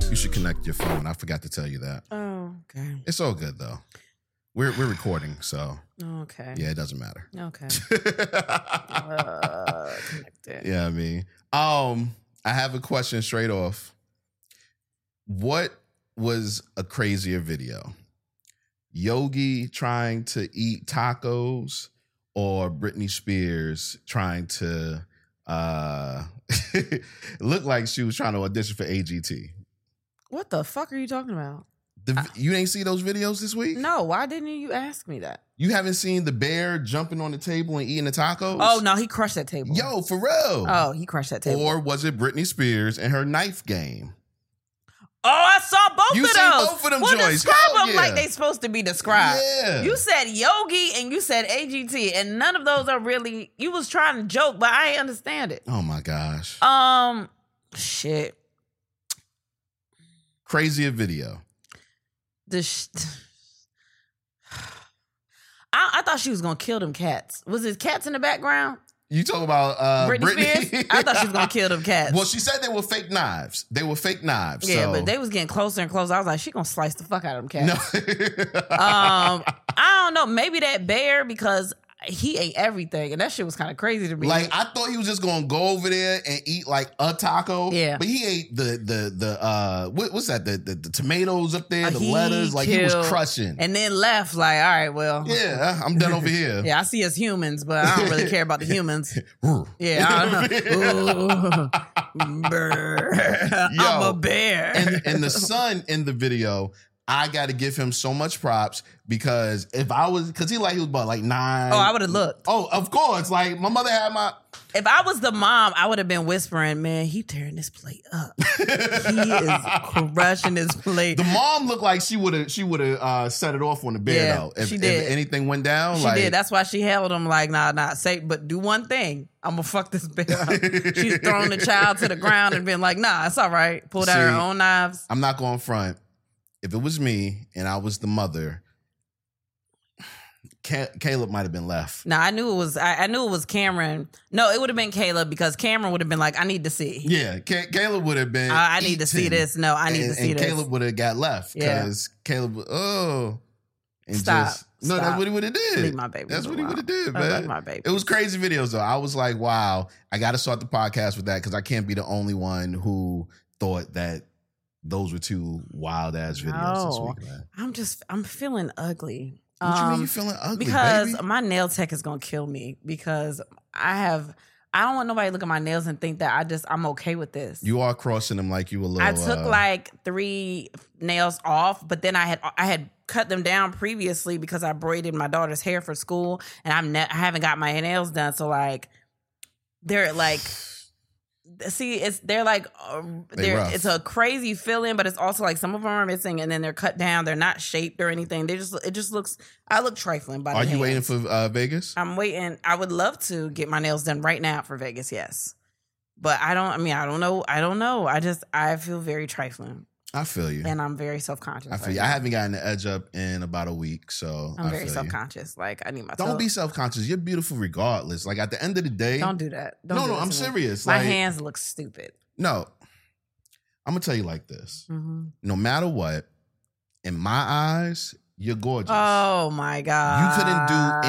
disconnect your phone. I forgot to tell you that. Oh, okay. It's all good though. We're we're recording, so Okay. yeah, it doesn't matter. Okay. yeah, uh, connected. I mean, um, I have a question straight off. What was a crazier video? Yogi trying to eat tacos or Britney Spears trying to uh look like she was trying to audition for AGT? What the fuck are you talking about? The, vi- you ain't see those videos this week? No, why didn't you ask me that? You haven't seen the bear jumping on the table and eating the tacos? Oh no, he crushed that table. Yo, for real. Oh, he crushed that table. Or was it Britney Spears and her knife game? oh, I saw both You of seen those. both of them, well, Joyce. describe Hell them yeah. like they supposed to be described. Yeah. You said yogi and you said AGT, and none of those are really. You was trying to joke, but I ain't understand it. oh my gosh. Um, shit. Crazier video. The sh- I, I thought she was gonna kill them cats. Was it cats in the background? You talk about uh Britney, Spears. I thought she was gonna kill them cats. Well, she said they were fake knives. They were fake knives. yeah, so- but they was getting closer and closer. I was like, she gonna slice the fuck out of them cats. No. um, I don't know. Maybe that bear because he ate everything, and that shit was kind of crazy to me. like I thought he was just gonna go over there and eat like a taco. Yeah. But he ate the the the uh what, what's that? The, the the tomatoes up there, Uh, the he lettuce. Like he killed- was crushing. and then left. Like, all right, well, yeah, I'm done over here. yeah, I see us humans, but I don't really care about the humans. Yeah, I Yeah. don't know. Brr. I'm Yo. a bear. and and the son in the video, I got to give him so much props because if I was, because he like he was about like nine. oh, I would have looked. Oh, of course. Like my mother had my. If I was the mom, I would have been whispering, "Man, he tearing this plate up. He is crushing this plate." The mom looked like she would have she would have uh, set it off on the bed Yeah, though. If, she if did. anything went down, She like did. That's why she held him like, nah, nah, say, but do one thing. I'm gonna fuck this bitch up. She's thrown the child to the ground and been like, nah, it's all right. Pulled out her See, own knives. I'm not going front. If it was me and I was the mother, Ca- Caleb might have been left. No, I knew it was. I, I knew it was Cameron. No, it would have been Caleb because Cameron would have been like, I need to see. Yeah, Ca- Caleb would have been. I, I need to see eaten. this. No, I need and, to see and this. Caleb would have got left Yeah. because Caleb, would- oh, and Stop. just no, Stop. that's what he would have did. Leave my baby. that's what he alone. would have did, I love man. my baby. It was crazy videos though. I was like, wow, I got to start the podcast with that because I can't be the only one who thought that those were two wild ass videos No. this week, man. I'm just. I'm feeling ugly. What you mean Um, you feeling ugly, because baby? my nail tech is gonna kill me because I have. I don't want nobody to look at my nails and think that I just I'm okay with this. You are crossing them like you a little. I took uh, like three nails off, but then I had I had cut them down previously because I braided my daughter's hair for school, and I'm ne- I haven't got my nails done, so like they're like. See, it's they're like uh, They they're, rough. it's a crazy feeling, but it's also like some of them are missing, and then they're cut down. They're not shaped or anything. They just it just looks. I look trifling. By Are the you waiting hands. for uh, Vegas? I'm waiting. I would love to get my nails done right now for Vegas, yes. But I don't I mean, I don't know. I don't know. I just I feel very trifling I feel you. and I'm very self-conscious. I feel right you. I now. haven't gotten the edge up in about a week, so I'm I very feel you. self-conscious. Like I need my Don't toe- be self conscious. You're beautiful regardless. Like at the end of the day, Don't do that. Don't no, do no, that I'm to me. serious. My like, hands look stupid. no, I'm gonna tell you like this. Mhm. No matter what, in my eyes, you're gorgeous. Oh my you god.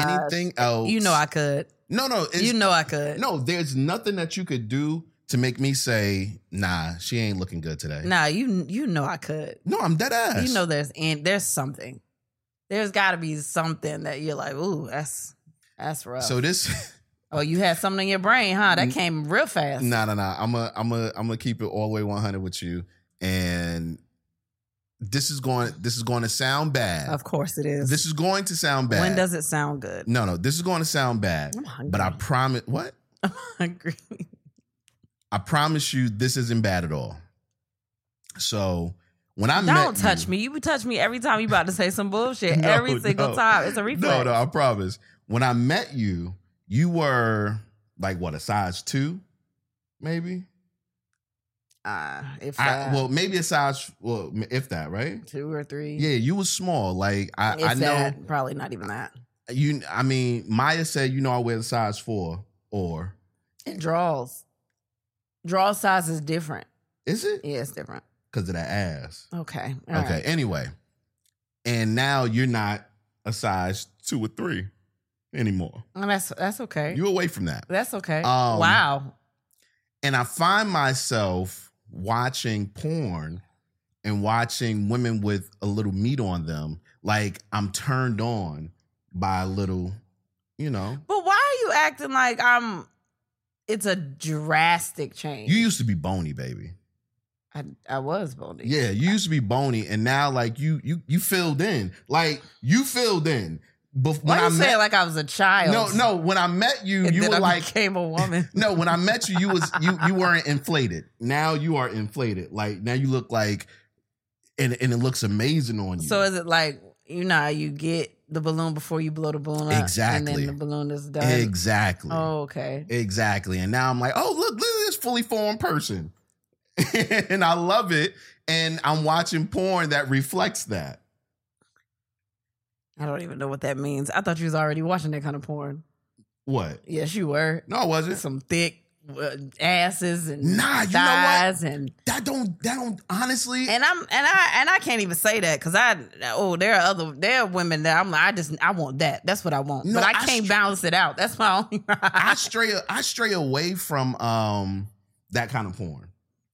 couldn't do anything else. You know I could. No, no, it's, You know I could. no. There's nothing that you could do to make me say, "Nah, she ain't looking good today." Nah, you you know I could. No, I'm dead ass. You know there's and there's something. There's got to be something that you're like, "Ooh, that's that's rough." So this, Oh, you had something in your brain, huh? That Mm. came real fast. nah, nah, nah. I'm a, I'm a, I'm gonna keep it all the way 100 with you, and this is going, this is going to sound bad. Of course it is. This is going to sound bad. When does it sound good? No, no, this is going to sound bad. I'm hungry. But I promise what? I'm hungry. I promise you this isn't bad at all. So when I met Don't touch you- me. You would touch me every time you about to say some bullshit. No, every single no. time. It's a reflex. No, no, I promise. When I met you, you were like what, a size two, maybe? Uh, if I, that, well, maybe a size well, if that, right? two or three. Yeah, you was small. Like I, If I know that, probably not even that. you I mean, Maya said you know I wear the size four or It draws. Draw size is different. is it? Yeah, it's different. because of that ass. Okay. all right. okay. Anyway, and now you're not a size two or three anymore. Well, that's that's okay. You're away from that. that's okay. Um, wow. And I find myself watching porn and watching women with a little meat on them. Like I'm turned on by a little, you know. But why are you acting like I'm? It's a drastic change. You used to be bony, baby. I, I was bony. Yeah, you used to be bony, and now like you you you filled in, like you filled in. But Why when I you say it met, like I was a child? no, no, when I met you, And you then were I like became a woman. no. When I met you, you was you you weren't inflated. Now you are inflated. Like now you look like, and and it looks amazing on you. so is it like you know how you get the balloon before you blow the balloon up, Exactly. And then the balloon is done. exactly, Oh, okay. exactly. And now I'm like, oh look, look at this fully formed person, and I love it. And I'm watching porn that reflects that. I don't even know what that means. I thought you was already watching that kind of porn. What? Yes, you were. No, I wasn't. Some thick uh, asses and Nah, you know what? thighs and that don't that don't honestly and I'm and I and I can't even say that because I oh there are other there are women that I'm like I just I want that that's what I want No, but I I can't str- balance it out that's my only I stray I stray away from um that kind of porn.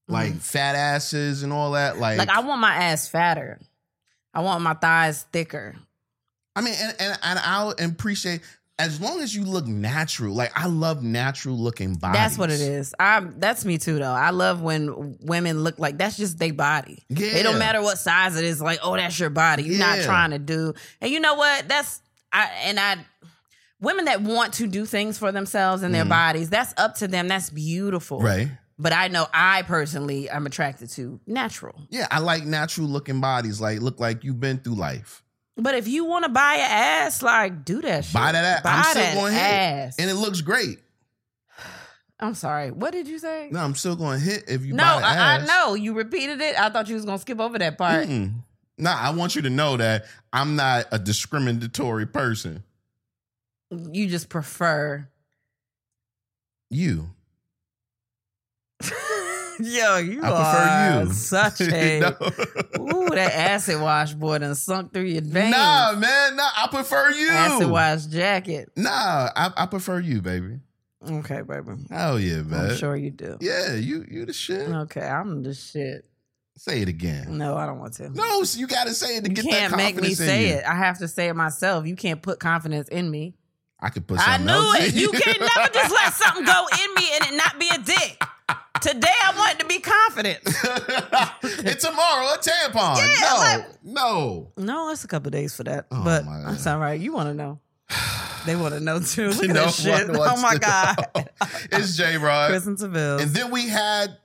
Like fat asses and all that. Like, Mm-hmm. like I want my ass fatter I want my thighs thicker I mean and, and, and I'll appreciate as long as you look natural. Like I love natural looking bodies. that's what it is I'm that's me too though I love when women look like that's just their body Yeah. It don't matter what size it is. Like, oh, that's your body. You're not Yeah. trying to do. And you know what? That's I and I. Women that want to do things for themselves and their Mhm. bodies, that's up to them. That's beautiful. Right. But I know I personally am attracted to natural. Yeah, I like natural looking bodies. Like look like you've been through life. But if you want to buy an ass, like do that shit. Buy that ass. Buy I'm still that gonna hit. ass. And it looks great. I'm sorry. What did you say? No, I'm still gonna hit if you No, buy the I, I ass. know. You repeated it. I thought you was gonna skip over that part. Mm-mm. Nah, I want you to know that I'm not a discriminatory person. You just prefer. You. Yo, you I are prefer you. such a no. Ooh, that acid wash boy done sunk through your veins. Nah, man. Nah, I prefer you. acid wash jacket. Nah, I, I prefer you, baby. Okay, baby. Oh yeah, man. I'm sure you do. Yeah, you you the shit. Okay, I'm the shit. Say it again. No, I don't want to. No, so you gotta say it to Mm. you get that can't make confidence me in say you. it. I have to say it myself. You can't put confidence in me. I could put I something knew else it. in You can never just let something go in me and it not be a dick. Today I wanted to be confident. and tomorrow a tampon. no, like- no. No, it's a couple days for that. Oh, but my that's God. all right. You want to know. They want to know too. Look at No this shit. one Oh wants my to God. know. it's J Rod. Kristen Seville. Oh, And then we had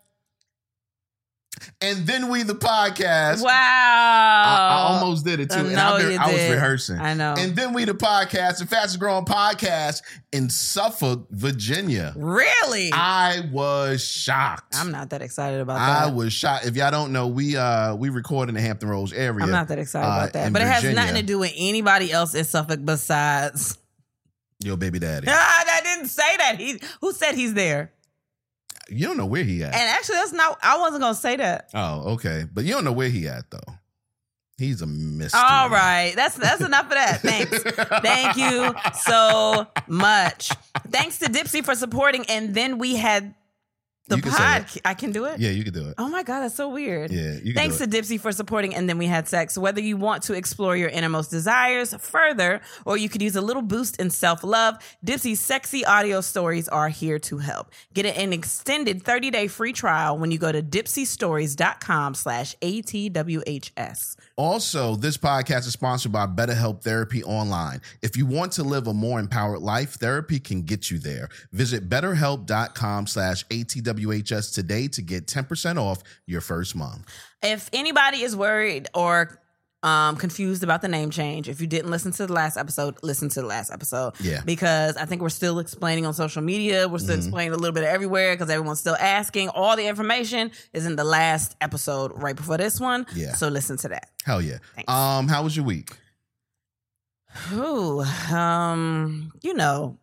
and then we the podcast. Wow. I, I almost did it too. I and know I, be- you I was did. rehearsing. I know. And then we the podcast, the fastest growing podcast in Suffolk, Virginia. really? I was shocked. I'm not that excited about I that. was shocked. If y'all don't know, we uh we record in the Hampton Roads area. I'm not that excited uh, about that. in But it has Virginia. nothing to do with anybody else in Suffolk besides. Yo, baby daddy. Ah, I didn't say that. He who said he's there? You don't know where he at. And actually, that's not. I wasn't gonna say that. oh, okay. But you don't know where he at though. He's a mystery. All right, that's that's enough of that. Thanks. Thank you so much. Thanks to Dipsy for supporting. And then we had the You can say it. podcast. I can do it. Yeah, you can do it. Oh my god, that's so weird. Yeah, you can Thanks do to it. Dipsy for supporting And Then We Had Sex. Whether you want to explore your innermost desires further or you could use a little boost in self love, Dipsy's sexy audio stories are here to help. Get an extended 30 day free trial when you go to dipsystories.com slash ATWHS. Also, this podcast is sponsored by BetterHelp Therapy Online. If you want to live a more empowered life, therapy can get you there. Visit betterhelp.com slash ATWHS today to get 10% off your first month. If anybody is worried or um, confused about the name change, if you didn't listen to the last episode, listen to the last episode. Yeah. Because I think we're still explaining on social media. We're still explaining a little bit everywhere because everyone's still asking. All the information is in the last episode right before this one. Yeah. So listen to that. Hell yeah. Thanks. Um, how was your week? Ooh, um, you know,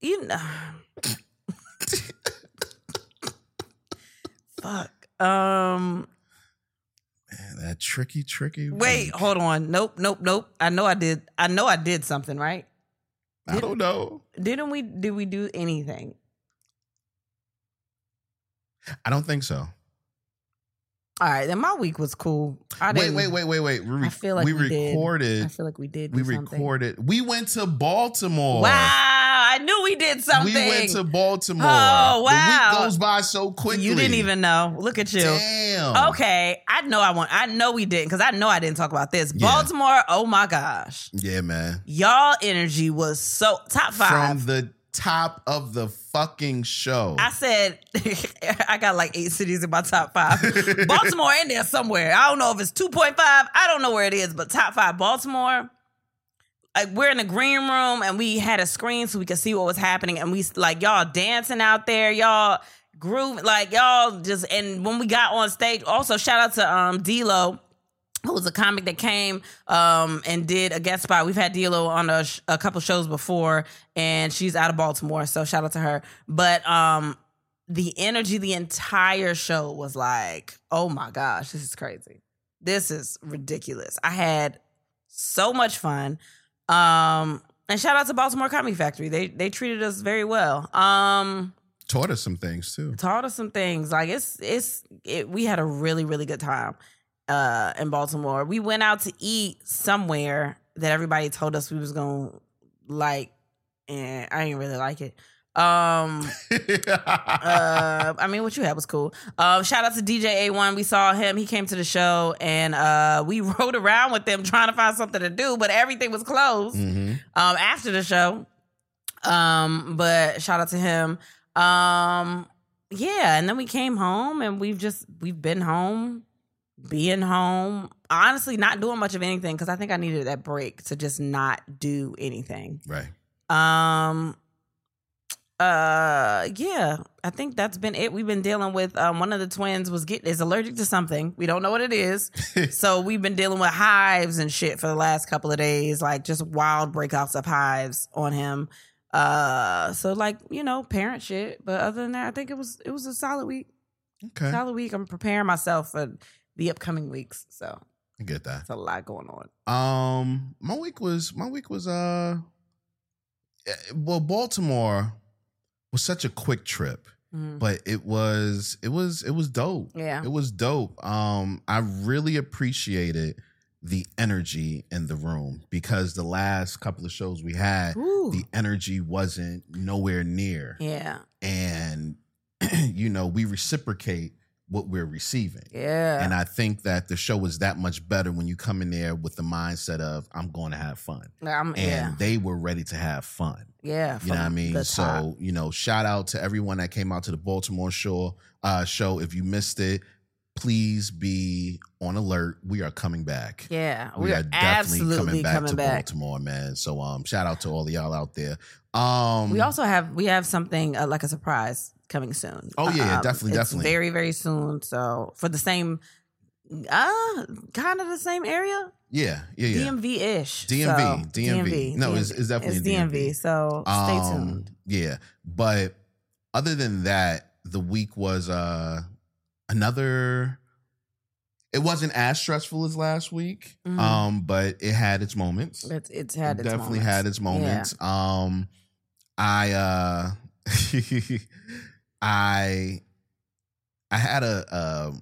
you know. Fuck. Um, Man, that tricky, tricky. wait, week. hold on. Nope, nope, nope. I know I did. I know I did something right. I don't know. Didn't we? Did we do anything? I don't think so. All right, then my week was cool. I Wait, didn't- wait, wait, wait, wait. We, I feel like we, we did. recorded. I feel like we did. we do something. recorded. We went to Baltimore. Wow, I knew we did something. We went to Baltimore. Oh, wow. The week goes by so quickly. You didn't even know. Look at you. Damn. Okay, I know I want. I know we didn't because I know I didn't talk about this. Yeah. Baltimore. Oh my gosh, Yeah, man. y'all energy was so top five. From the top of the fucking show. I said I got like eight cities in my top five. Baltimore in there somewhere. I don't know if it's two point five. I don't know where it is, but top five Baltimore. Like we're in the green room and we had a screen so we could see what was happening, and we like y'all dancing out there, y'all groove like y'all just. And when we got on stage, also shout out to um D'Lo. Who was a comic that came um, and did a guest spot? We've had D'Lo on a, sh- a couple shows before, and she's out of Baltimore, so shout out to her. But um, the energy the entire show was like, oh my gosh, this is crazy. This is ridiculous. I had so much fun. Um, and shout out to Baltimore Comedy Factory. They they treated us very well. Um, Taught us some things too. taught us some things. Like it's it's it, we had a really really good time uh in Baltimore. We went out to eat somewhere that everybody told us we was gonna like, and I didn't really like it. Um, uh, I mean, what you had was cool. Um, shout out to DJ A1. We saw him. He came to the show, and uh, we rode around with them trying to find something to do, but everything was closed Mhm. um, after the show. Um, but shout out to him. Um, yeah, and then we came home, and we've just we've been home, being home. Honestly, not doing much of anything because I think I needed that break to just not do anything. Right. Um uh yeah, I think that's been it. We've been dealing with um one of the twins was get is allergic to something. We don't know what it is. so we've been dealing with hives and shit for the last couple of days, like just wild breakouts of hives on him. Uh so like, you know, parent shit, but other than that, I think it was it was a solid week. Okay. Solid week. I'm preparing myself for the upcoming weeks. So, I get that. it's a lot going on. Um, my week was my week was uh, eh, well, Baltimore was such a quick trip, Mhm. but it was it was it was dope. Yeah. It was dope. Um, I really appreciated the energy in the room because the last couple of shows we had, Ooh. the energy wasn't nowhere near, Yeah. and you know we reciprocate what we're receiving. Yeah. And I think that the show is that much better when you come in there with the mindset of I'm going to have fun. I'm, And yeah. they were ready to have fun. Yeah, You know what I from mean? the top. So, you know, shout out to everyone that came out to the Baltimore show uh show. If you missed it, please be on alert. We are coming back. yeah, we, We, are, are definitely absolutely coming back to coming back. Baltimore, man. So um shout out to all of y'all out there. Um We also have we have something uh, like a surprise coming soon. Oh, yeah, yeah, Um, definitely, it's definitely. very very soon. So for the same, uh, kind of the same area, Yeah, yeah, yeah. DMV ish. DMV, DMV. No, it's- it's definitely it's DMV. DMV. So stay Um, tuned. Yeah. But other than that, the week was uh another it wasn't as stressful as last week. Mhm. Um, but it had its moments. It's it's had It its definitely moments. had its moments. Um I uh I I had a uh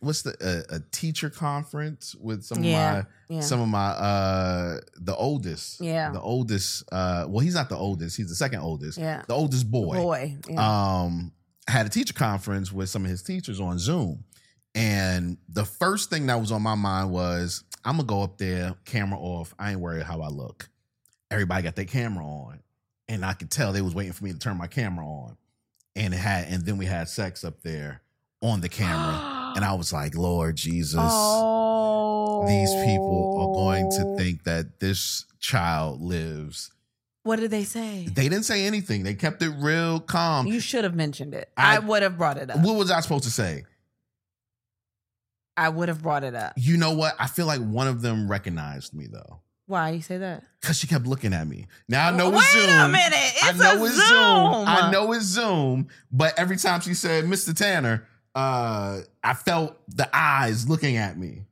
what's the a, a teacher conference with some of my Yeah. Yeah. some of my uh the oldest Yeah. the oldest uh well he's not the oldest he's the second oldest yeah. the oldest boy, Boy. Yeah. um had a teacher conference with some of his teachers on zoom and the first thing that was on my mind was i'm gonna go up there camera off i ain't worried how i look everybody got their camera on and i could tell they was waiting for me to turn my camera on and it had and then we had sex up there on the camera and i was like lord jesus oh. these people are going to think that this child lives. What did they say? They didn't say anything. They kept it real calm. you should have mentioned it. Um, I- I, would have brought it up. What was I supposed to say? I would have brought it up. You know what? I feel like one of them recognized me though, Why you say that? because she kept looking at me. Now I know Wait it's Zoom. a minute. It's I know a it's Zoom. I know it's Zoom. But every time she said, "Mr. Tanner," Uh, I felt the eyes looking at me.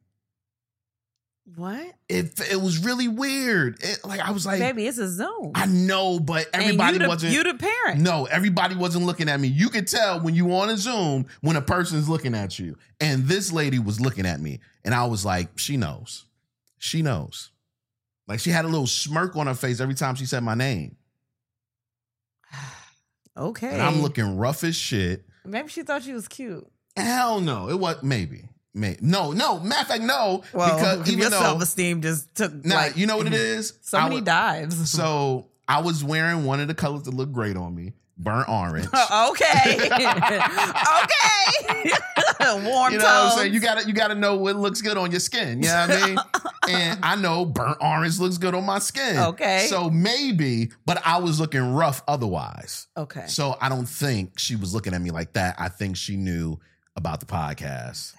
What? It it was really weird. It, like I was like, Baby, it's a zone. I know, but everybody and you the, wasn't. You the parent. no, everybody wasn't looking at me. You could tell when you on a Zoom when a person's looking at you. And this lady was looking at me, and I was like, she knows, she knows. Like she had a little smirk on her face every time she said my name, Okay. and I'm looking rough as shit. Maybe she thought she was cute. Hell no, it was maybe, maybe no, no. Matter of fact, no, because even your though self esteem just took nah, like mm-hmm. you know what it is. So I many wa- dives. So I was wearing one of the colors that looked great on me, burnt orange. okay. okay. Warm you know what I'm saying? You gotta you gotta know what looks good on your skin. You know what I mean? and I know burnt orange looks good on my skin. Okay. So maybe, but I was looking rough otherwise. okay. So I don't think she was looking at me like that. I think she knew about the podcast.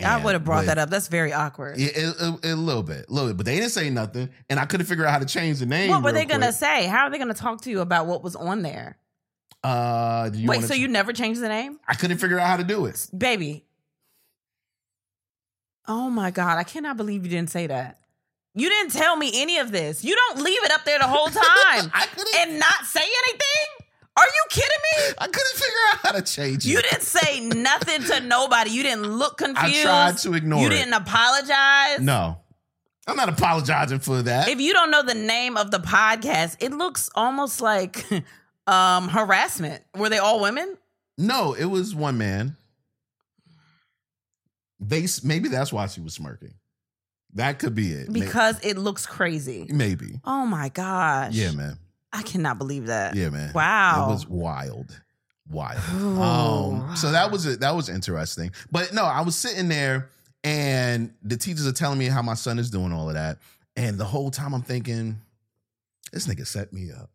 I and would have brought with- that up. That's very awkward. Yeah, it- it- it- a little bit, a little bit, but they didn't say nothing, and I couldn't figure out how to change the name. what were real they gonna quick. say? How are they gonna talk to you about what was on there? Uh, do you Wait, wanna so ch- you never changed the name, I couldn't figure out how to do it. baby? Oh my god, I cannot believe you didn't say that. You didn't tell me any of this. You don't leave it up there the whole time I couldn't. and not say anything. Are you kidding me? I couldn't figure out how to change it. You didn't say nothing to nobody. You didn't look I confused. tried to ignore you it. didn't apologize. No, I'm not apologizing for that. If you don't know the name of the podcast, it looks almost like um harassment. Were they all women? no, it was one man. They s- maybe that's why she was smirking. That could be it. May- Because it looks crazy. maybe, Oh my gosh. yeah, man, I cannot believe that. yeah, man. Wow. it was wild, wild. Ooh. Um, so that was it. That was interesting. But no, I was sitting there, and the teachers are telling me how my son is doing all of that, and the whole time I'm thinking, this nigga set me up,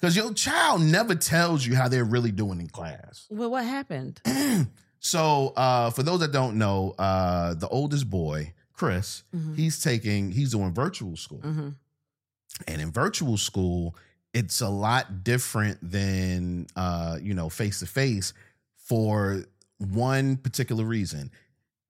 because your child never tells you how they're really doing in class. Well, what happened? so uh, for those that don't know, uh, the oldest boy, Chris, Mhm. he's taking he's doing virtual school, Mhm. and in virtual school, it's a lot different than uh, you know face to face for one particular reason.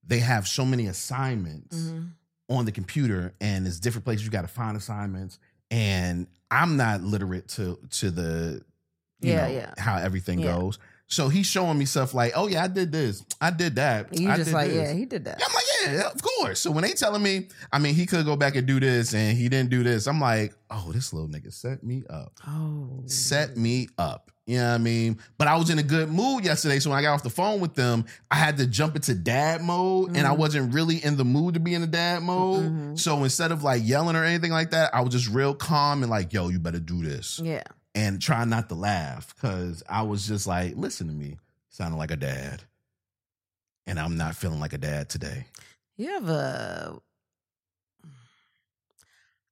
They have so many assignments Mhm. on the computer, and it's different places you got to find assignments. And I'm not literate to to the you Yeah, know, yeah. how everything Yeah. goes. So he's showing me stuff like, oh yeah, I did this, I did that. You I just did like, this. yeah, he did that. I'm like, yeah, of course. So when they telling me, I mean, he could go back and do this, and he didn't do this. I'm like, oh, this little nigga set me up, Oh. set me up. You know what I mean? But I was in a good mood yesterday, so when I got off the phone with them, I had to jump into dad mode, and I Mhm. wasn't really in the mood to be in the dad mode. Mhm. So instead of like yelling or anything like that, I was just real calm and like, yo, you better do this Yeah. and try not to laugh because I was just like, listen to me, sounding like a dad. And I'm not feeling like a dad today. You have a.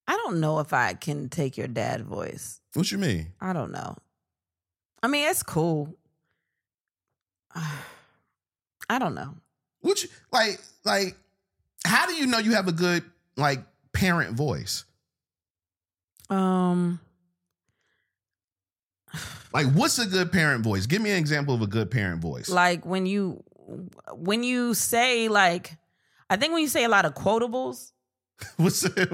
I don't know if I can take your dad voice. What you mean? I don't know. I mean, it's cool. I don't know. What you like like how do you know you have a good like parent voice? Um, Like what's a good parent voice? Give me an example of a good parent voice. like when you when you say like, I think when you say a lot of quotables, what's it?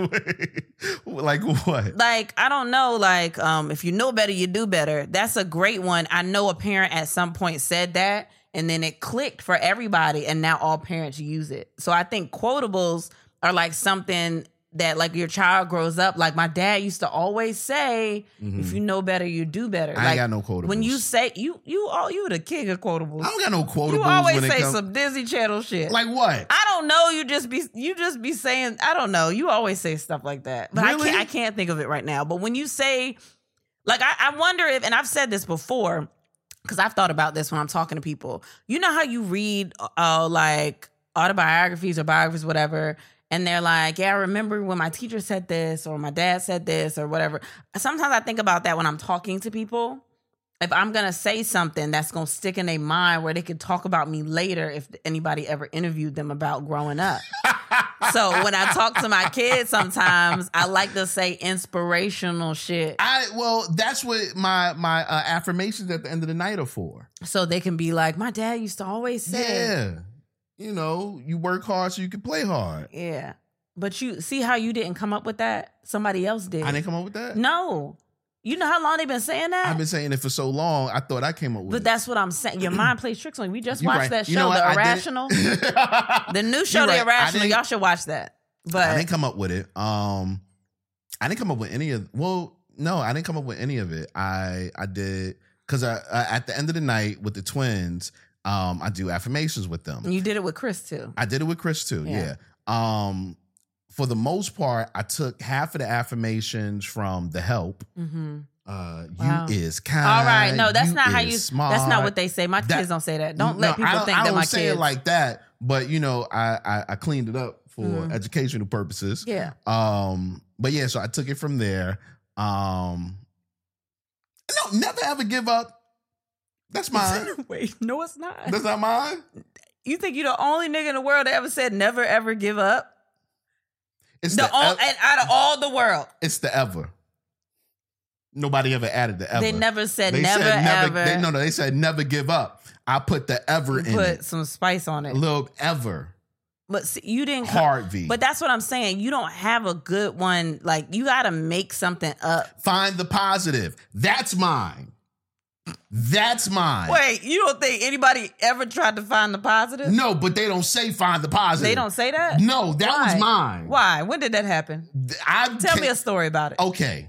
like what? like I don't know, like um, if you know better, you do better. That's a great one. I know a parent at some point said that, and then it clicked for everybody, and now all parents use it. So I think quotables are like something that like your child grows up. Like my dad used to always say, Mhm. If you know better, you do better. I ain't got no quotables. when you say you you all you the king of quotables. I don't got no quotables you always when it say comes some Disney Channel shit. like what? I don't know. You just be you just be saying I don't know. You always say stuff like that, but I Really? can't I can't think of it right now. But when you say like I, I wonder if and I've said this before because I've thought about this when I'm talking to people. You know how you read uh like autobiographies or biographies whatever. And they're like, yeah, I remember when my teacher said this or my dad said this or whatever. Sometimes I think about that when I'm talking to people if I'm gonna say something that's gonna stick in their mind where they could talk about me later if anybody ever interviewed them about growing up. So when I talk to my kids sometimes, I like to say inspirational shit. I well, that's what my my uh, affirmations at the end of the night are for. So they can be like, my dad used to always say. Yeah, you know, you work hard so you can play hard. Yeah. But you see how you didn't come up with that? Somebody else did. I didn't come up with that. no. You know how long they've been saying that? I've been saying it for so long. I thought I came up with. but it. that's what I'm saying. Your mind plays tricks on you. We just You right. watched that show, You know what? The I did it. Irrational. The new show, You're The right. I Irrational. didn't- Y'all should watch that. I But didn't come up with it. Um, I didn't come up with any of. Well, no, I didn't come up with any of it. I I did because I, I at the end of the night with the twins, um, I do affirmations with them. you did it with Chris too. I did it with Chris too. Yeah. Yeah. Um, for the most part, I took half of the affirmations from the help. Mm-hmm. Uh, Wow. you is kind. All right. No, that's not how is you. Smart. That's not what they say. My That- kids don't say that. Don't let No, people think I that don't my say kids. it like that. But you know, I I, I cleaned it up for Mhm. educational purposes. yeah. Um, but yeah, so I took it from there. Um, no, never ever give up. That's mine. Wait, no, it's not. That's not mine. you think you're the only nigga in the world that ever said never ever give up? It's The the, on, ev- and out of all the world, it's the ever. Nobody ever added the ever. they never said They never ever. They, no, no, they said never give up. I put the ever in put it. some spice on A it. little ever But see, you didn't. hard V. But that's what I'm saying. You don't have a good one. Like you got to make something up. Find the positive. That's mine. That's mine. Wait, you don't think anybody ever tried to find the positive? No, but they don't say find the positive. They don't say that. No, that Why? was mine. Why? When did that happen? Th- I Tell can't- me a story about it. okay.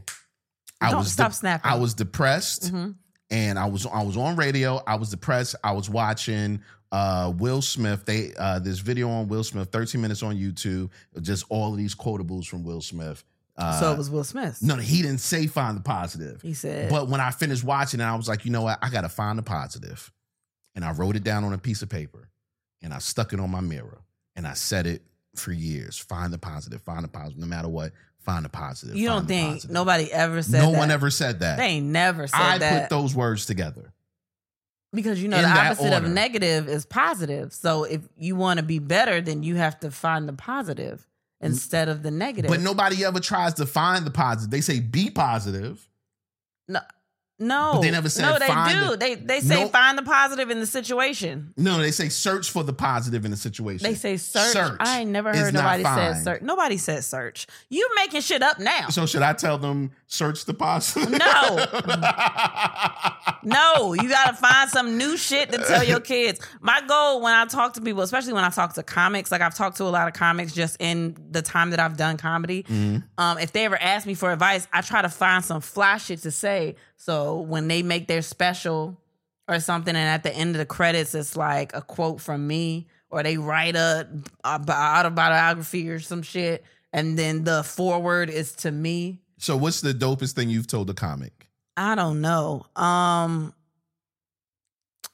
Oh, I Don't was stop de- snapping. I was depressed, Mhm. and I was I was on radio. I was depressed. I was watching uh, Will Smith. They uh, this video on Will Smith, thirteen minutes on YouTube. Just all of these quotables from Will Smith. Uh, so it was Will Smith. no, he didn't say find the positive. he said. But when I finished watching it, I was like, you know what? I got to find the positive. And I wrote it down on a piece of paper and I stuck it on my mirror and I said it for years. Find the positive, find the positive. No matter what, find the positive. you find don't the think positive. nobody ever said No that? one ever said that. They ain't never said I that. put those words together. because you know in the that opposite of order. negative is positive. So if you want to be better, then you have to find the positive instead of the negative. But nobody ever tries to find the positive. They say be positive. no, but they never said no. They find do. the- they they say No. find the positive in the situation. No, they say search for the positive in the situation. They say search. Search I ain't never is heard not nobody say fine. search. Nobody said search. You making shit up now. so should I tell them search the positive? No. No, you gotta find some new shit to tell your kids. My goal when I talk to people, especially when I talk to comics, like I've talked to a lot of comics just in the time that I've done comedy. Um, if they ever ask me for advice, I try to find some fly shit to say. So when they make their special or something, and at the end of the credits, it's like a quote from me, or they write a, a bi- autobiography or some shit, and then the foreword is to me. So what's the dopest thing you've told a comic? I don't know. Um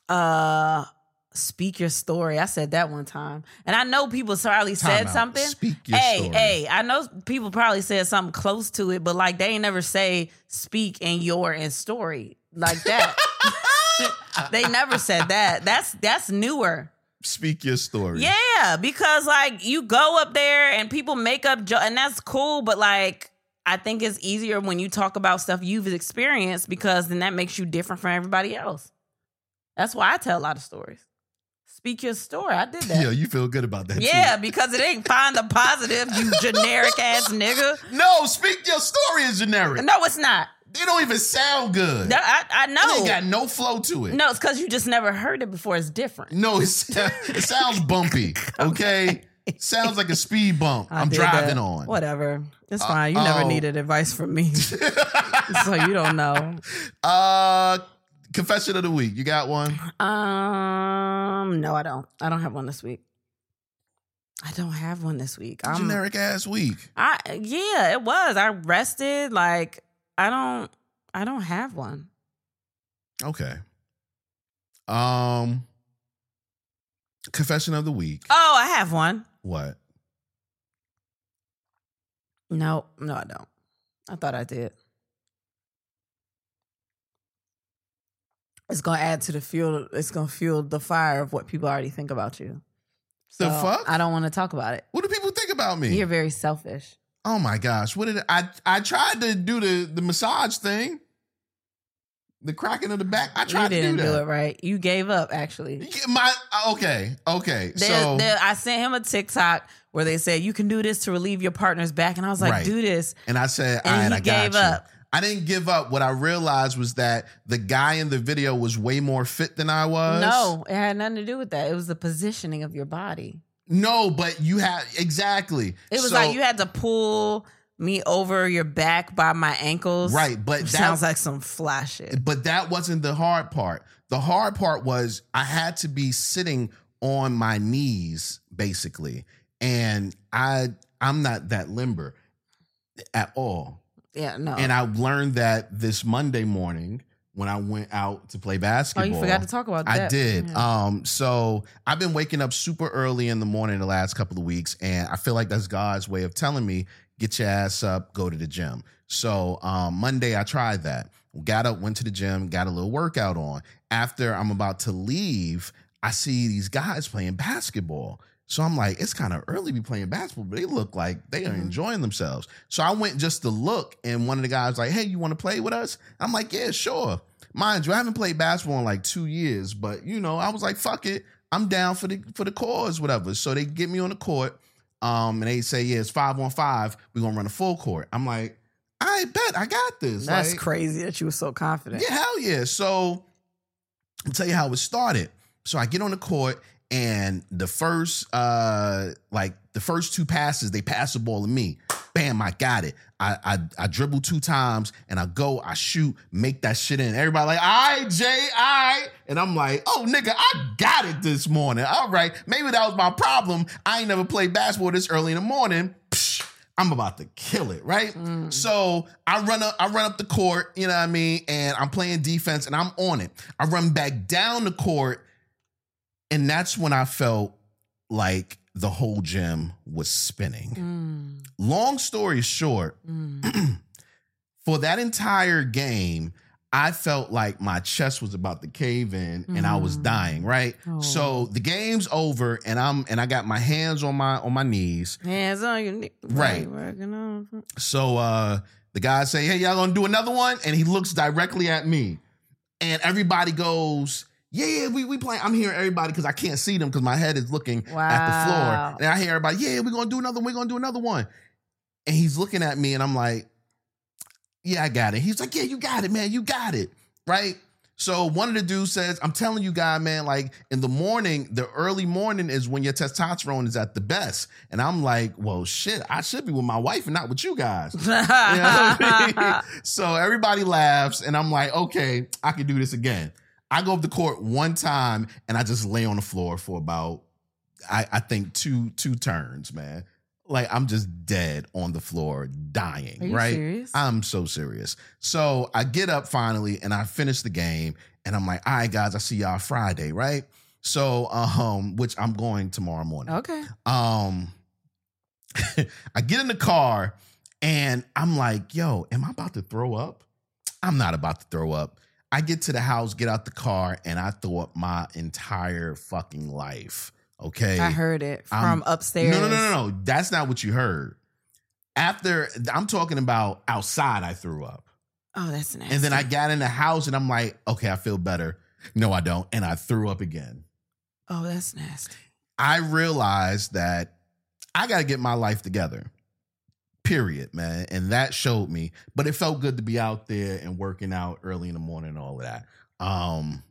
uh speak your story. I said that one time. And I know people Time probably said out. something. Speak your Hey, story. hey, I know people probably said something close to it, but like they ain't never say speak and your and story like that. they never said that. That's that's newer. Speak your story. Yeah, because like you go up there and people make up, jo- and that's cool. But like, I think it's easier when you talk about stuff you've experienced because then that makes you different from everybody else. That's why I tell a lot of stories. Speak your story. I did Yeah, that. you feel good about that. Yeah, because it ain't find the positive, you generic ass nigga. too. No, speak your story is generic. No, it's not. They don't even sound good. No, I, I It ain't know. got no flow to it. No, it's because you just never heard it before. It's different. No, it's, it sounds bumpy. Okay. sounds like a speed bump I I'm did driving that. on. Whatever. It's fine. You never oh. needed advice from me. so you don't know. uh confession of the week. You got one? Um, no, I don't. I don't have one this week. I don't have one this week. I'm, Generic ass week. I yeah, it was. I rested. Like I don't. I don't have one. Okay. Um confession of the week. Oh, I have one. what? No, no, I don't. I thought I did. It's gonna add to the fuel. It's gonna fuel the fire of what people already think about you. The So, fuck? I don't want to talk about it. What do people think about me. You're very selfish. oh my gosh, what did I, I? I tried to do the the massage thing, the cracking of the back. I You tried didn't to do, do it that. right. You gave up actually. Yeah, My okay, okay. There, so there, I sent him a TikTok where they said you can do this to relieve your partner's back, and I was like, Right. do this. and I said, And all right, he I got gave you. up. I didn't give up. What I realized was that the guy in the video was way more fit than I was. No, it had nothing to do with that. It was the positioning of your body. no, but you had exactly. It was So- like you had to pull me over your back by my ankles. right, but that, sounds like some fly shit. but that wasn't the hard part. The hard part was I had to be sitting on my knees basically, and I I'm not that limber at all. Yeah, no. And I learned that this Monday morning when I went out to play oh, basketball. you forgot to talk about that. I did. Yeah. Um, so I've been waking up super early in the morning the last couple of weeks, and I feel like that's God's way of telling me, get your ass up, go to the gym. So um, Monday I tried that. Got up, went to the gym, got a little workout on. After I'm about to leave, I see these guys playing basketball. So I'm like, it's kind of early to be playing basketball, but they look like they are Mhm. enjoying themselves. So I went just to look, and one of the guys like, hey, you want to play with us? I'm like, yeah, sure. Mind you, I haven't played basketball in like two years, but you know, I was like, fuck it. I'm down for the for the cause, whatever. So they get me on the court, um, and they say, Yeah, it's five on five, we're gonna run a full court. I'm like, I bet I got this. That's Like, crazy that you were so confident. yeah, hell yeah. So I'll tell you how it started. So I get on the court and the first uh like the first two passes, they pass the ball to me. Bam, I got it. I I, I dribble two times and I go, I shoot, make that shit in. Everybody like, all right, Jay, all right. And I'm like, oh nigga, I got it this morning. All right. Maybe that was my problem. I ain't never played basketball this early in the morning. Psh, I'm about to kill it, right? Mm. So I run up, I run up the court, you know what I mean, and I'm playing defense and I'm on it. I run back down the court, and that's when I felt like the whole gym was spinning. Mm, Long story short, mm. for that entire game, I felt like my chest was about to cave in and I was Mm. dying, right? Oh. So the game's over and I'm and I got my hands on my on my knees. Hands on your knee. Right. Working on. So uh the guy say, "Hey, y'all gonna do another one?" And he looks directly at me, and everybody goes, "Yeah, yeah, we we playing." I'm hearing everybody because I can't see them because my head is looking Wow. at the floor, and I hear everybody, "Yeah, we're gonna do another. one, We're gonna do another one." And he's looking at me, and I'm like, "Yeah, I got it." He's like, "Yeah, you got it, man. You got it, right?" So one of the dudes says, "I'm telling you, guy, man, like in the morning, the early morning is when your testosterone is at the best." And I'm like, "Well, shit, I should be with my wife and not with you guys." You know what I mean? so everybody laughs, and I'm like, okay, I can do this again. I go up the court one time, and I just lay on the floor for about, I, I think two two turns, man. Like I'm just dead on the floor, dying. Are you right? serious? I'm so serious. So I get up finally, and I finish the game, and I'm like, all right, guys, I see y'all Friday, right? So, um, which I'm going tomorrow morning okay. um I get in the car and I'm like, yo, am I about to throw up? I'm not about to throw up. I get to the house, get out the car, and I throw up my entire fucking life. Okay. I heard it from I'm- upstairs. no, no, no, no, no. That's not what you heard. After I'm talking about outside, I threw up. Oh, that's nasty. And then I got in the house and I'm like, okay, I feel better. No, I don't. And I threw up again. Oh, that's nasty. I realized that I got to get my life together. Period, man. And that showed me, but it felt good to be out there and working out early in the morning and all of that. Um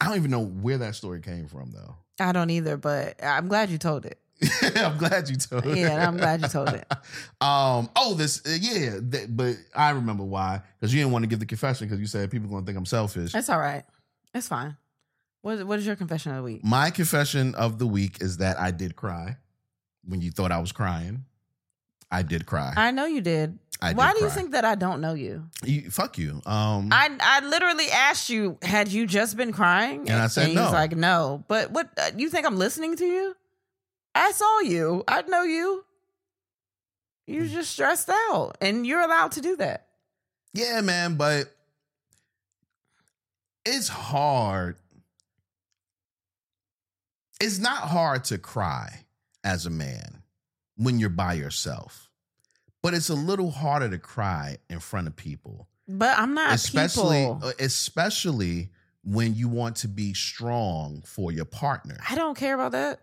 I don't even know where that story came from though. I don't either, but I'm glad you told it. I'm glad you told it. Yeah, I'm glad you told it. um oh this uh, yeah, th- but I remember why cuz you didn't want to give the confession cuz you said people going to think I'm selfish. That's all right. It's fine. What What is your confession of the week? My confession of the week is that I did cry when you thought I was crying. I did cry. I know you did. I Why did do you cry. think that I don't know you? You, fuck you. Um, I I literally asked you, had you just been crying? And I said you was no. like no. But what uh, you think I'm listening to you? I saw you. I know you. You Hmm. just stressed out, and you're allowed to do that. yeah, man, but it's hard. It's not hard to cry as a man when you're by yourself. But it's a little harder to cry in front of people, But I'm not especially Ah, uh, people. especially when you want to be strong for your partner. I don't care about that.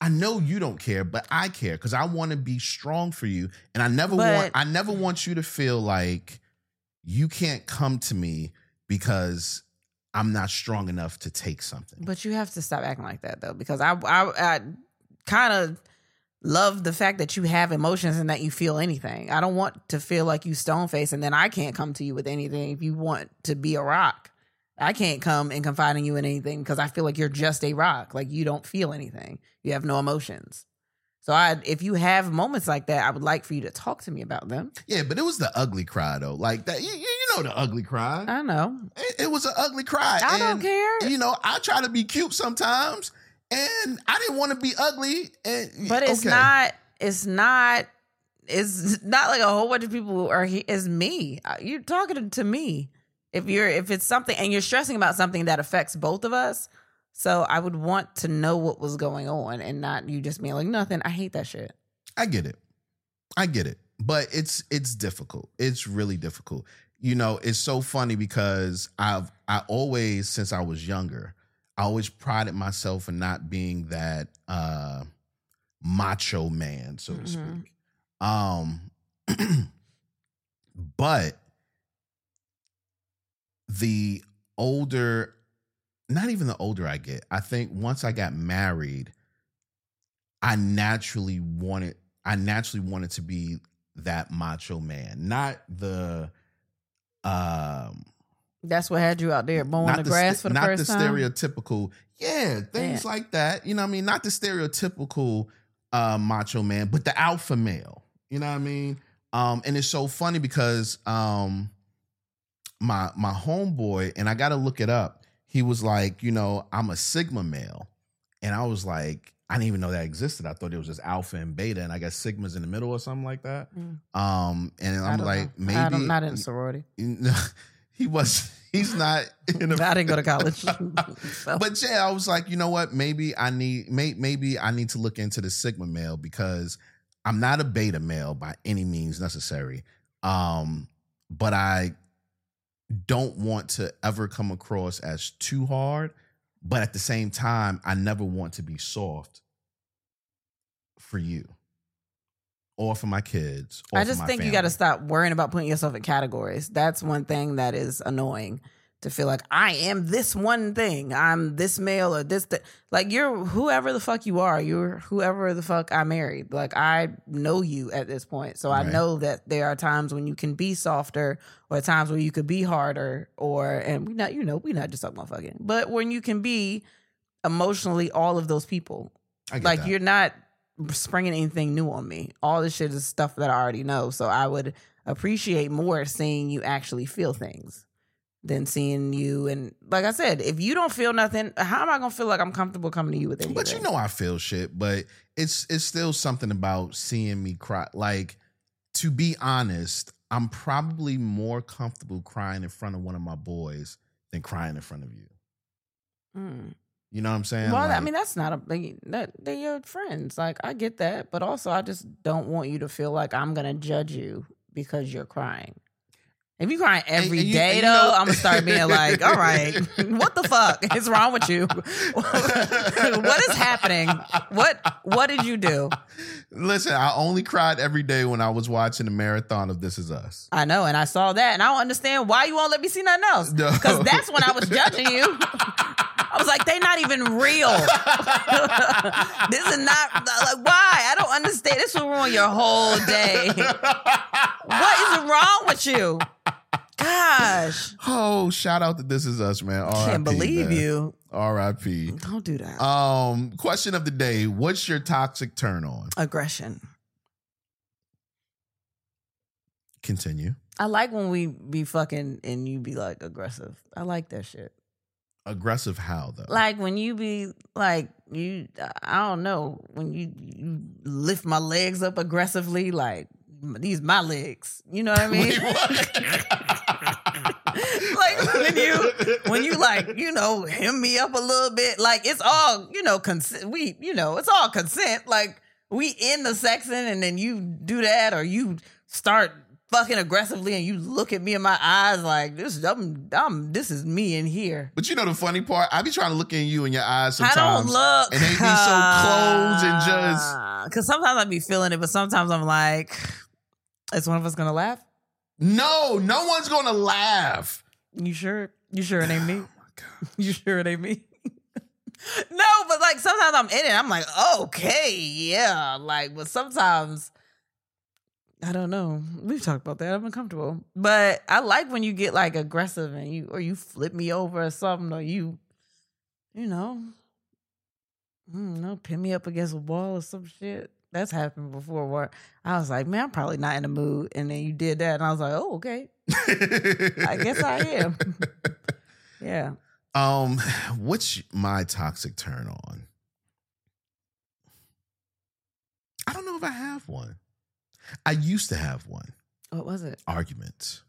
I know you don't care, but I care because I want to be strong for you, and I never But- want I never want you to feel like you can't come to me because I'm not strong enough to take something. But you have to stop acting like that though, because I I, I kind of love the fact that you have emotions and that you feel anything. I don't want to feel like you stone face and then I can't come to you with anything if you want to be a rock. I can't come and confide in you in anything because I feel like you're just a rock. Like you don't feel anything. You have no emotions. So I if you have moments like that, I would like for you to talk to me about them. yeah, but it was the ugly cry though, like that. You, you- you know the ugly cry. I know. it, it was an ugly cry. I and, don't care. You know, I try to be cute sometimes, and I didn't want to be ugly. And But it's okay. not. It's not. It's not like a whole bunch of people who are. he- It's me. Uh, You're talking to me. If you're, if it's something, and you're stressing about something that affects both of us, so I would want to know what was going on, and not you just being like nothing. I hate that shit. I get it. I get it. But it's it's difficult. It's really difficult. You know, it's so funny because I've I always since I was younger, I always prided myself in not being that uh macho man, so to Mhm. speak. Um but the older not even the older I get, I think once I got married, I naturally wanted I naturally wanted to be that macho man, not the um That's what had you out there mowing not the, the grass ste- for the not first the time. stereotypical yeah things like that you know what I mean not the stereotypical uh macho man but the alpha male you know what I mean um and it's so funny because um my my homeboy and I got to look it up he was like you know I'm a sigma male and I was like I didn't even know that existed I thought it was just alpha and beta and I guess sigma's in the middle or something like that Mm. um and I I'm don't like know. maybe I don't, not in a sorority. he was he's not in a I didn't go to college. so. but yeah, I was like, you know what? Maybe I need may, maybe I need to look into the Sigma male because I'm not a beta male by any means necessary. Um, but I don't want to ever come across as too hard, but at the same time, I never want to be soft for you or for my kids. Or I for just my think you family. got to stop worrying about putting yourself in categories. That's one thing that is annoying to feel like I am this one thing. I'm this male or this. Th-. Like you're whoever the fuck you are. You're whoever the fuck I married. Like I know you at this point, so I Right. know that there are times when you can be softer or times where you could be harder. Or and we not you know we not just talking about fucking, but when you can be emotionally all of those people I get like that. you're not springing anything new on me. All this shit is stuff that I already know. So I would appreciate more seeing you actually feel things than seeing you. And like I said, if you don't feel nothing, how am I gonna feel like I'm comfortable coming to you with anything? But you know I feel shit, but it's it's still something about seeing me cry. Like to be honest, I'm probably more comfortable crying in front of one of my boys than crying in front of you. Mm. You know what I'm saying? Well, I Like, mean that's not a big. That they're your friends. Like I get that, but also I just don't want you to feel like I'm gonna judge you because you're crying. If you crying and- every and you- day and you though, know- I'm gonna start being like, "All right, what the fuck is wrong with you?" what is happening? What what did you do? Listen, I only cried every day when I was watching the marathon of This Is Us. I know, and I saw that, and I don't understand why you won't let me see nothing else. No. Because that's when I was judging you. I was like, they not even real. this is not like why? I don't understand. This will ruin your whole day. What is wrong with you? Gosh. Oh, shout out to This Is Us, man. R.I.P., Can't believe man. you. R.I.P. Don't do that. Um, question of the day: What's your toxic turn on? Aggression. Continue. I like when we be fucking and you be like aggressive. I like that shit. Aggressive? How though? like when you be like you i don't know when you, you lift my legs up aggressively like these my legs you know what i mean Wait, what? like when you when you like you know hem me up a little bit like it's all you know consent we you know it's all consent like we in the sexing and then you do that or you start fucking aggressively and you look at me in my eyes like this I'm, I'm this is me in here. But you know the funny part? I be trying to look in you in your eyes I sometimes. don't look and they be so closed and just- because sometimes I be feeling it, but sometimes I'm like, is one of us gonna laugh? No, no one's gonna laugh. You sure? You sure it ain't me? Oh my God. You sure it ain't me? no, but like sometimes I'm in it. I'm like, okay, yeah. Like, but sometimes I don't know. We've talked about that. I'm uncomfortable. But I like when you get like aggressive and you or you flip me over or something, or you, you know, I don't know, pin me up against a wall or some shit. That's happened before where I was like, man, I'm probably not in the mood. And then you did that and I was like, oh, okay. I guess I am. yeah. Um, what's my toxic turn on? I don't know if I have one. I used to have one. What was it? Arguments.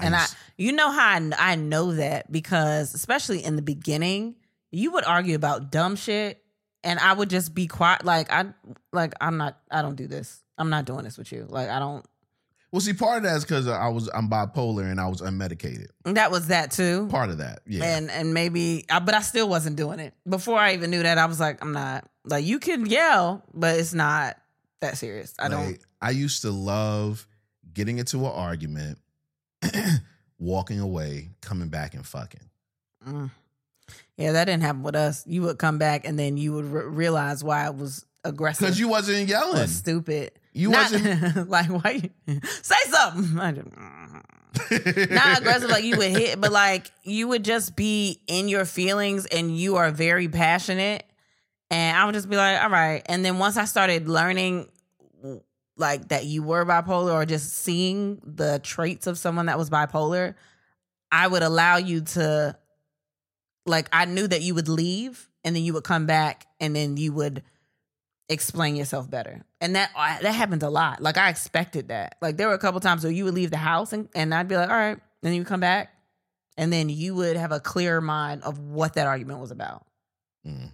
And I- used- You know how I, I know that because especially in the beginning, you would argue about dumb shit, and I would just be quiet. Like I, like I'm not. I don't do this. I'm not doing this with you. Like I don't. well, see, part of that is because I was I'm bipolar and I was unmedicated. That was that too. Part of that, yeah. Mm-hmm. And and maybe, I, but I still wasn't doing it before I even knew that. I was like, I'm not. Like you can yell, but it's not that serious. I don't. Like, I used to love getting into an argument, walking away, coming back and fucking. Mm. Yeah, that didn't happen with us. You would come back, and then you would re- realize why I was aggressive. Because you wasn't or yelling. stupid. You Not- wasn't like why you say something. I mm. didn't- Not aggressive like you would hit, but like you would just be in your feelings and you are very passionate. And I would just be like, all right. And then once I started learning like that you were bipolar or just seeing the traits of someone that was bipolar, I would allow you to like I knew that you would leave and then you would come back and then you would explain yourself better. And that I- that happens a lot. Like I expected that. Like there were a couple times where you would leave the house and, and I'd be like, all right, then you come back. And then you would have a clear mind of what that argument was about. Mm.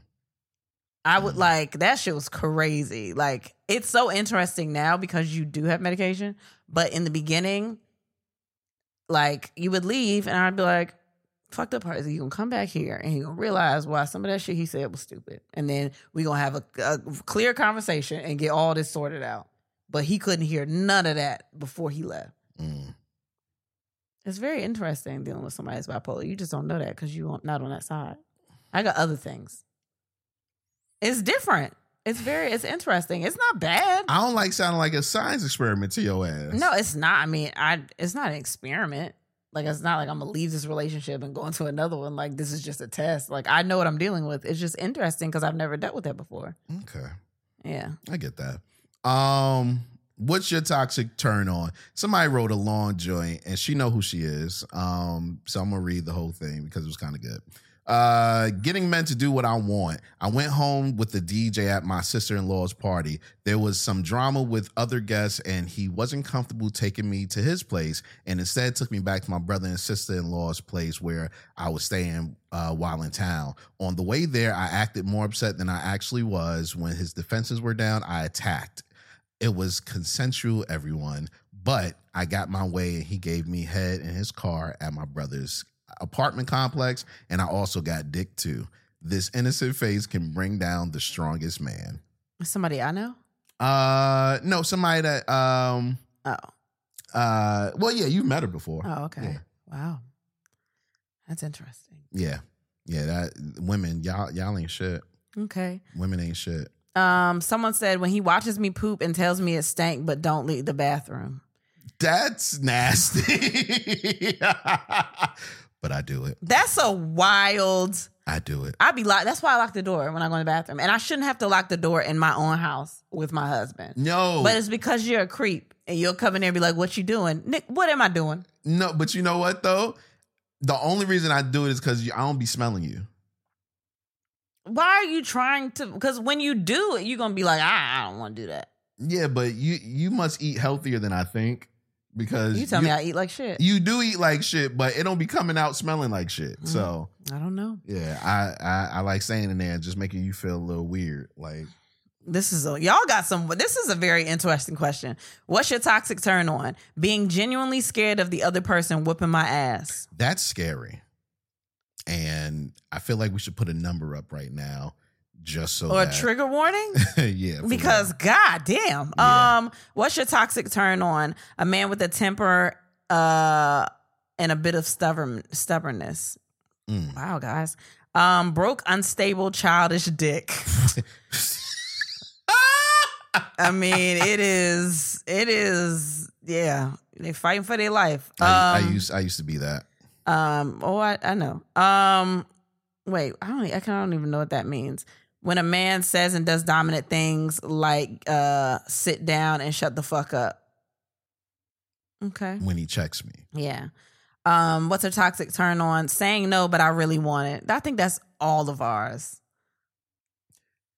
I would Mm. like that shit was crazy. Like it's so interesting now because you do have medication, but in the beginning, like you would leave and I'd be like, "Fuck the part is you gonna come back here and you gonna realize why some of that shit he said was stupid, and then we gonna have a, a clear conversation and get all this sorted out." But he couldn't hear none of that before he left. Mm. It's very interesting dealing with somebody that's bipolar. You just don't know that because you're not on that side. I got other things. It's different. It's very. It's interesting. It's not bad. I don't like sounding like a science experiment to your ass. No, it's not. I mean, I. It's not an experiment. Like it's not like I'm gonna leave this relationship and go into another one. Like this is just a test. Like I know what I'm dealing with. It's just interesting because I've never dealt with that before. Okay. Yeah. I get that. Um, what's your toxic turn on? Somebody wrote a long joint, and she know who she is. Um, so I'm gonna read the whole thing because it was kind of good. Uh, getting men to do what I want. I went home with the DJ at my sister in law's party. There was some drama with other guests, and he wasn't comfortable taking me to his place, and instead took me back to my brother and sister in law's place where I was staying uh, while in town. On the way there, I acted more upset than I actually was. When his defenses were down, I attacked. It was consensual, everyone, but I got my way and he gave me head in his car at my brother's apartment complex, and I also got dick too. This innocent face can bring down the strongest man. Somebody I know. Uh, no, somebody that, um, Oh. uh, well, yeah, you met her before. Oh. Okay. Yeah. Wow. That's interesting. Yeah. Yeah, that women, y'all, y'all ain't shit. Okay. Women ain't shit. Um, someone said when he watches me poop and tells me it stank, but don't leave the bathroom. That's nasty. but I do it. That's a wild. I do it. I'd be locked. That's why I lock the door when I go in the bathroom, and I shouldn't have to lock the door in my own house with my husband. No. But it's because you're a creep and you'll come in there and be like, "What you doing, Nick? What am I doing?" no, but you know what though? The only reason I do it is because I don't be smelling you. Why are you trying to? Because when you do it, you're gonna be like, "Ah, "I, I don't want to do that." Yeah, but you you must eat healthier than I think because You tell me I eat like shit. you do eat like shit, but it don't be coming out smelling like shit. Mm. So I don't know. yeah, I, I I like staying in there and just making you feel a little weird. Like This is a y'all got some. This is a very interesting question. What's your toxic turn on? Being genuinely scared of the other person whooping my ass. That's scary. And I feel like we should put a number up right now just so or a that- trigger warning? yeah. for because god damn. Yeah. Um, what's your toxic turn on? A man with a temper uh and a bit of stubborn stubbornness. real. Mm. Wow, guys. Um, broke, unstable, childish dick. I mean, it is it is yeah. They fighting for their life. I, I Um, used I used to be that. Um. Oh, I, I know. Um. Wait. I don't. I kind of don't even know what that means. When a man says and does dominant things like uh, sit down and shut the fuck up. Okay. when he checks me. Yeah. Um. What's a toxic turn on? Saying no, but I really want it. I think that's all of ours.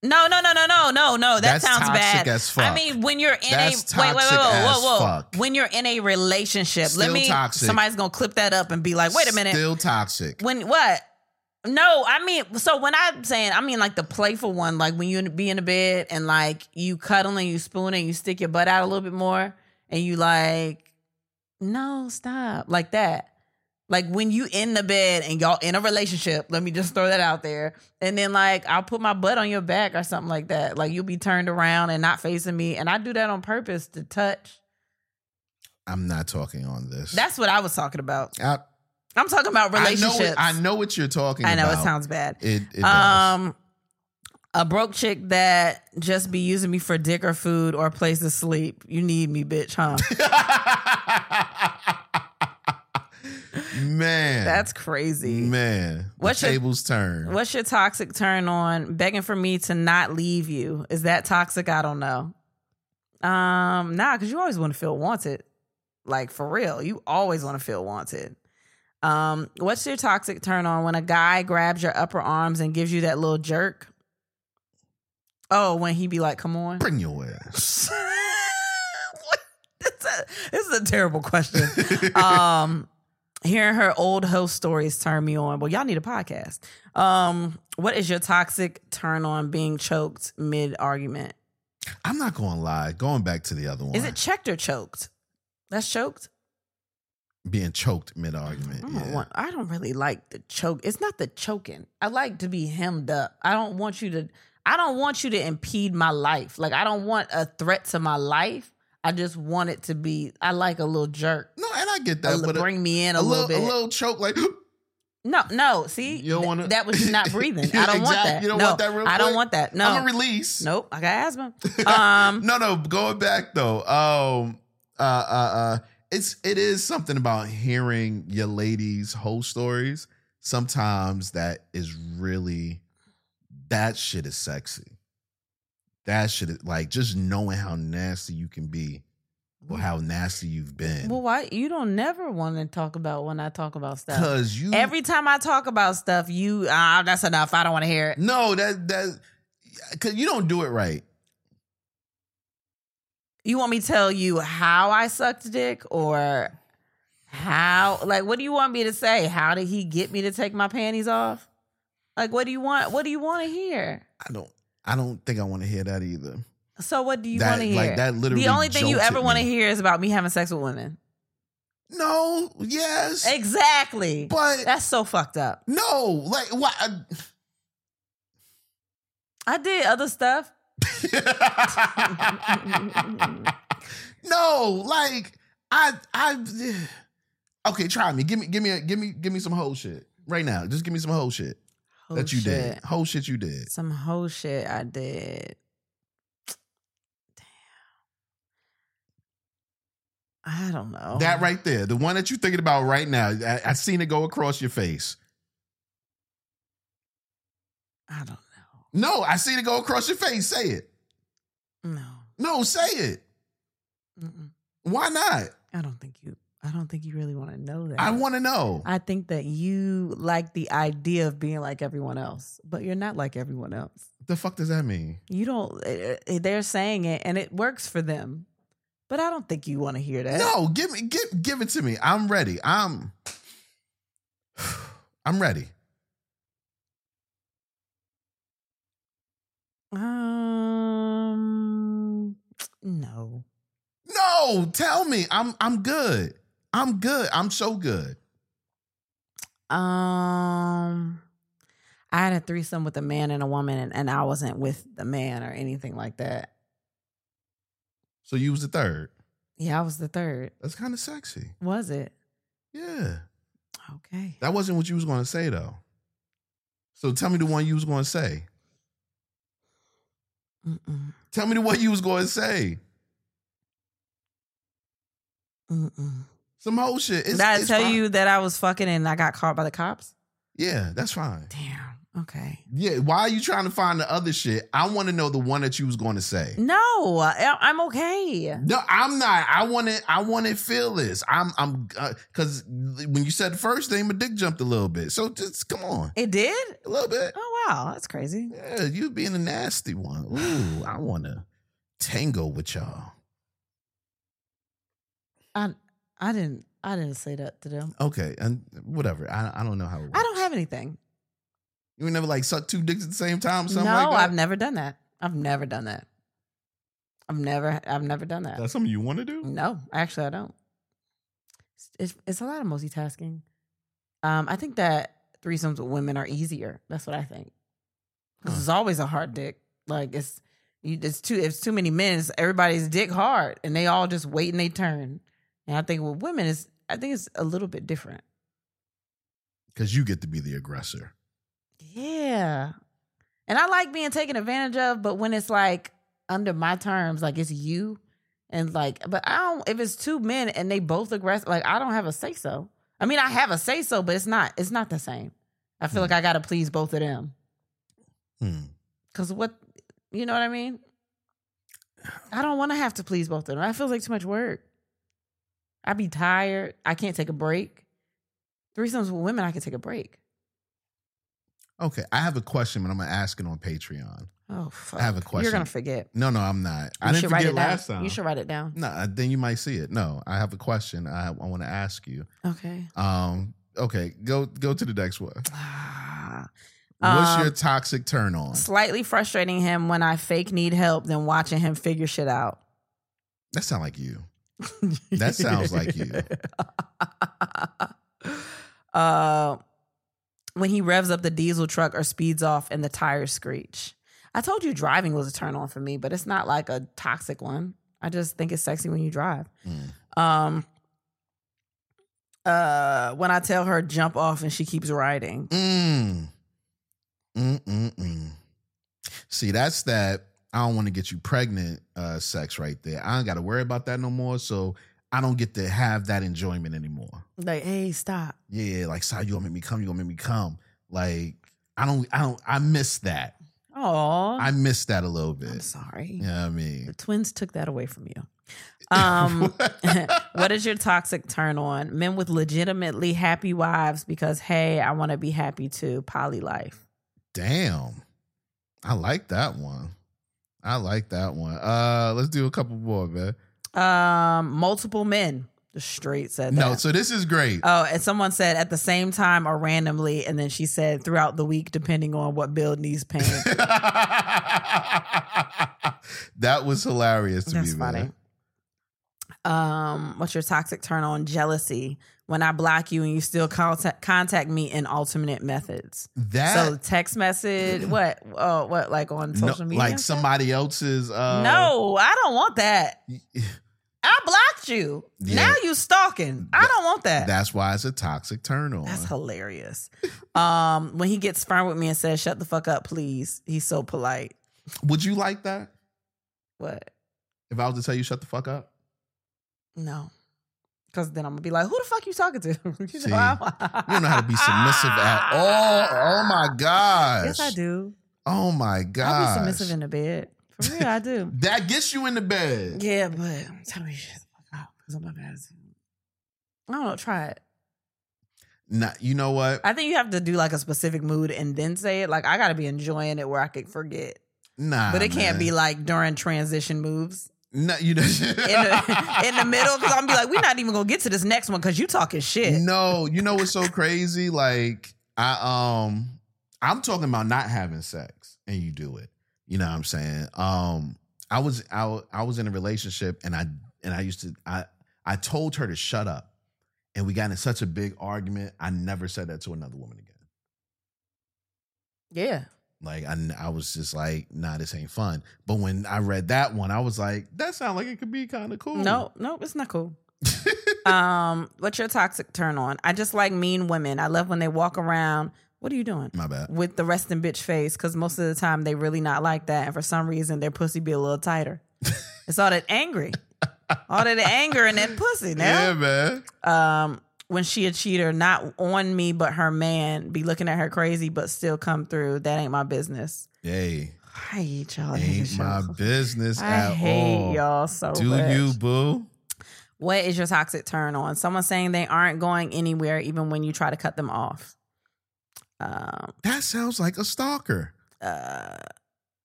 No, no, no, no, no, no, no. Oh, That That's sounds toxic bad. as fuck. I mean, when you're in That's a wait, wait, wait, toxic whoa, as whoa, whoa. fuck. When you're in a relationship, let Still me. toxic. Somebody's gonna clip that up and be like, wait a minute. Still toxic. When what? No, I mean, so when I'm saying, I mean like the playful one, like when you be in the bed and like you cuddle and you spoon and you stick your butt out a little bit more and you like, no, stop, like that. Like when you in the bed and y'all in a relationship, let me just throw that out there. And then like I'll put my butt on your back or something like that. Like you'll be turned around and not facing me. And I do that on purpose to touch. I'm not talking on this. That's what I was talking about. I, I'm talking about I know relationships. it, I know what you're talking I know about. it sounds bad. it, it does. Um, a broke chick that just be using me for dick or food or a place to sleep. You need me, bitch, huh? man. That's crazy. man. What's the your- tables turn. What's your toxic turn on? Begging for me to not leave you. Is that toxic? I don't know. Um, nah, because you always want to feel wanted. Like for real. You always want to feel wanted. Um, what's your toxic turn on when a guy grabs your upper arms and gives you that little jerk? Oh, when he be like, come on. Bring your ass. What? That's a- this is a terrible question. um, hearing her old host stories turn me on. Well, y'all need a podcast. Um, what is your toxic turn on being choked mid argument? I'm not going to lie. Going back to the other one. Is it checked or choked? That's choked. being choked mid argument? I don't Yeah. want. I don't really like the choke. It's not the choking. I like to be hemmed up. I don't want you to. I don't want you to impede my life. Like I don't want a threat to my life. I just want it to be. I like a little jerk. no, and I get a that, li- but a, bring me in a, a little, little, a bit. little choke like no, no. See, You don't Th- wanna- that was you not breathing. I don't want Exact- that. you don't no, want that real I don't quick? want that. No, I'm a release. nope. I got asthma. Um, no, no. Going back though, um, uh, uh, uh, it's it is something about hearing your ladies' whole stories. Sometimes that is really that shit is sexy. That shit is like just knowing how nasty you can be or how nasty you've been. well, why you don't never want to talk about when I talk about stuff? Cause you Every time I talk about stuff, you ah, that's enough. I don't want to hear it. no that that cause you don't do it right. You want me to tell you how I sucked dick or how? Like, what do you want me to say? How did he get me to take my panties off? Like, what do you want? What do you want to hear? I don't. I don't think I want to hear that either. So, what do you That- want to hear? like, that literally the only thing you jolted ever want to me. hear is about me having sex with women. No. Yes. Exactly. but That's so fucked up. No, like what? I did other stuff. no, like I, I. Okay, try me. Give me, give me, a, give me, give me some whole shit right now. Just give me some whole shit Whole that you did. shit. Whole shit you did. Some whole shit I did. Damn. I don't know. That right there, the one that you're thinking about right now. I, I seen it go across your face. I don't No, I seen it go across your face. Say it. know. No, say it. No. Mm-mm. Why not? I don't think you. I don't think you really want to know that. I want to know. I think that you like the idea of being like everyone else, but you're not like everyone else. the fuck does that mean? You don't. eh, eh, They're saying it, and it works for them, but I don't think you want to hear that. No, give me give give it to me. I'm ready. I'm I'm ready. Um, No, tell me. I'm I'm good. I'm good. I'm so good. Um, I had a threesome with a man and a woman, and, and I wasn't with the man or anything like that. So you was the third. Yeah, I was the third. That's kind of sexy. Was it? Yeah. Okay. That wasn't what you was going to say though. So tell me the one you was going to say. Mm-mm. Tell me the one you was going to say. Mm-mm. Some whole shit. It's, Did I it's tell fine. you that I was fucking and I got caught by the cops? Yeah, that's fine. Damn. Okay. Yeah, why are you trying to find the other shit? I want to know the one that you was going to say. No, I- I'm okay. No, I'm not. I want it. I want it. Feel this. I'm. I'm. Because when you said the first thing, my dick jumped a little bit. So just come on, It did? a little bit. Oh wow, that's crazy. Yeah, you being a nasty one. Ooh, I want to tango with y'all. I I didn't I didn't say that to them. Okay, and whatever. I I don't know how. It works. I don't have anything. You ain't never like suck two dicks at the same time. Or No, something like uh, that? I've never done that. I've never done that. I've never I've never done that. That's something you want to do. No, actually, I don't. It's, it's, it's a lot of multitasking. Um, I think that threesomes with women are easier. That's what I think. Because it's always a hard dick. Like it's you, it's too it's too many men. It's everybody's dick hard, and they all just waiting their turn. And I think with women is I think it's a little bit different. Because you get to be the aggressor. Yeah, and I like being taken advantage of, but when it's like under my terms, like it's you, and like, but I don't. If it's two men and they both aggressive, like I don't have a say so. I mean, I have a say so, but it's not. It's not the same. I feel Hmm. like I gotta please both of them. Hmm. Cause what, you know what I mean? I don't want to have to please both of them. That feels like too much work. I be tired. I can't take a break. Threesomes with women, I can take a break. Okay, I have a question, but I'm gonna ask it on Patreon. Oh, fuck. I have a You're question. gonna forget. No, no, I'm not. I You didn't should forget write it last down. time. You should write it down. No, uh, then you might see it. No, I have a question I, I want to ask you. Okay. Um, okay, go go to the next one. Ah. What's Um, your toxic turn on? Slightly frustrating him when I fake need help than watching him figure shit out. That sound like you. That sounds like you. uh, when he revs up the diesel truck or speeds off and the tires screech. I told you driving was a turn on for me, but it's not like a toxic one. I just think it's sexy when you drive. Mm. Um, uh, when I tell her jump off and she keeps riding. Mm. Mm mm mm. See, that's that. I don't want to get you pregnant. Uh, sex right there. I don't got to worry about that no more. So I don't get to have that enjoyment anymore. Like, hey, stop. Yeah, like, sorry, you gonna make me come. You gonna make me come. Like, I don't. I don't. I miss that. Oh, I miss that a little I'm bit. sorry. You know what I The mean? twins took that away from you. Um, what is your toxic turn on? Men with legitimately happy wives because hey, I want to be happy too. Poly life. Damn. I like that one. I like that one. Uh let's do a couple more, man. Um, multiple men. The straight said No, that. so this is great. Oh, and someone said at the same time or randomly, and then she said throughout the week, depending on what bill needs paying. that was hilarious to That's me, funny. man. Um, what's your toxic turn on? Jealousy. When I block you and you still contact contact me in alternate methods. That so text message, what? Oh, what? Like on no, social media? like somebody else's uh no, I don't want that. I blocked you. Yeah. Now you stalking. I That- don't want that. That's why it's a toxic turn on. That's hilarious. um, when he gets firm with me and says, "Shut the fuck up, please," he's so polite. Would you like that? What? If I was to tell you shut the fuck up? No, because then I'm gonna be like, "Who the fuck you talking to?" you, See, I'm- You don't know how to be submissive at all. Oh my gosh. Yes, I do. Oh my gosh. I'll be submissive in the bed. For real, I do. that gets you in the bed. yeah, but tell me shut the fuck up because I'm not gonna. I don't know. Try it. Nah, you know what? I think you have to do like a specific mood and then say it. Like I gotta be enjoying it where I could forget. Nah, But it can't be man. like during transition moves Nah, you know, in in the, in the middle because I'm gonna be like, we're not even gonna get to this next one because you talking shit. No, you know what's so crazy? Like I um, I'm talking about not having sex, and you do it. You know what I'm saying? Um, I was I, wa- I was in a relationship, and I and I used to I I told her to shut up, and we got in such a big argument. I never said that to another woman again. Yeah. Like I, I was just like, nah, this ain't fun. But when I read that one, I was like, that sounds like it could be kind of cool. No, no, it's not cool. um, what's your toxic turn on? I just like mean women. I love when they walk around. What are you doing? my bad. With the resting bitch face, because most of the time they really not like that, and for some reason their pussy be a little tighter. it's all that angry, all that anger and that pussy. Yeah, Now, man. um, when she a cheater, not on me but her man, be looking at her crazy, but still come through. That ain't my business. Hey, I hate y'all. I hate ain't my y'all. business I at hate all. y'all so Do much. you, boo? What is your toxic turn on? Someone saying they aren't going anywhere even when you try to cut them off. Um, That sounds like a stalker. uh,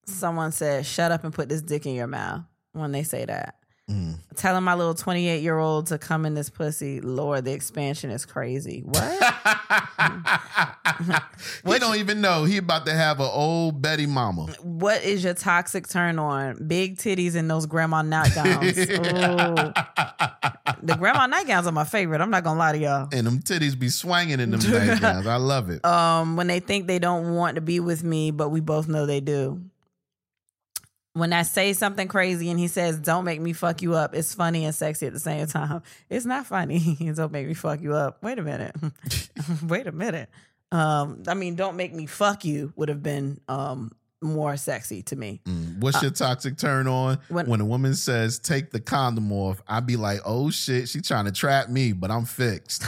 someone said, shut up and put this dick in your mouth when they say that. Mm. Telling my little 28 year old to come in this pussy, Lord, the expansion is crazy. What? he don't even know. He about to have an old Betty mama. what is your toxic turn on? Big titties and those grandma nightgowns. Ooh. The grandma nightgowns are my favorite. I'm not going to lie to y'all. and them titties be swinging in them nightgowns. I love it. um, when they think they don't want to be with me, but we both know they do. When I say something crazy and he says, "Don't make me fuck you up," it's funny and sexy at the same time. It's not funny. don't make me fuck you up. Wait a minute. Wait a minute. Um, I mean, don't make me fuck you would have been um more sexy to me. Mm. What's your toxic turn on? when- When, a woman says, take the condom off, I be like, oh shit, she trying to trap me, but I'm fixed.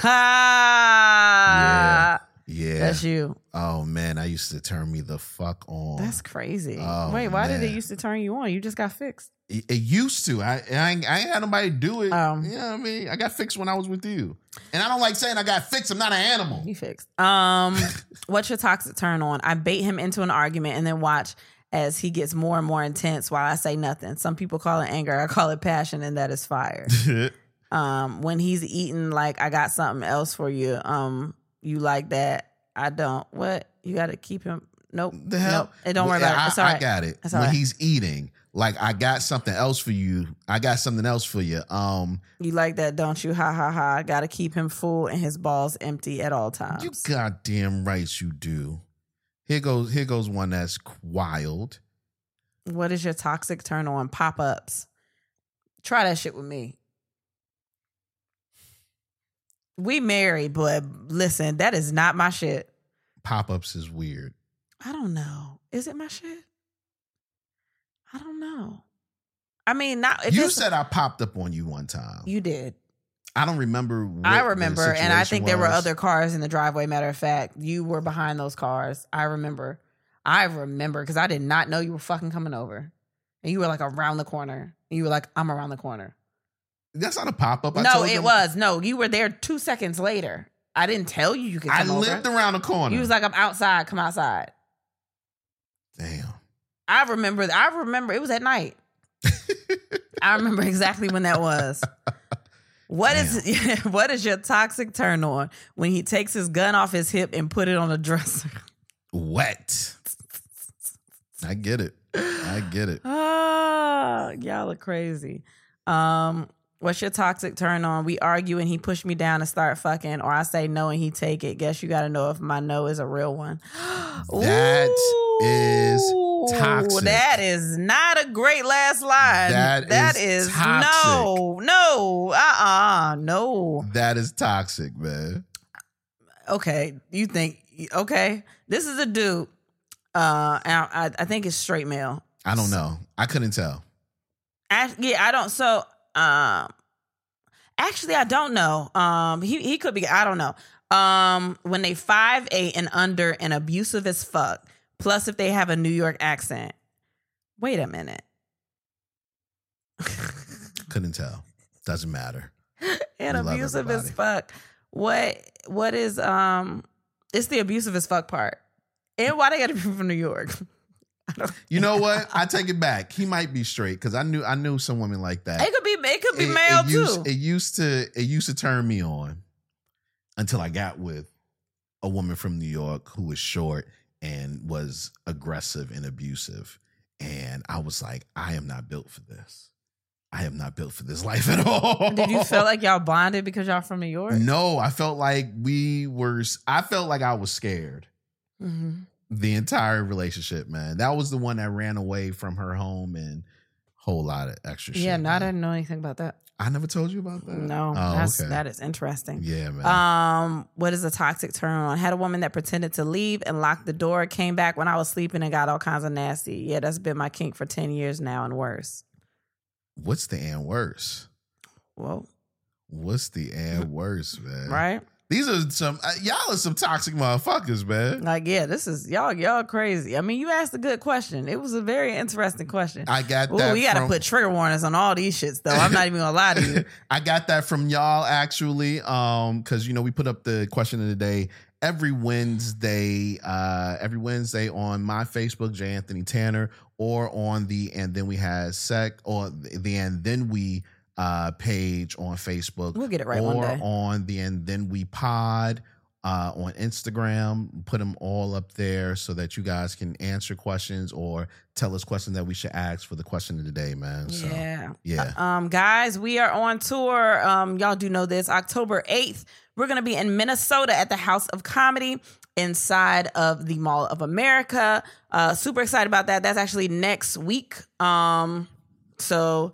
Ha! Yeah. That's you. Oh man, I used to turn me the fuck on. That's crazy. Oh, Wait, why did it man. used to turn you on? You just got fixed. it, it used to. I, I, ain't, I ain't had nobody do it. Um. you know what I mean? I got fixed when I was with you. And I don't like saying I got fixed. I'm not an animal. You fixed. Um, what's your toxic turn on? I bait him into an argument and then watch as he gets more and more intense while I say nothing. Some people call it anger, I call it passion, and that is fire. Um, when he's eating, like I got something else for you. Um, you like that? I don't. What? You got to keep him. Nope. the hell? Nope. It don't worry Well, about I, it. It's all I right. got it. It's all when right. he's eating, like I got something else for you. I got something else for you. Um, you like that, don't you? Ha ha ha. I got to keep him full and his balls empty at all times. you goddamn right you do. Here goes here goes one that's wild. what is your toxic turn on? Pop ups. Try that shit with me. We married, but listen, that is not my shit. Pop ups is weird. I don't know. Is it my shit? I don't know. I mean, not if you it's- said I popped up on you one time. you did. I don't remember. What I the remember, and situation I think there were was. other cars in the driveway. Matter of fact, you were behind those cars. I remember. I remember because I did not know you were fucking coming over, and you were like around the corner. And you were like, "I'm around the corner." That's not a pop up. no, it was. No, you were there two seconds later. I didn't tell you you could I come over. lived around the corner. You was like, I'm outside. Come outside. Damn. I remember. I remember. It was at night. I remember exactly when that was. What is what is your toxic turn on when he takes his gun off his hip and put it on a dresser? Wet. I get it. I get it. Ah, y'all are crazy. Um, what's your toxic turn on? We argue and he pushed me down and start fucking, or I say no and he take it. Guess you got to know if my no is a real one. That is Ooh, toxic. That is not a great last line. That is no, no, uh, uh no. That is toxic, man. Okay, you think okay? This is a dude. Uh, and I, I think it's straight male. I don't know. I couldn't tell. Act- yeah, I don't. So, um, actually, I don't know. Um, he he could be. I don't know. Um, when they five eight and under and abusive as fuck. Plus, if they have a New York accent. Wait a minute. Couldn't tell. Doesn't matter. and We love abusive as everybody. fuck. What what is um? It's the abusive as fuck part. And why they got to be from New York? I don't. You know what? I take it back. He might be straight because I knew I knew some women like that. It could be. It could be male too. Used, it used to it used to turn me on until I got with a woman from New York who was short and was aggressive and abusive, and I was like, I am not built for this. I am not built for this life at all. Did you feel like y'all bonded because y'all from New York? No, I felt like we were. s- I felt like I was scared Mm-hmm. the entire relationship, man. That was the one that ran away from her home and whole lot of extra shit. Yeah, no, I man. didn't know anything about that. I never told you about that. No, Oh, that's, okay. that is interesting. Yeah, man. Um, what is a toxic turn on? Had a woman that pretended to leave and locked the door, came back when I was sleeping and got all kinds of nasty. Yeah, that's been my kink for 10 years now and worse. What's the and worse? Well, What's the and worse, man? right? These are some uh, y'all are some toxic motherfuckers, man. Like, yeah, this is y'all, y'all crazy. I mean, you asked a good question. It was a very interesting question. I got Ooh, that. we gotta from- put trigger warnings on all these shits though. I'm not even gonna lie to you. I got that from y'all actually, um, because you know we put up the question of the day every Wednesday, uh, every Wednesday on my Facebook, J Anthony Tanner, or on the and then we had sec or the and then we uh page on Facebook, We'll get it right or one day. on the and then we pod. Uh, on Instagram, put them all up there so that you guys can answer questions or tell us questions that we should ask for the question of the day, man. So, yeah. Yeah. Um, guys, we are on tour. Um, y'all do know this. October 8th, we're going to be in Minnesota at the House of Comedy inside of the Mall of America. Uh, super excited about that. That's actually next week. Um, so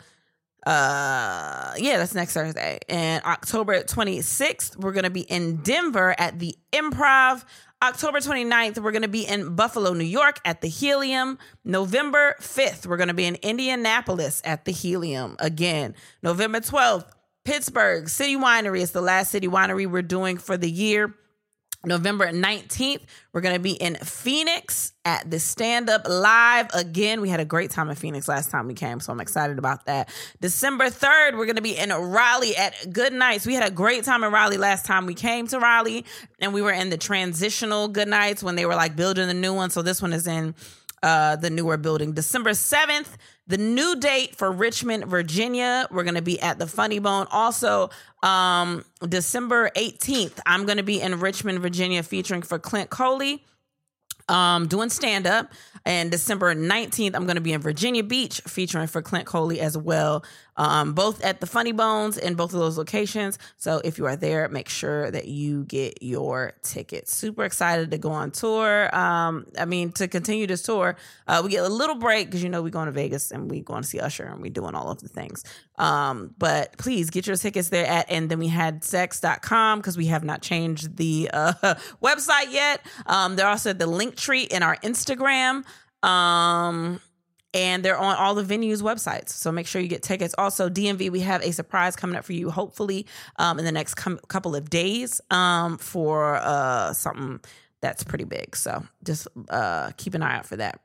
uh yeah that's next thursday and october 26th we're gonna be in denver at the improv october 29th we're gonna be in buffalo new york at the helium november 5th we're gonna be in indianapolis at the helium again november 12th pittsburgh city winery is the last city winery we're doing for the year November 19th, we're going to be in Phoenix at the Stand Up Live again. We had a great time in Phoenix last time we came, so I'm excited about that. December 3rd, we're going to be in Raleigh at Good Nights. We had a great time in Raleigh last time we came to Raleigh, and we were in the transitional Good Nights when they were like building the new one. So this one is in uh, the newer building. December 7th, the new date for Richmond, Virginia. We're going to be at the Funny Bone. Also, um, December 18th, I'm going to be in Richmond, Virginia featuring for Clint Coley. Um, doing stand up and December 19th, I'm going to be in Virginia Beach featuring for Clint Coley as well. Um, both at the Funny Bones in both of those locations. So if you are there, make sure that you get your tickets. Super excited to go on tour. Um, I mean, to continue this tour, uh, we get a little break because you know we're going to Vegas and we're going to see Usher and we're doing all of the things. Um, but please get your tickets there at and then we had sex.com because we have not changed the uh, website yet. Um, they're also at the link tree in our Instagram. Um, and they're on all the venues websites. So make sure you get tickets. Also, DMV, we have a surprise coming up for you, hopefully, um, in the next com- couple of days um, for uh, something that's pretty big. So just uh, keep an eye out for that.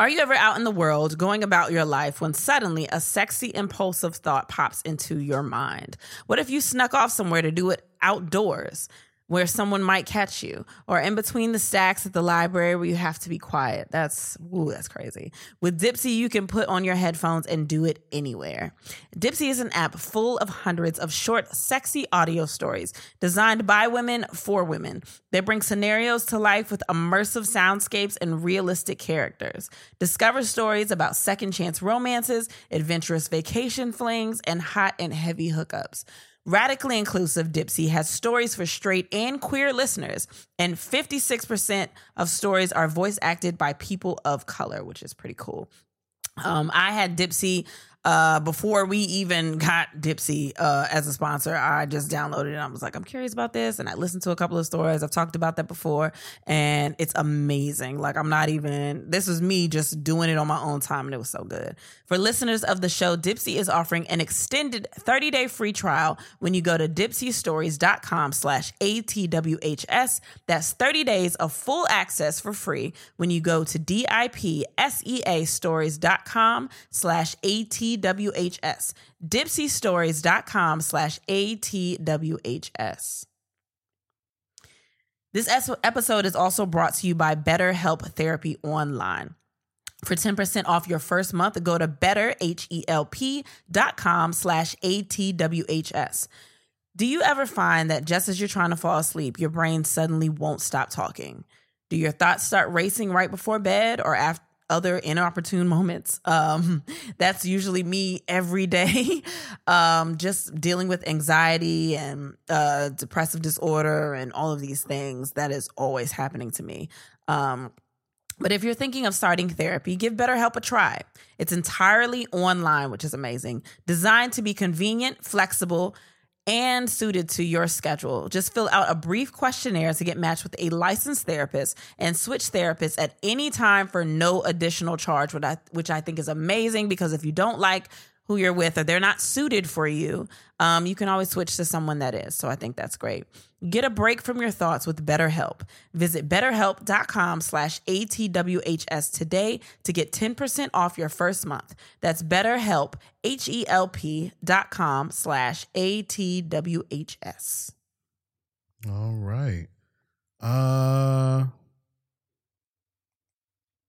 Are you ever out in the world going about your life when suddenly a sexy, impulsive thought pops into your mind? What if you snuck off somewhere to do it outdoors where someone might catch you or in between the stacks at the library where you have to be quiet? That's, ooh, that's crazy. With Dipsy, you can put on your headphones and do it anywhere. Dipsy is an app full of hundreds of short, sexy audio stories designed by women for women. They bring scenarios to life with immersive soundscapes and realistic characters. Discover stories about second chance romances, adventurous vacation flings, and hot and heavy hookups. Radically inclusive Dipsy has stories for straight and queer listeners, and 56% of stories are voice acted by people of color, which is pretty cool. Um, I had Dipsy uh, before we even got Dipsy uh, as a sponsor. I just downloaded it. And I was like, I'm curious about this, and I listened to a couple of stories. I've talked about that before, and it's amazing. Like I'm not even. This was me just doing it on my own time, and it was so good. For listeners of the show, Dipsy is offering an extended 30 day free trial when you go to dipsystories.com/atwhs. That's 30 days of full access for free when you go to dipsea stories.com slash atwhs dipsystories.com slash atwhs this es- episode is also brought to you by betterhelp therapy online for 10% off your first month go to E betterhelp.com slash atwhs do you ever find that just as you're trying to fall asleep, your brain suddenly won't stop talking? Do your thoughts start racing right before bed or after? other inopportune moments. Um, that's usually me every day, um, just dealing with anxiety and uh, depressive disorder and all of these things. That is always happening to me. Um, but if you're thinking of starting therapy, give BetterHelp a try. It's entirely online, which is amazing, designed to be convenient, flexible, and suited to your schedule. Just fill out a brief questionnaire to get matched with a licensed therapist and switch therapists at any time for no additional charge, which I, which I think is amazing because if you don't like who you're with or they're not suited for you, um, you can always switch to someone that is. So I think that's great. Get a break from your thoughts with BetterHelp. Visit betterhelp.com slash ATWHS today to get 10% off your first month. That's betterhelp, H-E-L-P dot com slash ATWHS. All right. Uh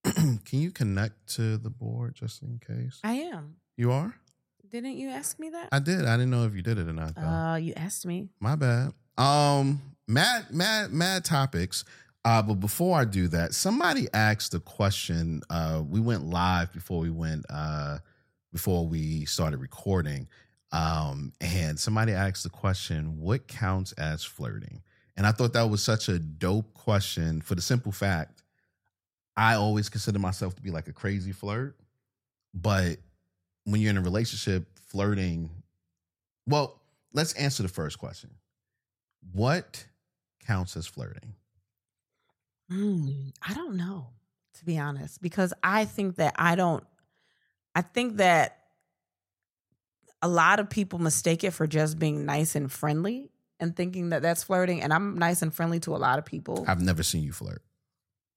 can you connect to the board just in case? I am. You are? Didn't you ask me that? I did. I didn't know if you did it or not though. Uh, you asked me. My bad. Um, mad, mad, mad topics. Uh, but before I do that, somebody asked a question. Uh, we went live before we went uh before we started recording. Um, and somebody asked the question, "What counts as flirting?" And I thought that was such a dope question for the simple fact I always consider myself to be like a crazy flirt, but when you're in a relationship, flirting. Well, let's answer the first question. What counts as flirting? Hmm, I don't know, to be honest, because I think that I don't, I think that a lot of people mistake it for just being nice and friendly and thinking that that's flirting. And I'm nice and friendly to a lot of people. I've never seen you flirt.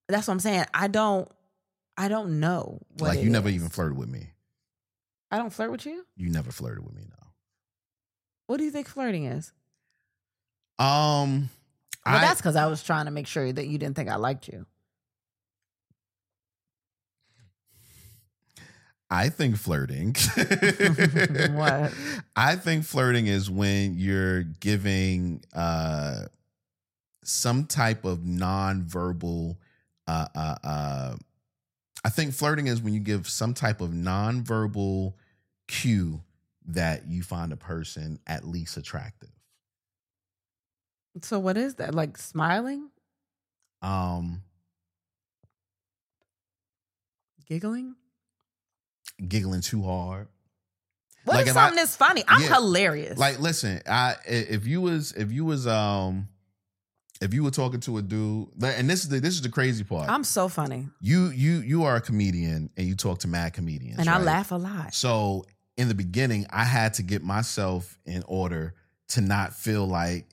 that's what I'm saying. I don't, I don't know. What like it you never is. even flirted with me. I don't flirt with you. You never flirted with me now. What do you think flirting is? Um Well, I, that's because I was trying to make sure that you didn't think I liked you. I think flirting. What? I think flirting is when you're giving uh some type of nonverbal uh uh uh I think flirting is when you give some type of nonverbal cue that you find a person at least attractive. So what is that? Like smiling, Um giggling? giggling too hard. What Like if if I- something is funny? I'm Yeah. hilarious. Like, listen, I i- if you was if you was um if you were talking to a dude, like, and this is the this is the crazy part. I'm so funny, you you you are a comedian and you talk to mad comedians, and I right? laugh a lot. So in the beginning, I had to get myself in order to not feel like,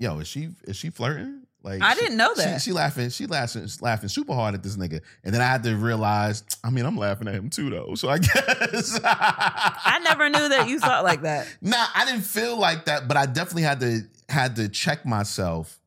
yo, is she is she flirting? Like I she- didn't know she- that. She, laughing, she laughing, laughing super hard at this nigga, and then I had to realize. I mean, I'm laughing at him too, though. So I guess I never knew that you thought like that. Nah, I didn't feel like that, but I definitely had to had to check myself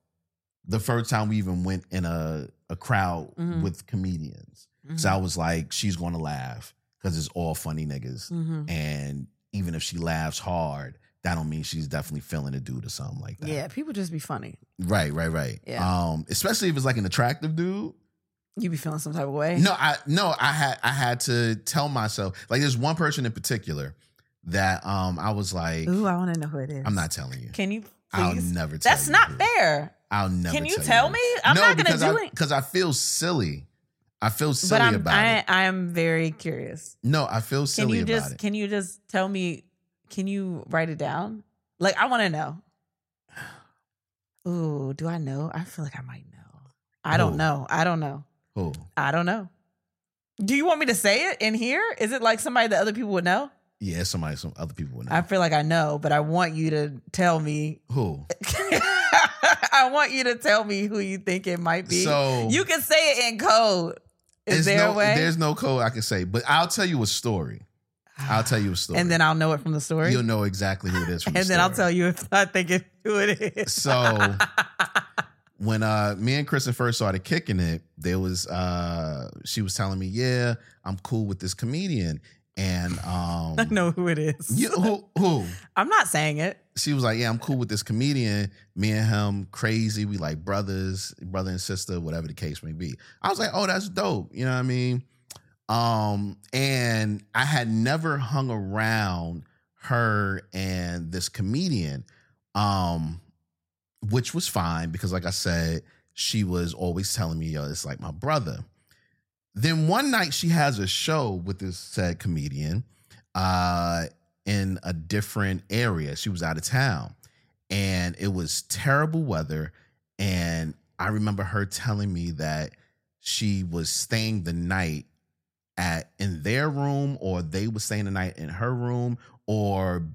the first time we even went in a a crowd Mhm. with comedians. Mm-hmm. So I Mm. was like, she's gonna laugh because it's all funny niggas, Mhm. and even if she laughs hard, that don't mean she's definitely feeling a dude or something like that. Yeah, people just be funny. right, right, right. Yeah. Um, especially if it's like an attractive dude. You be feeling some type of way. No, I no, I had I had to tell myself like there's one person in particular that um I was like, Ooh, I want to know who it is. I'm not telling you. Can you I'll please? never tell That's you not who. fair. I'll never Can you tell, tell who. me? I'm No, not gonna because do I, it. Because I feel silly. I feel silly But I'm about I, it. I am very curious. No, I feel Can silly you about just it. can you just tell me? Can you write it down? Like I want to know. Ooh, do I know? I feel like I might know. I don't Who? know. I don't know. Who? I don't know. Do you want me to say it in here? Is it like somebody that other people would know? Yeah, somebody, some other people would know. I feel like I know, but I want you to tell me. who? I want you to tell me who you think it might be. So you can say it in code. Is it's there no, a way? There's no code I can say, but I'll tell you a story. I'll tell you a story, And then I'll know it from the story. you'll know exactly who it is. From and the then I'll story. tell you if I think it, who it is. So when uh me and Kristen first started kicking it, there was uh she was telling me, yeah, I'm cool with this comedian, and um, I know who it is. you, who who I'm not saying it. she was like, "Yeah, I'm cool with this comedian. Me and him, crazy. We like brothers, brother and sister, whatever the case may be." I was like, "Oh, that's dope." You know what I mean? Um, and I had never hung around her and this comedian, um, which was fine because, like I said, she was always telling me, yo, it's like my brother. Then one night she has a show with this said comedian uh, in a different area. She was out of town and it was terrible weather. And I remember her telling me that she was staying the night at in their room or they were staying the night in her room or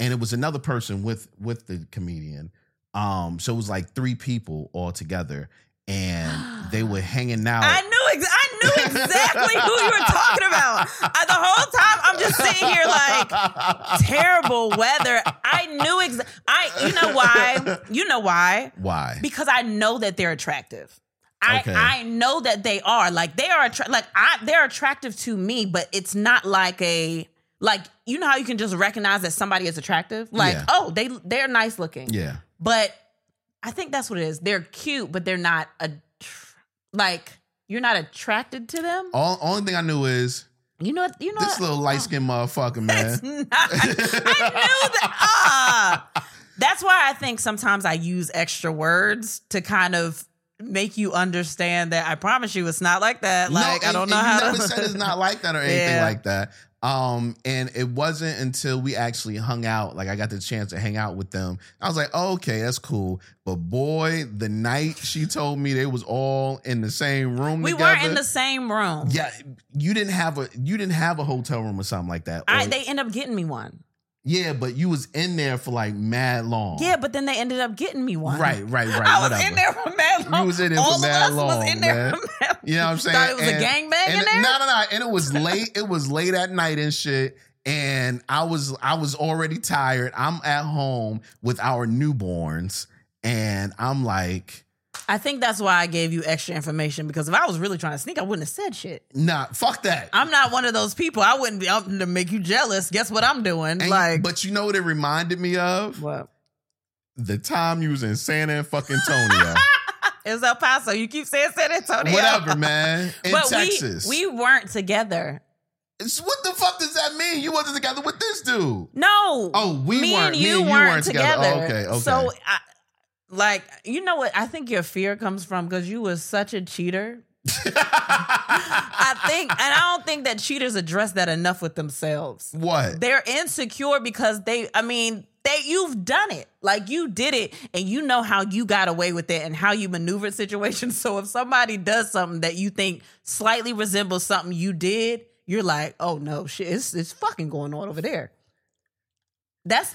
and it was another person with with the comedian um so it was like three people all together and they were hanging out I knew ex- I knew exactly who you were talking about. I, the whole time I'm just sitting here like terrible weather. I knew ex- I you know why? You know why? why Because I know that they're attractive. I, Okay. I know that they are like they are attra- like I they're attractive to me, but it's not like a like you know how you can just recognize that somebody is attractive like Yeah. oh they they're nice looking yeah but I think that's what it is. They're cute, but they're not a like you're not attracted to them. all only thing i knew is You know, you know. Oh, this little light-skinned motherfucker man uh, that's not. I knew that. Ah. that's why I think sometimes I use extra words to kind of make you understand that. I promise you, it's not like that. Like I and- don't know and you how to. never said it's not like that or anything Yeah. like that. Um, and it wasn't until we actually hung out, like I got the chance to hang out with them. I was like, oh, okay, that's cool. But boy, the night she told me they was all in the same room we together. weren't in the same room. yeah, you didn't have a you didn't have a hotel room or something like that. I, or- they end up getting me one. yeah, but you was in there for like mad long. Yeah, but then they ended up getting me one. Oh. right, right, right. I was whatever. in there for mad long. You was in there for All of mad us was long, in there man. for mad You know what I'm saying? Thought it was a gangbang and in it- there? No, no, no. And it was late. it was late at night and shit. And I was I was already tired. I'm at home with our newborns, and I'm like, I think that's why I gave you extra information because if I was really trying to sneak, I wouldn't have said shit. nah, fuck that. I'm not one of those people. I wouldn't be out to make you jealous. Guess what I'm doing? And- like, but you know what it reminded me of? what? The time you was in Santa and fucking Antonio. It's El Paso. You keep saying San Antonio. Whatever, man. In but Texas. we we weren't together. It's- what the fuck does that mean? You wasn't together with this dude. No. Oh, we me weren't. and Me you, and you weren't, weren't together. together. Oh, okay, okay. So, I, like, you know what? I think your fear comes from because you was such a cheater. I think, and I don't think that cheaters address that enough with themselves. What? they're insecure because they i mean they you've done it like you did it and you know how you got away with it and how you maneuvered situations so if somebody does something that you think slightly resembles something you did you're like oh no shit it's, it's fucking going on over there that's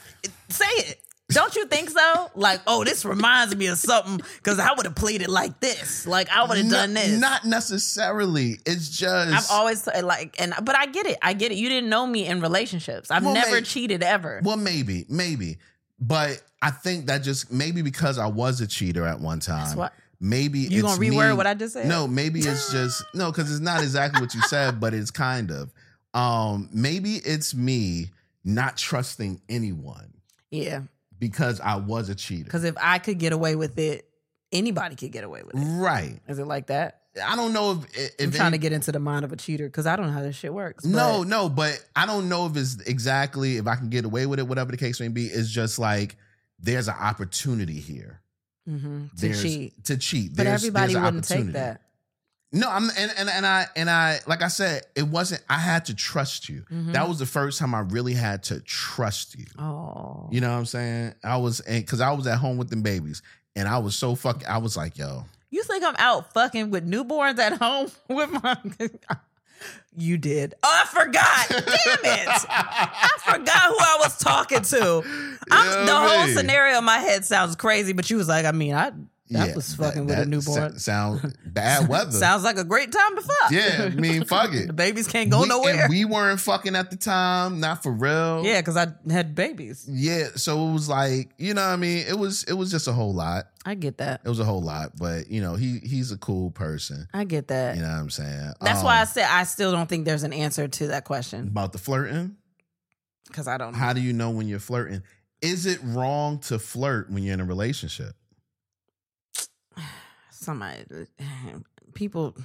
say it don't you think so like oh this reminds me of something because i would have played it like this like i would have Not- done this Not necessarily. It's just I've always like, and but I get it. I get it. You didn't know me in relationships. I've Well, never mate, cheated ever. Well, maybe, maybe. But I think that just maybe because I was a cheater at one time. what- maybe you it's gonna reword me- what I just said? No, maybe it's just no, because it's not exactly what you said, but it's kind of. Um, maybe it's me not trusting anyone Yeah, because I was a cheater. because if I could get away with it, anybody could get away with it. Right. Is it like that? I don't know if if I'm any- trying to get into the mind of a cheater because I don't know how this shit works. No, but no, but I don't know if it's exactly if I can get away with it, whatever the case may be. It's just like there's an opportunity here. mhm, to there's, cheat. To cheat. But There's- everybody there's an wouldn't take opportunity. that. No, I'm and, and and I and I like I said, it wasn't. I had to trust you. Mhm. That was the first time I really had to trust you. Oh, You know what I'm saying? I was and because I was at home with them babies, and I was so fucking. I was like, yo, you think I'm out fucking with newborns at home with my? you did. Oh, I forgot. Damn it. I forgot who I was talking to. I'm, You the know whole me. scenario in my head sounds crazy, but you was like, I mean, I that Yeah, was fucking with a newborn. sa- sound bad weather. sounds like a great time to fuck. Yeah, I mean, fuck it. the babies can't go we, nowhere. And we weren't fucking at the time, not for real. yeah, because I had babies. yeah. So it was like, you know, what I mean, it was it was just a whole lot. I get that. It was a whole lot, but you know, he he's a cool person. I get that. You know what I'm saying? That's Um, why I said I still don't think there's an answer to that question about the flirting. because I don't. know. How do you know when you're flirting? Is it wrong to flirt when you're in a relationship? Somebody, people,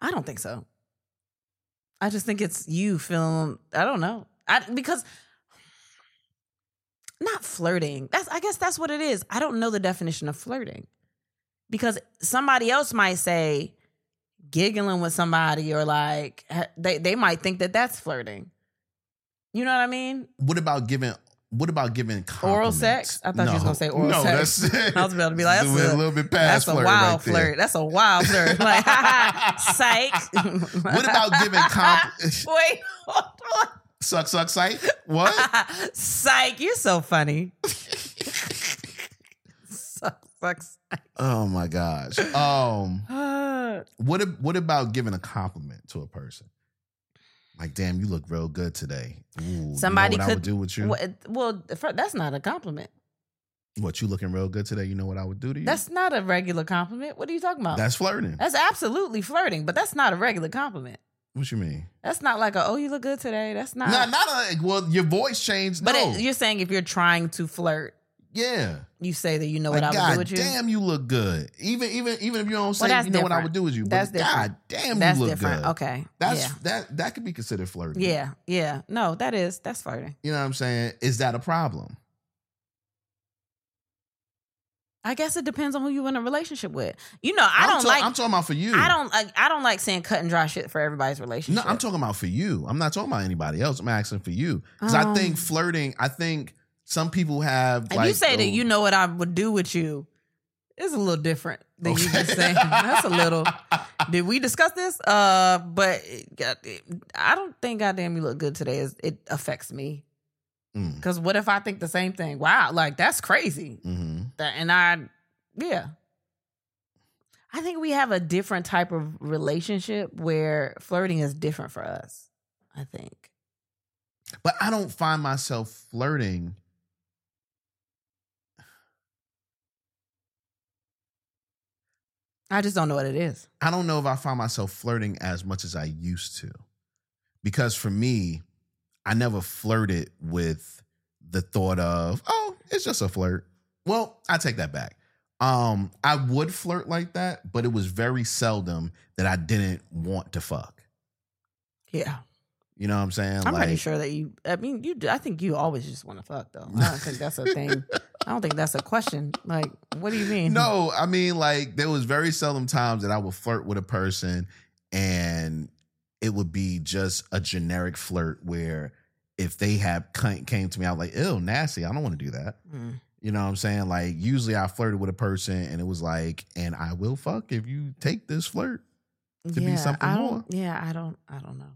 I don't think so. I just think it's you feeling. I don't know. I because not flirting. That's I guess that's what it is. I don't know the definition of flirting because somebody else might say giggling with somebody or like ha- they they might think that that's flirting. You know what I mean? What about giving? What about giving compliments? Oral sex? I thought you was gonna say oral no, sex. That's, I was about to be like, We're that's a, a- little bit past That's a flirt wild right there. flirt. That's a wild flirt. Like, psych. What about giving comp? Wait, hold suck, suck, psych. What? on. Psych, you're so funny. Suck, suck, psych. Oh my gosh. Um, Uh, what ab- what about giving a compliment to a person? Like, damn, you look real good today. Ooh, Somebody you know what I could- would do with you. what, well, fir- that's not a compliment. What you looking real good today? You know what I would do to you. That's not a regular compliment. What are you talking about? that's flirting. That's absolutely flirting, but that's not a regular compliment. what you mean? That's not like a, oh, you look good today. That's not. No, nah, not a, well. Your voice changed. but no. it, you're saying if you're trying to flirt, yeah. you say that you know Like, what I God would do with you. damn, you look good. Even even even if you don't say, you know that's what I different. would do with you. But That's God different. damn, That's you look different. good. Okay. That's yeah. that that could be considered flirting. Yeah, yeah. No, that is that's flirting. You know what I'm saying? Is that a problem? I guess it depends on who you in a relationship with. You know, I I'm don't ta- like I'm talking about for you. I don't like I don't like saying cut and dry shit for everybody's No, relationship. I'm talking about for you. I'm not talking about anybody else. I'm asking for you because I Um. think flirting. I think some people have. If like, you say that those- you know what I would do with you, it's a little different than you Okay. just saying. That's a little. Did we discuss this? Uh, but God- I don't think goddamn you look good today. Is it affects me? Mm, Because what if I think the same thing? Wow, like that's crazy. mhm. that and I yeah. I think we have a different type of relationship where flirting is different for us. I think. But I don't find myself flirting. I just don't know what it is. I don't know if I find myself flirting as much as I used to, because for me, I never flirted with the thought of oh, it's just a flirt. Well, I take that back. Um, I would flirt like that, but it was very seldom that I didn't want to fuck. Yeah. You know what I'm saying? I'm pretty Like, sure that you I mean you do- I think you always just want to fuck though. I don't think that's a thing. I don't think that's a question. Like, what do you mean? No, I mean like there was very seldom times that I would flirt with a person and it would be just a generic flirt where if they have cunt came to me, I was like, ew, nasty. I don't want to do that. Mm. You know what I'm saying? Like usually I flirted with a person and it was like, and I will fuck if you take this flirt. To be something I don't, more. Yeah, I don't I don't know.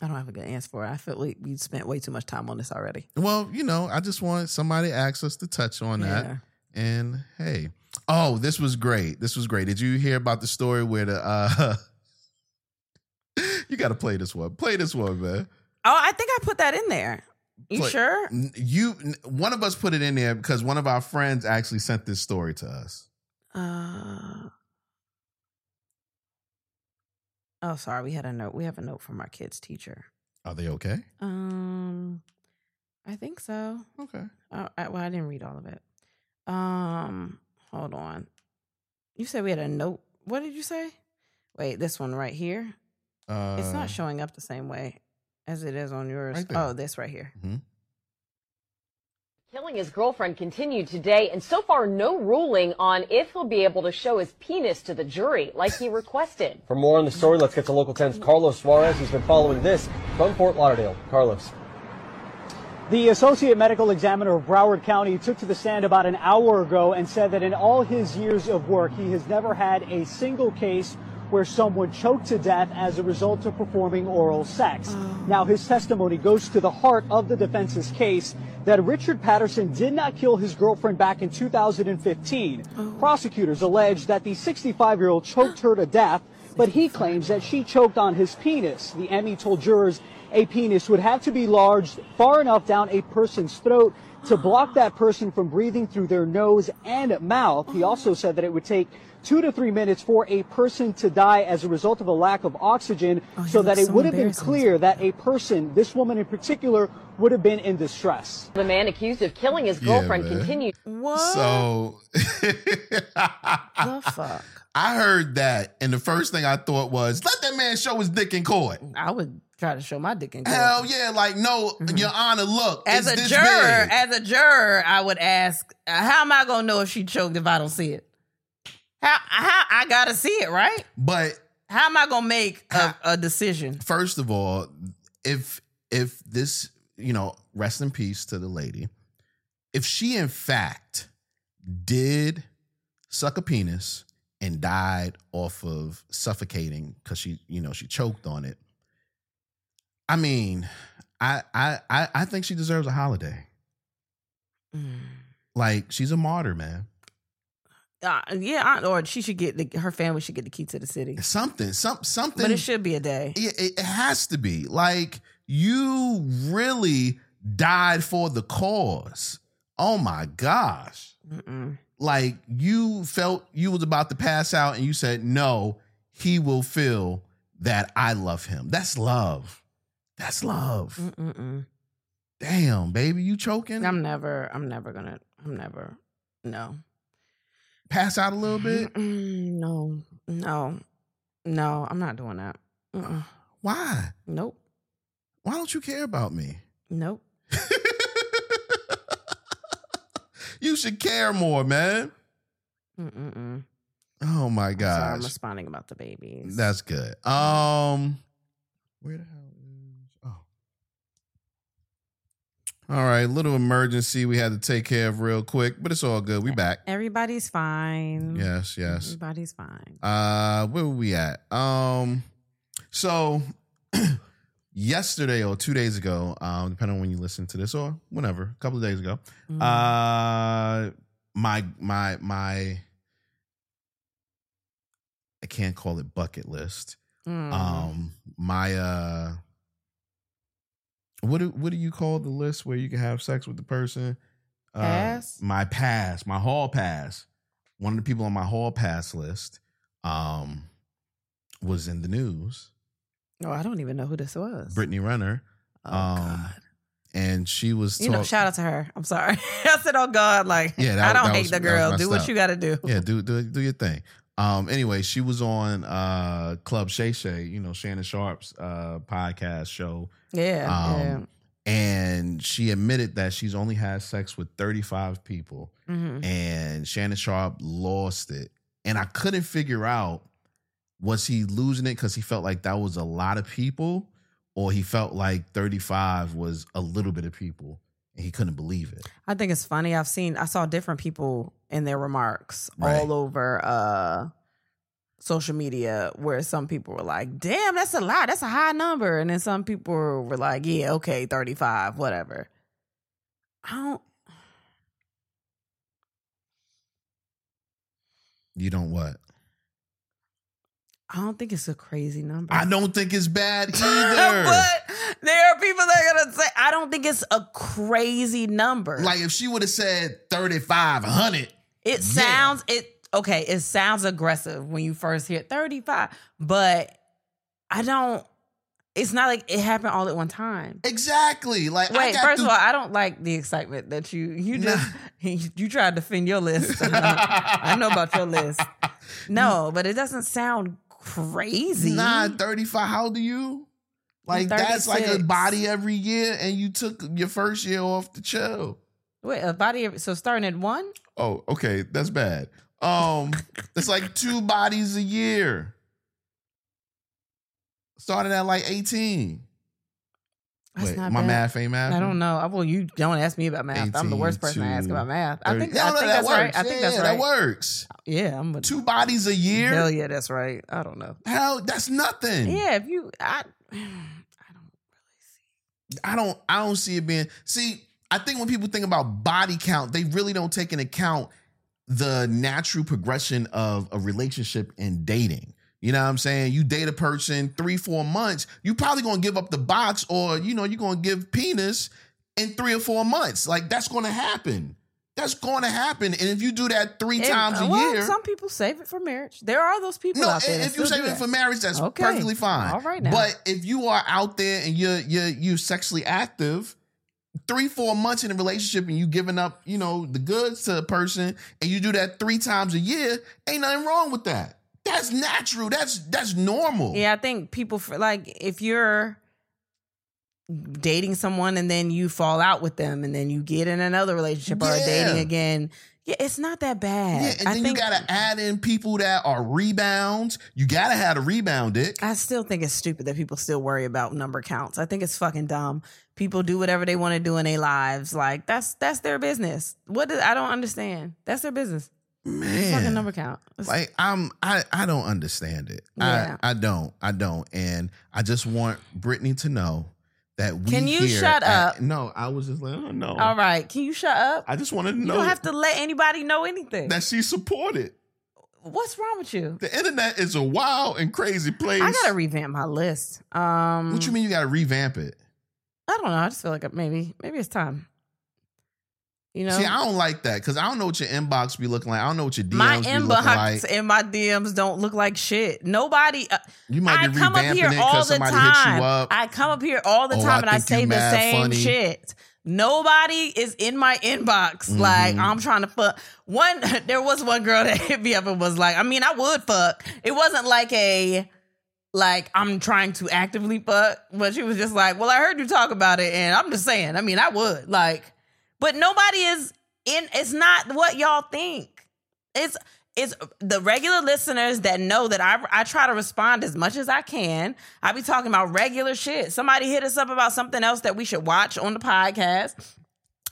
I don't have a good answer for it. I feel like we spent way too much time on this already. Well, you know, I just want somebody asked us to touch on that. Yeah. And hey, oh, this was great. This was great. Did you hear about the story where the uh You got to play this one. Play this one, man. Oh, I think I put that in there. You Play- sure? N- You n- one of us put it in there because one of our friends actually sent this story to us. Uh, oh, sorry. We had a note. We have a note from our kids' teacher. Are they okay? Um, I think so. Okay. Oh, I, well, I didn't read all of it. Um, hold on. You said we had a note. What did you say? Wait, this one right here. Uh, It's not showing up the same way as it is on yours. Right there. oh, this right here. Killing his girlfriend continued today, and so far, no ruling on if he'll be able to show his penis to the jury like he requested. For more on the story, let's get to local 10's Carlos Suarez, who's been following this from Fort Lauderdale. Carlos. The associate medical examiner of Broward County took to the stand about an hour ago and said that in all his years of work, he has never had a single case where someone choked to death as a result of performing oral sex. Now, his testimony goes to the heart of the defense's case that Richard Patterson did not kill his girlfriend back in 2015. Prosecutors allege that the 65 year old choked her to death but he claims that she choked on his penis. The Emmy told jurors a penis would have to be large far enough down a person's throat to block that person from breathing through their nose and mouth. He also said that it would take two to three minutes for a person to die as a result of a lack of oxygen Oh, he so that looks it so would have been embarrassing. clear that a person, this woman in particular, would have been in distress. The man accused of killing his Yeah, Uh, girlfriend man. continued What So the fuck? I heard that, and the first thing I thought was, let that man show his dick in court. I would try to show my dick in court. Hell yeah, like no, Your Honor, look. as it's a this juror, big. as a juror, I would ask, uh, how am I gonna know if she choked if I don't see it? How how I gotta see it, right? but How am I gonna make a, a decision? first of all, if if this, you know, rest in peace to the lady, if she in fact did suck a penis and died off of suffocating because she, you know, she choked on it. I mean, I I I, I think she deserves a holiday. Mm. Like she's a martyr, man. Uh, yeah, I, or she should get the, her family should get the key to the city, Something, some something. but it should be a day. it, it- it has to be like you really died for the cause oh my gosh Mm-mm. like you felt you was about to pass out and you said no he will feel that i love him that's love that's love Mm-mm-mm. damn baby you choking Mm. I'm never, I'm never gonna, I'm never, no, pass out a little bit Mm-mm, no, no, no, I'm not doing that. Mm-mm. why Nope, why don't you care about me nope. you should care more man Mm-mm-mm. oh my Sorry, I'm gosh responding about the babies. That's good. Um, where the hell is? Oh, all right. Little emergency we had to take care of real quick, but it's all good. We back. Everybody's fine. Yes, yes. Everybody's fine. Uh, where were we at? Um, so yesterday or two days ago, um, depending on when you listen to this or whenever, a couple of days ago, uh, my my my. I can't call it bucket list. Mm. Um, my uh, what do what do you call the list where you can have sex with the person? Uh, Pass? My pass, my hall pass. One of the people on my hall pass list, um, was in the news. oh, I don't even know who this was. Brittany Renner, oh, um, God. and she was You know, talk- shout out to her. I'm sorry. I said, oh, God, like, Yeah, that I was- don't that hate was- the that was girl. messed Do what up. you got to do. yeah, do do do your thing. Um, anyway, she was on uh Club Shay Shay, you know Shannon Sharp's uh podcast show. Yeah. Um, and she admitted that she's only had sex with 35 people yeah. Mhm. and Shannon Sharp lost it. And I couldn't figure out was he losing it because he felt like that was a lot of people or he felt like 35 was a little bit of people and he couldn't believe it. I think it's funny. I've seen, I saw different people in their remarks Right. all over uh, social media where some people were like, damn, that's a lot. That's a high number. And then some people were like, yeah, okay, 35, whatever. I don't, You don't what? I don't think it's a crazy number. I don't think it's bad either. but there are people that are gonna say I don't think it's a crazy number. like if she would have said 35, 100, it yeah. sounds it okay, it sounds aggressive when you first hear 35, but I don't it's not like it happened all at one time. exactly. Like I Wait, got first through- of all, I don't like the excitement that you you Nah. just you tried to defend your list. I know, I know about your list. No, but it doesn't sound crazy. Nah, 35. How old are you? Like that's like a 36. body every year, and you took your first year off the chill. Wait, a body of- so starting at one? Oh, okay, that's bad. Um, that's like two bodies a year. Started at like 18. That's Wait, not my bad. math ain't math. I don't know. I- Well, you don't ask me about math. I'm the worst 18 person to ask to about math. I 30. think, No, I no, think that that's works. right. I think Yeah, that's That right. works. yeah, I'm a, Two bodies a year. Hell yeah, that's right. I don't know. Hell, that's nothing. Yeah, if you, I, I don't. I don't I don't see it being see, I think when people think about body count, they really don't take into account the natural progression of a relationship and dating. You know what I'm saying? You date a person three, four months, you probably gonna give up the box or you know, you're gonna give penis in three or four months. Like that's gonna happen. That's gonna happen. And if you do that three And, times a well, year. Some people save it for marriage. There are those people No, out there. that if you still save do it that. for marriage, that's Okay. perfectly fine. All right now. But if you are out there and you're you're you sexually active, three four months in a relationship and you giving up, you know, the goods to a person, and you do that three times a year, ain't nothing wrong with that. That's natural. That's that's normal. Yeah, I think people f- like if you're dating someone and then you fall out with them and then you get in another relationship or Yeah. dating again, yeah, it's not that bad. Yeah, and I then think you gotta add in people that are rebounds. You gotta have a rebound, Dick. I still think it's stupid that people still worry about number counts. I think it's fucking dumb. People do whatever they want to do in their lives. Like that's that's their business. What do, I don't understand. That's their business. Fucking Man, number count. It's- like I'm, I I don't understand it. Yeah. I I don't, I don't, and I just want Brittany to know that we. Can you here shut at- up? No, I was just like, oh, no. all right, can you shut up? I just wanted to you know don't have to let anybody know anything. that she supported. What's wrong with you? The internet is a wild and crazy place. I gotta revamp my list. Um, what you mean you gotta revamp it? I don't know. I just feel like it- maybe maybe it's time. You know, See, I don't like that because I don't know what your inbox be looking like. I don't know what your DMs my be looking like. inbox and my DMs don't look like shit. Nobody. Uh, You might I be come up revamping here it all because the somebody hit time. you up. I come up here all the Oh, I time and I think you say the mad same funny. shit. Nobody is in my inbox. Like Mm-hmm. I'm trying to fuck. One, there was one girl that hit me up and was like, I mean, I would fuck. It wasn't like a like I'm trying to actively fuck, but she was just like, well, I heard you talk about it, and I'm just saying. I mean, I would like, but nobody is in. It's not what y'all think. It's it's the regular listeners that know that I I try to respond as much as I can. I be talking about regular shit. Somebody hit us up about something else that we should watch on the podcast,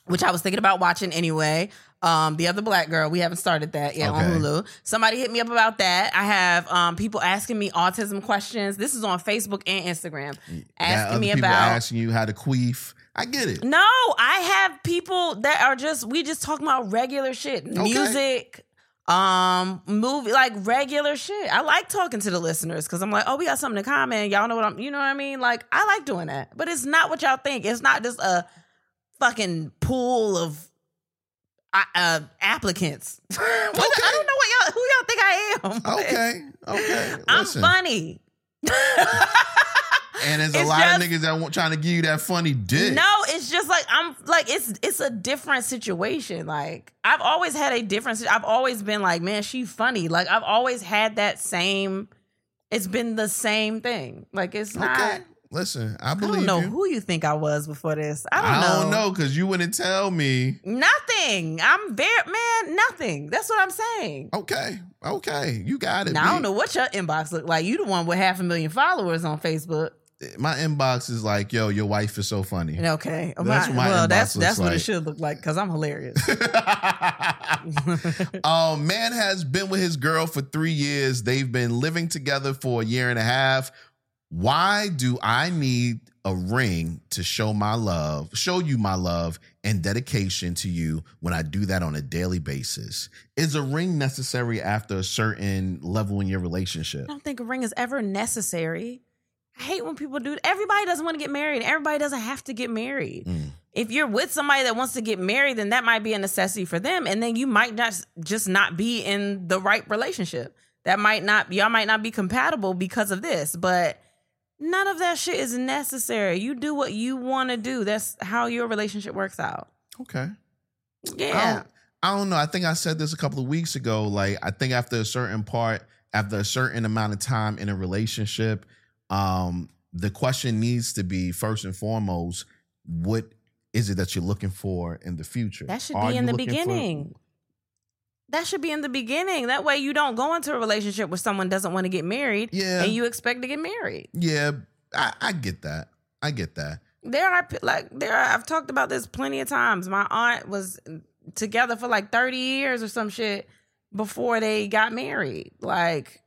which I was thinking about watching anyway. Um, the other black girl, we haven't started that yet on Okay. Hulu. Somebody hit me up about that. I have um, people asking me autism questions. This is on Facebook and Instagram, That other asking me people about asking you how to queef. I get it. no, I have people that are just we just talking about regular shit, music, um, movie, like regular shit. I like talking to the listeners because I'm like, oh, we got something in common. Y'all know what I'm, you know what I mean? Like, I like doing that, but it's not what y'all think. It's not just a fucking pool of uh, uh, applicants. What- I don't know what y'all who y'all think I am. Like, Okay, okay. I'm Listen, funny. and there's a It's lot of just- niggas that want trying to give you that funny dick. No, it's just like I'm like it's it's a different situation. Like I've always had a different. si- I've always been like, man, she funny. Like I've always had that same. It's been the same thing. Like it's okay. not. Listen, I I believe don't know you. who you think I was before this. I don't, I don't know because you wouldn't tell me. Nothing. I'm very man. Nothing. That's what I'm saying. Okay, okay, you got it. Now, I don't B. know what your inbox look like. You the one with half a million followers on Facebook. My inbox is like, yo, your wife is so funny. And okay, That's what my well, inbox that's looks that's what it like. should look like because I'm hilarious. um, man has been with his girl for three years. They've been living together for a year and a half. Why do I need a ring to show my love, show you my love and dedication to you when I do that on a daily basis? Is a ring necessary after a certain level in your relationship? I don't think a ring is ever necessary. I hate when people do. Everybody doesn't want to get married. Everybody doesn't have to get married. Mm. If you're with somebody that wants to get married, then that might be a necessity for them, and then you might not just not be in the right relationship. That might not y'all might not be compatible because of this, but none of that shit is necessary. You do what you want to do. That's how your relationship works out. Okay. I Yeah. don't, I don't know. I think I said this a couple of weeks ago. Like, I think after a certain part, after a certain amount of time in a relationship, um, the question needs to be first and foremost, what is it that you're looking for in the future? That should Are be in you the looking for- beginning. that should be in the beginning. That way you don't go into a relationship where someone doesn't want to get married Yeah. and you expect to get married. yeah, I, I get that. I get that. There are pe- like there are I've talked about this plenty of times. My aunt was together for like 30 years or some shit before they got married. Like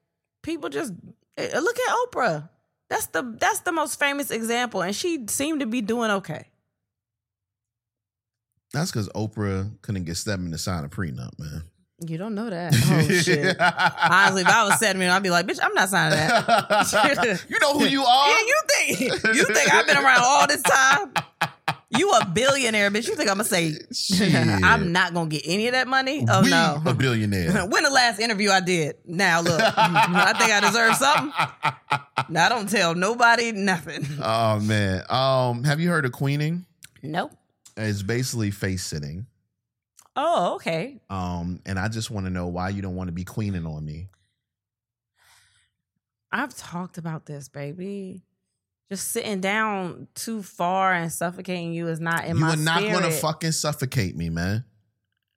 people just eh, look at Oprah. That's the that's the most famous example and she seemed to be doing okay. That's because Oprah couldn't get Stedman to sign a prenup, man. You don't know that. Oh shit. Honestly, if I was Sedman, I'd be like, bitch, I'm not signing that. you know who you are. Yeah, you think you think I've been around all this time? You a billionaire, bitch. You think I'm gonna say Shit. I'm not gonna get any of that money? Oh we no. a billionaire. when the last interview I did? Now look, I think I deserve something. Now don't tell nobody nothing. Oh man. Um, have you heard of queening? Nope. It's basically face sitting. Oh, okay. Um, and I just want to know why you don't want to be queening on me. I've talked about this, baby. Just sitting down too far and suffocating you is not in you my are not spirit. gonna fucking suffocate me, man.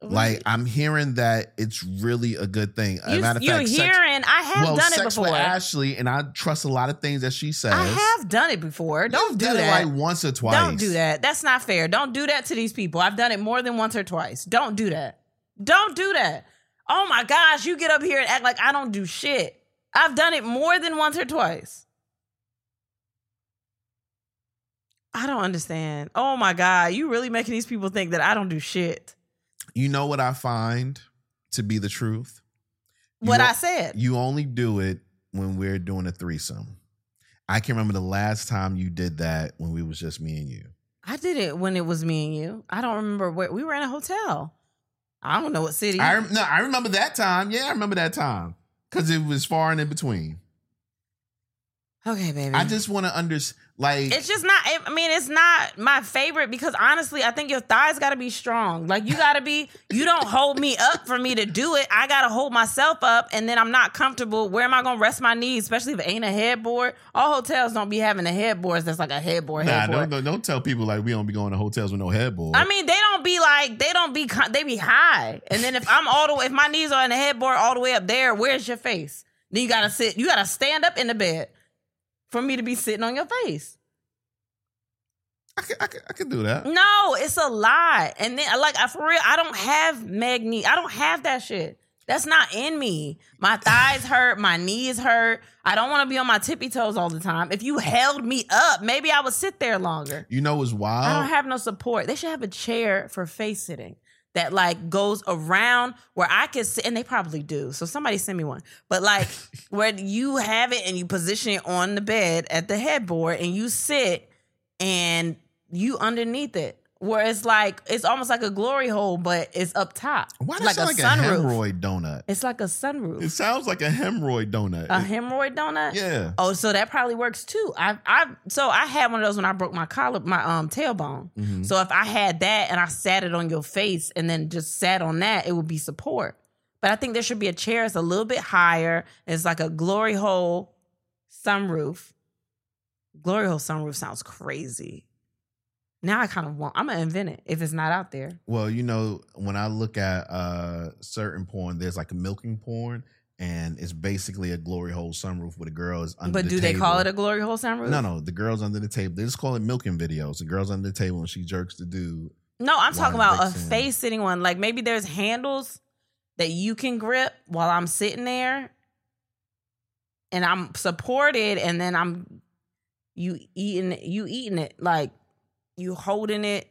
Like I'm hearing that it's really a good thing. As a you, matter of you're fact, sex- hearing. I have well, done it sex before. with Ashley, and I trust a lot of things that she says. I have done it before. Don't You've do done it that. like once or twice. Don't do that. That's not fair. Don't do that to these people. I've done it more than once or twice. Don't do that. Don't do that. Oh my gosh, you get up here and act like I don't do shit. I've done it more than once or twice. I don't understand. Oh my God, you really making these people think that I don't do shit. You know what I find to be the truth? You What know- I said. You only do it when we're doing a threesome. I can remember the last time you did that when we was just me and you. I did it when it was me and you. I don't remember where we were in a hotel. I don't know what city. I rem- no, I remember that time. Yeah, I remember that time because it was far and in between. okay, baby. I just want to understand, like, Mm-hmm. It's just not. I mean, it's not my favorite because honestly, I think your thighs got to be strong. Like you got to be. You don't hold me up for me to do it. I got to hold myself up, and then I'm not comfortable. Where am I gonna rest my knees? Especially if it ain't a headboard. All hotels don't be having the headboards. That's like a headboard. nah, headboard. don't, don't don't tell people like we don't be going to hotels with no headboard. I mean, they don't be like they don't be con- they be high, and then if I'm all the way, if my knees are in the headboard all the way up there, where's your face? Then you gotta sit, you gotta stand up in the bed for me to be sitting on your face. I could, I could, I could do that. No, it's a lot. And then, like, I, for real, I don't have magni. I don't have that shit. That's not in me. My thighs hurt. My knees hurt. I don't want to be on my tippy toes all the time. If you held me up, maybe I would sit there longer. You know what's wild? I don't have no support. They should have a chair for face sitting that like goes around where I could sit, and they probably do. So somebody send me one. But like where you have it and you position it on the bed at the headboard, and you sit and you underneath it, where it's like it's almost like a glory hole, but it's up top. Why does like it a sound like a sunroof? hemorrhoid donut? It's like a sunroof. It sounds like a hemorrhoid donut. a It- hemorrhoid donut. yeah. Oh, so that probably works too. I I so I had one of those when I broke my collar, my um tailbone. Mhm. So if I had that and I sat it on your face and then just sat on that, it would be support. But I think there should be a chair that's a little bit higher. It's like a glory hole sunroof. Glory hole sunroof sounds crazy. Now I kind of want. I'm gonna invent it if it's not out there. Well, you know, when I look at uh certain porn, there's like a milking porn, and it's basically a glory hole sunroof with a girl is under. but the do they call it table. a glory hole sunroof? No, no, the girl's under the table. They just call it milking videos. The girl's under the table and she jerks the dude. No, I'm talking Wine about a mixing. face sitting one. Like maybe there's handles that you can grip while I'm sitting there and I'm supported and then I'm you eating you eating it like you holding it.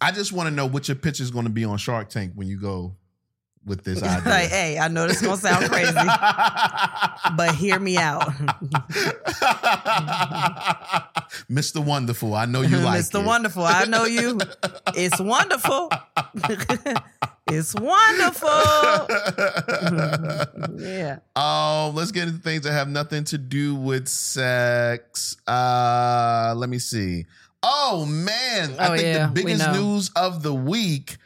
I just want to know what your picture's going to be on Shark Tank when you go with this idea. like, hey, I know this gonna sound crazy, but hear me out. Mr. Wonderful, I know you like Mr. it. Wonderful. I know you. It's wonderful. it's wonderful. yeah. um, let's get into things that have nothing to do with sex. Uh, let me see. Oh man, Oh, I think yeah, the we biggest know. news of the week,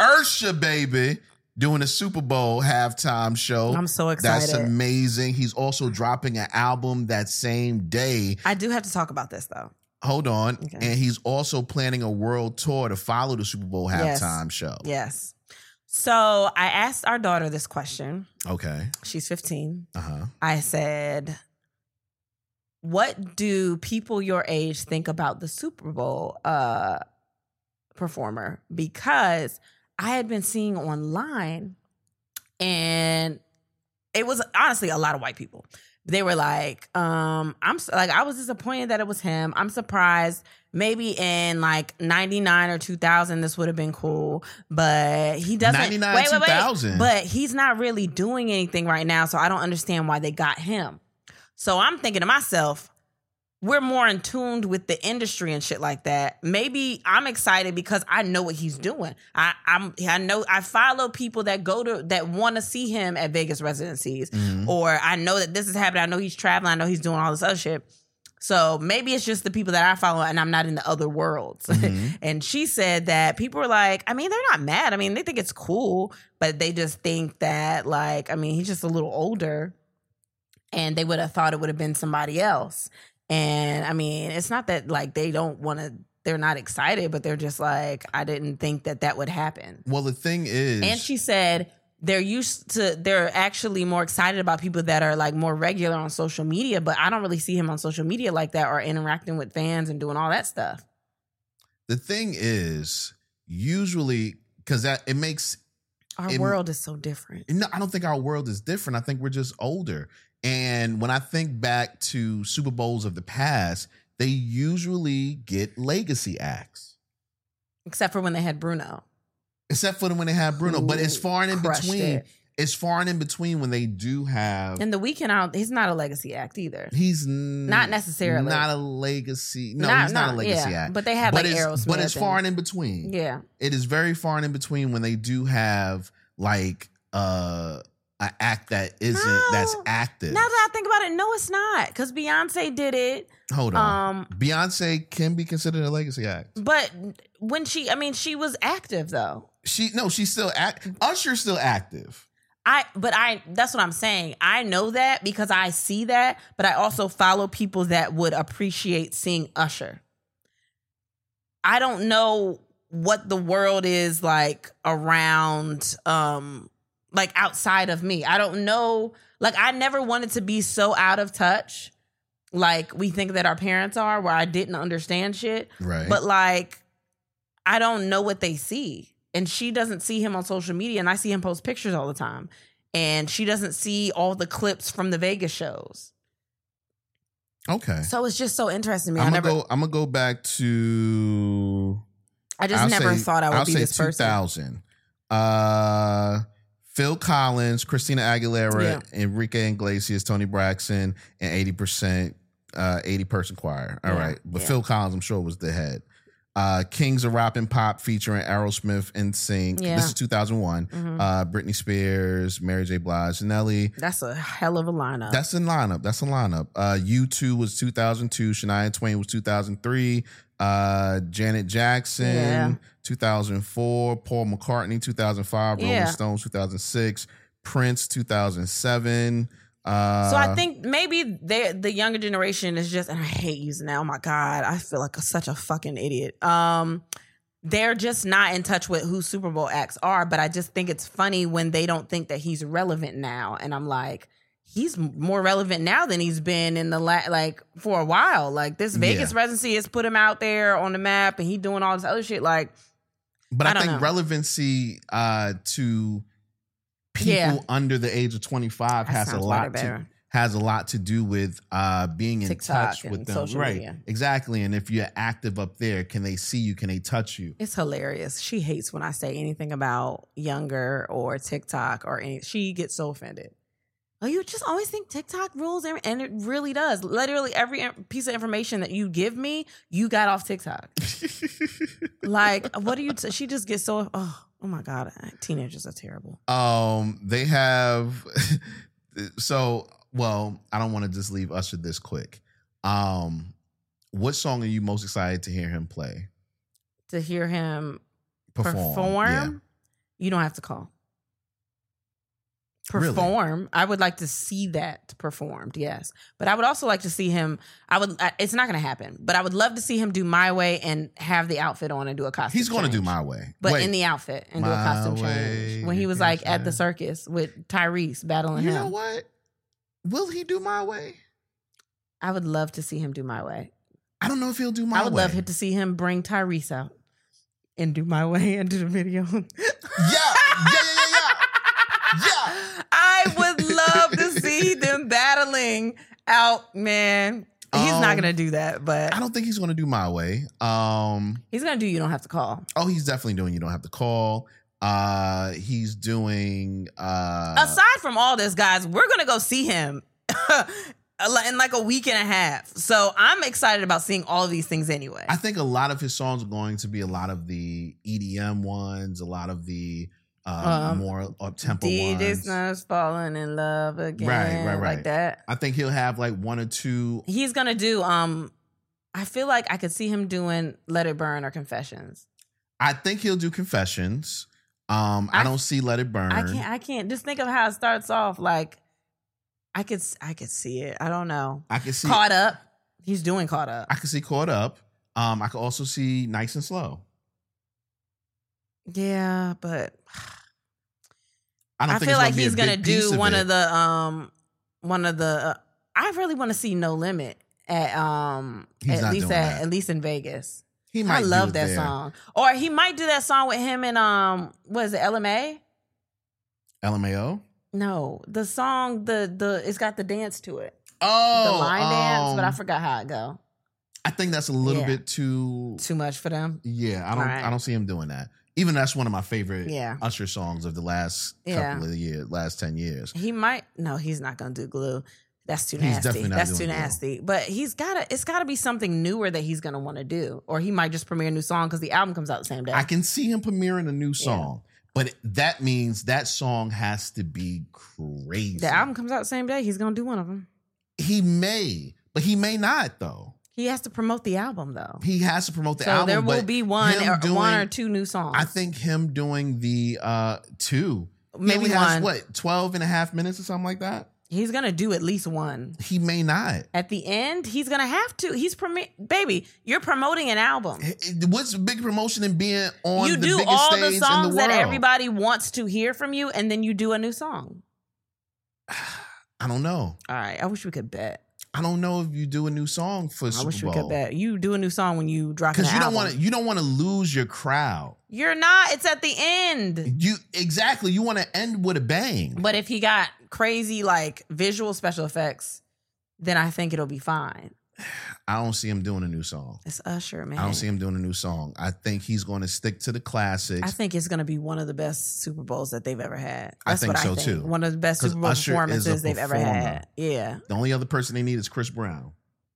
Ursha baby doing a Super Bowl halftime show. I'm so Oh, That's excited. amazing. He's also dropping an album that same day. I do have to talk about this though. Hold on. Okay. And he's also planning a world tour to follow the Super Bowl Yes. halftime show. Yes. So I asked our daughter this question. Okay. She's 15. Uh-huh. I said, What do people your age think about the Super Bowl uh, performer? Because I had been seeing online and it was honestly a lot of white people. They were like, um, I'm s- like, I was disappointed that it was him. I'm surprised. Maybe in like 99 or 2000, this would have been cool, but he doesn't. 99, 2000. But he's not really doing anything right now. So I don't understand why they got him. So I'm thinking to myself, we're more in tuned with the industry and shit like that. Maybe I'm excited because I know what he's doing. I I'm I know I follow people that go to that want to see him at Vegas residencies or I know that this is happening. I know he's traveling. I know he's doing all this other shit. So maybe it's just the people that I follow and I'm not in the other worlds. and she said that people are like, I mean, they're not mad. I mean, they think it's cool, but they just think that like, I mean, he's just a little older and they would have thought it would have been somebody else. And I mean, it's not that like they don't want to, they're not excited, but they're just like, I didn't think that that would happen. Well, the thing is, And she said they're used to, they're actually more excited about people that are like more regular on social media, but I don't really see him on social media like that or interacting with fans and doing all that stuff. the thing is, usually because that it makes Our It- world is so different. no, I don't think our world is different. I think we're just older. And when I think back to Super Bowls of the past, they usually get legacy acts, Except for when they had Bruno. except for when they have Bruno. But Who it's far and in crushed between. it. It's far and in between when they do have. And the weekend out, he's not a legacy act either. He's n- Not necessarily. not a legacy. No, Not- he's not, not- a legacy yeah, act. but they had, like, it's, But Aerosmith it's far and- and in between. Yeah. it is very far and in between when they do have like uh an act that isn't that's No. active. Now that I think about it, no, it's not. Because Beyonce did it. Hold on. Um, Beyonce can be considered a legacy act. but when she I mean, she was active though. She no, she's still act Usher's still active. I but I that's what I'm saying. I know that because I see that, but I also follow people that would appreciate seeing Usher. I don't know what the world is like around um like outside of me. I don't know like I never wanted to be so out of touch like we think that our parents are where I didn't understand shit. Right. But like, I don't know what they see. And she doesn't see him on social media. And I see him post pictures all the time. And she doesn't see all the clips from the Vegas shows. okay. So it's just so interesting to me. I'm I gonna never, go I'm gonna go back to I just I'll never say- thought I would I'll be say this person. 2000. Uh Phil Collins, Christina Aguilera, Enrique Iglesias, Tony Braxton, and 80% uh 80 person choir. All right, Yeah, But yeah. Phil Collins, I'm sure, was the head. Uh Kings of Rap and Pop featuring Aerosmith and Sync. Yeah. Mm-hmm. This is 2001. Uh Britney Spears, Mary J. Blige, Nelly. That's a hell of a lineup. That's in lineup. That's in lineup. Uh, U2 was 2002. Shania Twain was 2003. Uh, Janet Jackson, Yeah. 2004. Paul McCartney, 2005. Rolling Yeah. Stones, 2006. Prince, 2007. Uh, so I think maybe they, the younger generation is just, and I hate using that. Oh my God. I feel like such a fucking idiot. Um, they're just not in touch with who Super Bowl acts are, but I just think it's funny when they don't think that he's relevant now. And I'm like, he's m- more relevant now than he's been in the la- like for a while. Like this Vegas Yeah. residency has put him out there on the map and he doing all this other shit. Like, but I, I don't think know. relevancy uh, to people Yeah. under the age of 25 That has a sounds way lot to better. has a lot to do with uh, being in TikTok touch with and them, social right? media. Exactly. And if you're active up there, can they see you? Can they touch you? it's hilarious. She hates when I say anything about younger or TikTok or any. She gets so offended. Oh, you just always think TikTok rules, and and it really does. Literally every in- piece of information that you give me, you got off TikTok. like, what do you? T- she just gets so. Oh, oh my god, teenagers are terrible. Um, they have so well. I don't want to just leave Usher this quick. Um, what song are you most excited to hear him play? To hear him Perform. perform, Yeah. you don't have to call. Really? Perform. I would like to see that performed, yes. But I would also like to see him. I would. I, it's not going to happen, but I would love to see him do my way and have the outfit on and do a costume. He's going to change. do my way, But Wait, in the outfit and do a My costume way, change when he was you like can at the say. circus with Tyrese battling you him. know what? Will he do my way? I would love to see him do my way. I don't know if he'll do my way. I would love to see him bring Tyrese out and do my way and do the video. Yeah, yeah, yeah, yeah, yeah. yeah. I would love to see them battling out, man. He's Um, not gonna do that, but I don't think he's going to do my way. Um, he's gonna do. You don't have to call oh, he's definitely doing. You don't have to call. Uh, he's doing. Uh, aside from all this, guys, we're gonna go see him in like a week and a half. So I'm excited about seeing all of these things anyway. I think a lot of his songs are going to be a lot of the EDM ones, a lot of the uh, Um, more up tempo DJ's ones. not falling in love again, Right, right, right. like that. I think he'll have like one or two. He's gonna do. Um, I feel like I could see him doing "Let It Burn" or "Confessions." I think he'll do confessions. Um, I, I- don't see Let It Burn. I can't. I can't. Just think of how it starts off. Like I could s- I could see it. I don't know. I can see caught up. He's doing caught up. I can see caught up. Um, I can also see nice and slow. yeah, but I don't I think feel it's like be he's a gonna big piece do one it. of the um one of the. Uh, I really want to see No Limit at um He's at not least at, doing that. at least in Vegas. He I do love it that there. song. Or he might do that song with him and um what is it LMA? LMAO. No, the song the the it's got the dance to it. Oh, the line dance, but I um, forgot how it go. I think that's a little Yeah. bit too. Too much for them. Yeah, I don't. Alright. I don't see him doing that. Even that's one of my favorite Yeah. Usher songs of the last Yeah. couple of years, last ten years. He might no, he's not gonna do glue. That's too He's nasty. definitely not That's doing too glue. nasty. But he's gotta it's gotta be something newer that he's gonna wanna do. Or he might just premiere a new song because the album comes out the same day. I can see him premiering a new song, but that means that song has to be crazy. the album comes out the same day, he's gonna do one of them. he may, but he may not though. He has to promote the album though. He has to promote the so album. there will but be one him or one doing- or two new songs. I think him doing the uh two. he Maybe only has, one. what 12 and a half minutes or something like that? he's gonna do at least one. He may not. At the end, he's gonna have to. He's promi- baby. You're promoting an album. It- What's big promotion in being on you the do biggest all stage the in the songs world? that everybody wants to hear from you, and then you do a new song. I don't know. All right, I wish we could bet. I don't know if you do a new song for I Super wish Bowl. we could bet. You do a new song when you drop an Because you don't album. want to you don't want to lose your crowd. You're not. It's at the end. You exactly. You want to end with a bang. But if he got crazy like visual special effects, then I think it'll be fine. I don't see him doing a new song. It's Usher, man. I don't see him doing a new song. I think he's going to stick to the I classics. think it's going to be one of the best Super Bowls that they've ever had. I That's think what so, I think. too. One of the best 'Cause Super Bowl Usher is a performances they've ever performer. had. Yeah, the only other person they need is Chris Brown.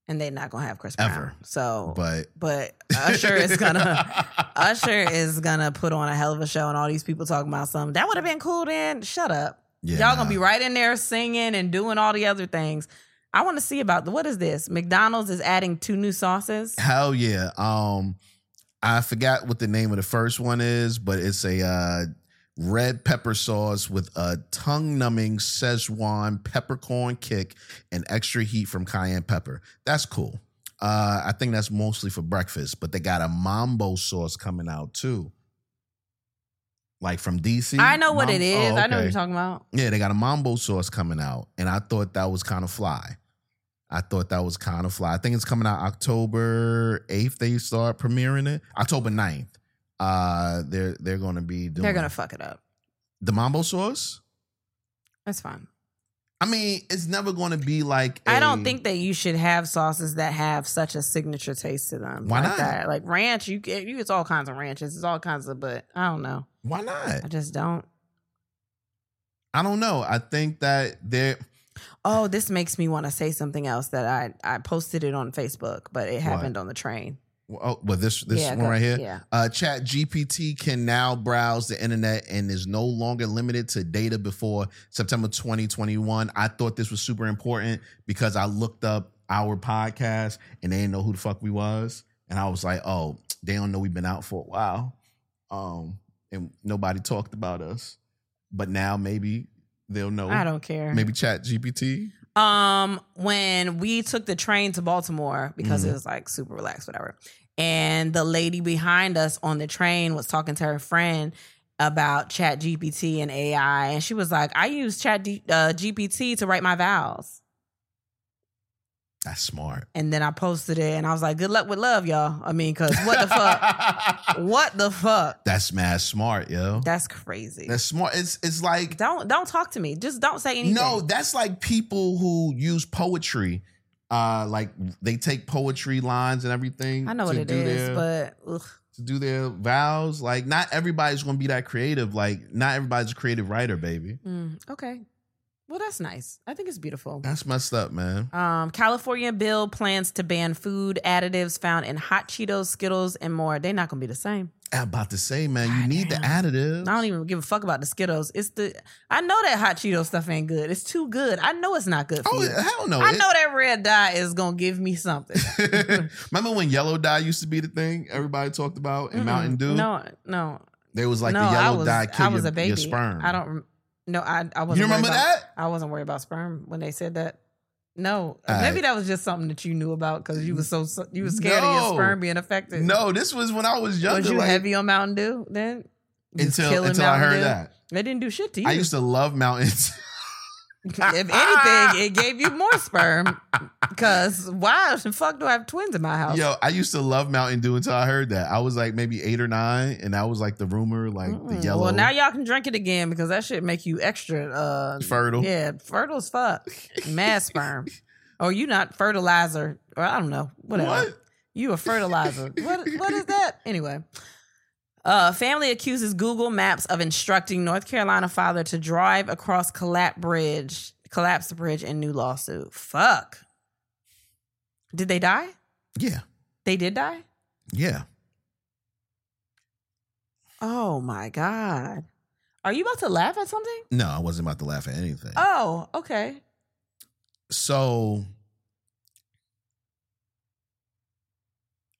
and they're not going to have Chris Ever. Brown. So, But but Usher is Uh, gonna Usher is gonna put on a hell of a show, and all these people talking about something that would have been cool. Then shut up, Yeah, y'all nah. gonna be right in there singing and doing all the other things. I want to see about the what is this? McDonald's is adding two new sauces. Hell yeah. Um I forgot what the name of the first one is, but it's a uh red pepper sauce with a tongue numbing Szechuan peppercorn kick and extra heat from cayenne pepper. That's cool. Uh I think that's mostly for breakfast, but they got a mambo sauce coming out too. Like from DC. I know what Mam- it is. Oh, I know what okay. you're talking about. Yeah, they got a mambo sauce coming out, and I thought that was kind of fly. I thought that was kind of fly. I think it's coming out October 8th. They start premiering it October 9th. Uh, they're they're going to be doing They're gonna fuck it up. the mambo sauce. That's fine. I mean, it's never going to be like I I don't think that you should have sauces that have such a signature taste to them. Why like not? That. Like ranch, you get you. It's all kinds of ranches. It's all kinds of, but I don't know. why I not. just don't. I don't know. I think that they're Oh, this makes me want to say something else that I I posted it on Facebook, but it happened on the train. oh, well this this Yeah, one go- right here. yeah. Uh, Chat GPT can now browse the internet and is no longer limited to data before September 2021. I thought this was super important because I looked up our podcast and they didn't know who the fuck we was. And I was like, oh, they don't know we've been out for a while. Um, and nobody talked about us. But now maybe they'll know. I don't care. Maybe Chat GPT. Um, when we took the train to Baltimore because Mm-hmm. it was like super relaxed, whatever. And the lady behind us on the train was talking to her friend about Chat GPT and AI, and she was like, "I use Chat D- uh, GPT to write my vows." That's smart. And then I posted it, and I was like, "Good luck with love, y'all." I mean, cause what the fuck? what the fuck? That's mad smart, yo. That's crazy. That's smart. It's it's like don't don't talk to me. Just don't say anything. No, that's like people who use poetry. Uh, like they take poetry lines and everything. I know what to it do is, their, but ugh. to do their vows. Like not everybody's gonna be that creative. Like not everybody's a creative writer, baby. Mm, okay. Well, that's nice. I think it's beautiful. That's messed up, man. Um, California bill plans to ban food additives found in hot Cheetos, Skittles, and more. They're not gonna be the same. I'm about to say, man, you need the additive. I don't even give a fuck about the Skittles. It's the I know that hot Cheeto stuff ain't good. It's too good. I know it's not good for Oh, you. hell no! I It- know that red dye is gonna give me something. Remember when yellow dye used to be the thing everybody talked about in Mountain Dew? No, no, There was like no. the I yellow was dye I kill was your, a baby. your sperm. I don't. No, I I wasn't. You worried remember about- that? I wasn't worried about sperm when they said that. No, All maybe right. that was just something that you knew about because you was so you was scared of No. your sperm being affected. No, this was when I was younger. was you like, heavy on Mountain Dew then? You was until killing until I Mountain heard Dew? that. they didn't do shit to you. I used to love mountains. if anything, it gave you more sperm. Cause why the fuck do I have twins in my house? Yo, I used to love Mountain Dew until I heard that. I was like maybe eight or nine, and that was like the rumor, like the Mm-mm. yellow. Mm, Well, now y'all can drink it again because that shit make you extra uh Fertile. Yeah, fertile as fuck. Mad sperm. Or you not fertilizer. Or I don't know. Whatever. What? You a fertilizer. what what is that? Anyway. Uh, family accuses Google Maps of instructing North Carolina father to drive across collapse bridge, collapse bridge in new lawsuit. Fuck. Did they die? Yeah, They did die? yeah. Oh my God. Are you about to laugh at something? No, I wasn't about to laugh at anything. Oh, okay. so,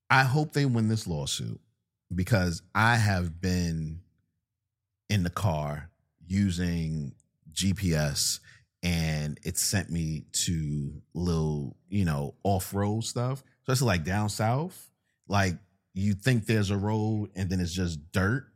I hope they win this lawsuit because I have been in the car using GPS and it sent me to little, you know, off road stuff, especially like down south. Like you think there's a road and then it's just dirt.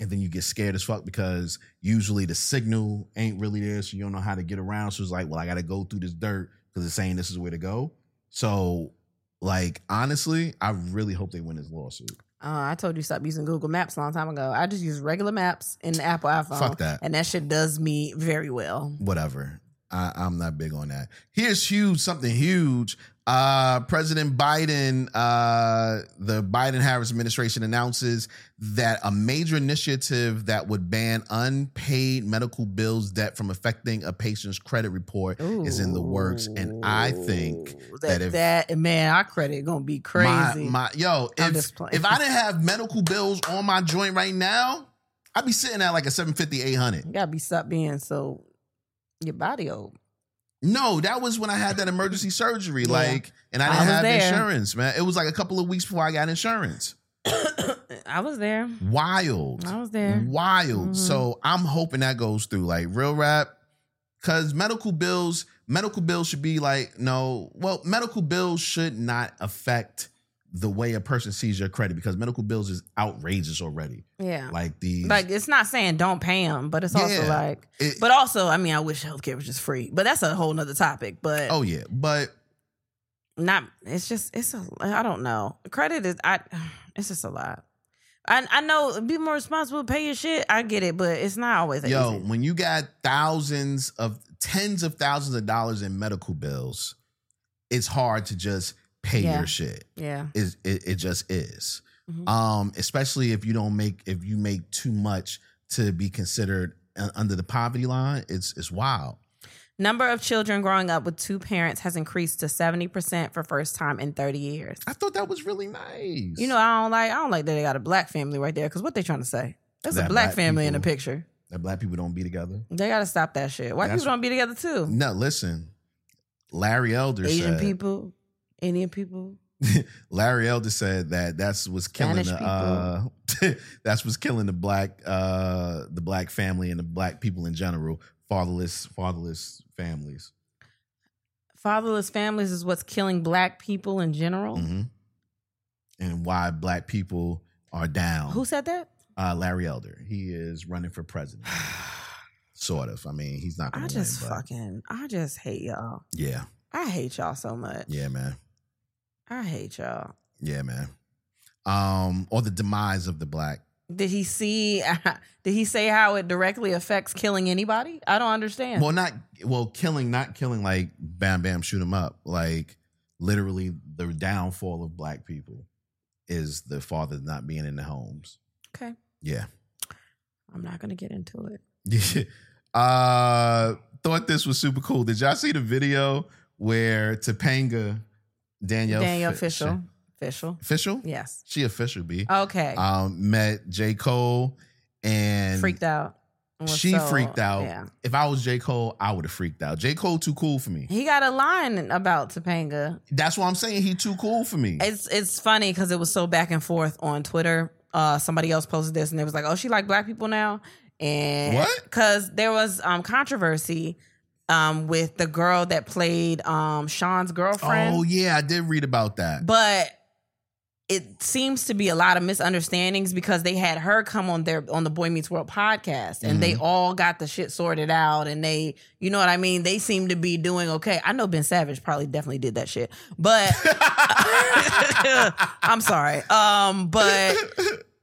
And then you get scared as fuck because usually the signal ain't really there. So you don't know how to get around. So it's like, well, I got to go through this dirt because it's saying this is where to go. So, like, honestly, I really hope they win this lawsuit. Uh, I told you stop using Google Maps a long time ago. I just use regular maps in the Apple iPhone. Fuck that. And that shit does me very well. whatever. I, I'm not big on that. Here's huge, something huge. Uh, President Biden, uh, the Biden Harris administration announces that a major initiative that would ban unpaid medical bills debt from affecting a patient's credit report is in the works. And I think Ooh, that that, if- that- man, our credit gonna be crazy. my, my yo, I'm if, just playing. if I didn't have medical bills on my joint right now, I'd be sitting at like a 750, 800. you gotta be stop being so your body old. No, that was when I had that emergency surgery. Yeah. Like, and I I didn't was have there. insurance, man. It was like a couple of weeks before I got insurance. I was there. Wild. I was there. Wild. Mhm. So I'm hoping that goes through. Like real rap. Cause medical bills, medical bills should be like, no, well, medical bills should not affect the way a person sees your credit because medical bills is outrageous already. Yeah. Like, Like the it's not saying don't pay them, but it's also Yeah. like it- but also, I mean, I wish healthcare was just free. But that's a whole nother topic. But oh yeah. But not it's just it's a I don't know. Credit is I it's just a lot. I I know be more responsible, pay your shit. I get it, but it's not always that Yo, easy. when you got thousands of tens of thousands of dollars in medical bills, it's hard to just pay Yeah. your shit. Yeah. Is it, it just is. Mhm. Um, especially if you don't make if you make too much to be considered uh, under the poverty line, it's it's wild. Number of children growing up with two parents has increased to 70% for first time in 30 years. I thought that was really nice. You know, I don't like I don't like that they got a black family right there cuz what they trying to say? That's That a black, black family in the people- picture. that black people don't be together. They got to stop that shit. White That's- people don't be together too. No, listen. Larry Elder Asian said people, Indian people. Larry Elder said that that's what's killing Spanish the uh, that's what's killing the black uh, the black family and the black people in general fatherless fatherless families. Fatherless families is what's killing black people in general. hmm And why black people are down. Who said that? uh, Larry Elder? He is running for president. sort of. I mean, he's not. Gonna I just win, but fucking, I just hate y'all. yeah, I hate y'all so much. yeah, man, I hate y'all. yeah, man. Um, or the demise of the black. Did he see? did he say how it directly affects killing anybody? I don't understand. Well, not well, killing, not killing, like bam, bam, shoot them up. Like literally, the downfall of black people is the fathers not being in the homes. okay, Yeah, I'm not gonna get into it. uh, thought this was super cool. Did y'all see the video where Topanga Danielle Daniel Fi- Fishel, Fishel, official? yes. She official be Okay, um met J Cole and freaked out. Was She so- freaked out. Yeah, If I was J Cole, I would have freaked out. J Cole too cool for me. he got a line about Topanga. That's what I'm saying. He too cool for me. It's it's funny because it was so back and forth on Twitter. Uh, somebody else posted this and it was like, "Oh, she like black people now," and What? Because there was um controversy um with the girl that played um Sean's girlfriend. Oh yeah, I did read about that. but it seems to be a lot of misunderstandings because they had her come on their on the Boy Meets World podcast and they all got the shit sorted out and they you know what I mean they seem to be doing okay. I know Ben Savage probably definitely did that shit. But I'm sorry. Um but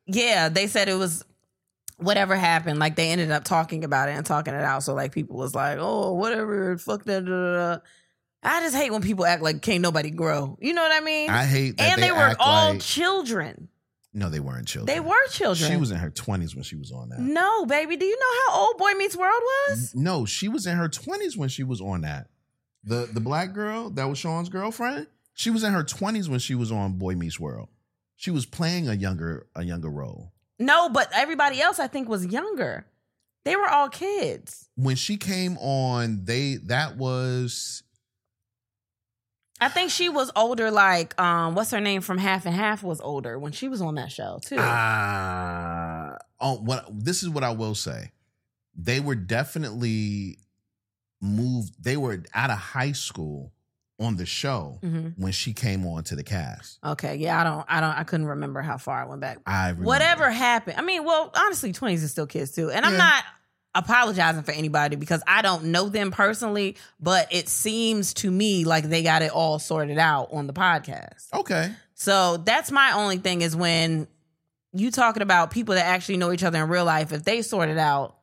yeah, they said it was whatever happened like they ended up talking about it and talking it out so like people was like, "Oh, whatever, fuck that." da, da, da." I just hate when people act like can't nobody grow. You know what I mean? I hate that and they, they, were act all like- children. no, they weren't children. They were children. Mm. She was in her twenties when she was on that. no, baby. Do you know how old Boy Meets World was? No, she was in her twenties when she was on that. The the black girl that was Sean's girlfriend, she was in her twenties when she was on Boy Meets World. She was playing a younger a younger role. No, but everybody else I think was younger. They were all kids. When she came on, they that was I think she was older. Like, um, what's her name from Half and Half was older when she was on that show too. Ah. uh, oh what this is what I will say. They were definitely moved they were out of high school on the show hmm when she came on to the cast. Okay, yeah, I don't, I don't, I couldn't remember how far I went back. I remember. Whatever happened. I mean, well, honestly, twenties is still kids too, and I'm Yeah. not apologizing for anybody because I don't know them personally, but it seems to me like they got it all sorted out on the podcast. Okay. So that's my only thing is when you talking about people that actually know each other in real life, if they sort it out,